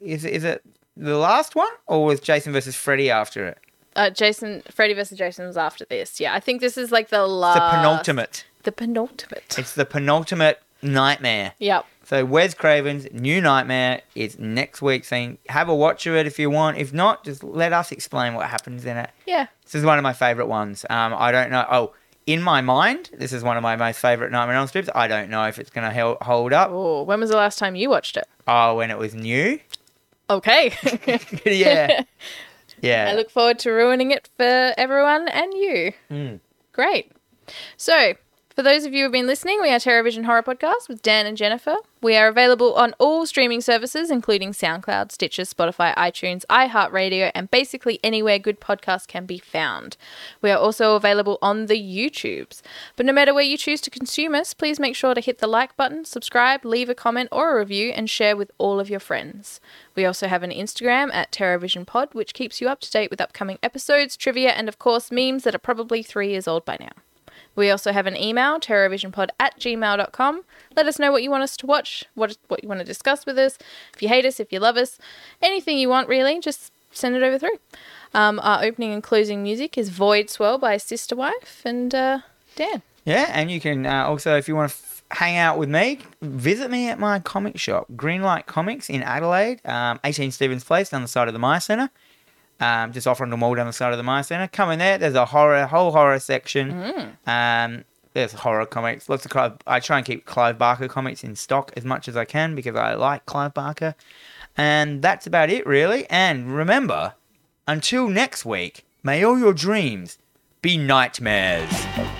is, it- is it the last one? Or was Jason versus Freddy after it? Uh, Jason, Freddy vs. Jason was after this. Yeah, I think this is like the It's last. the penultimate. The penultimate. It's the penultimate nightmare. yep. So Wes Craven's New Nightmare is next week's thing. Have a watch of it if you want. If not, just let us explain what happens in it. Yeah. This is one of my favourite ones. Um, I don't know. Oh, in my mind, this is one of my most favourite Nightmare on Elm strips. I don't know if it's going to hold up. Oh, when was the last time you watched it? Oh, when it was new. *laughs* Okay. *laughs* yeah. Yeah. I Hmm. look forward to ruining it for everyone and you. Mm. Great. So For those of you who've been listening, we are TerraVision Horror Podcast with Dan and Jennifer. We are available on all streaming services, including SoundCloud, Stitcher, Spotify, iTunes, iHeartRadio, and basically anywhere good podcasts can be found. We are also available on the YouTubes. But no matter where you choose to consume us, please make sure to hit the like button, subscribe, leave a comment or a review, and share with all of your friends. We also have an Instagram at TerraVision Pod, which keeps you up to date with upcoming episodes, trivia, and of course, memes that are probably three years old by now. We also have an email, terrorvisionpod at gmail.com. Let us know what you want us to watch, what, what you want to discuss with us, if you hate us, if you love us, anything you want, really, just send it over through. Um, our opening and closing music is Void Swell by Sister Wife and uh, Dan. Yeah, and you can uh, also, if you want to f- hang out with me, visit me at my comic shop, Greenlight Comics in Adelaide, um, 18 Stevens Place down the side of the Myer Centre. Um, just offering the mall down the side of the Myer Centre. Come in there. There's a horror, whole horror section. Um, there's horror comics. Lots of Clive. I try and keep Clive Barker comics in stock as much as I can because I like Clive Barker. And that's about it, really. And remember, until next week, may all your dreams be nightmares.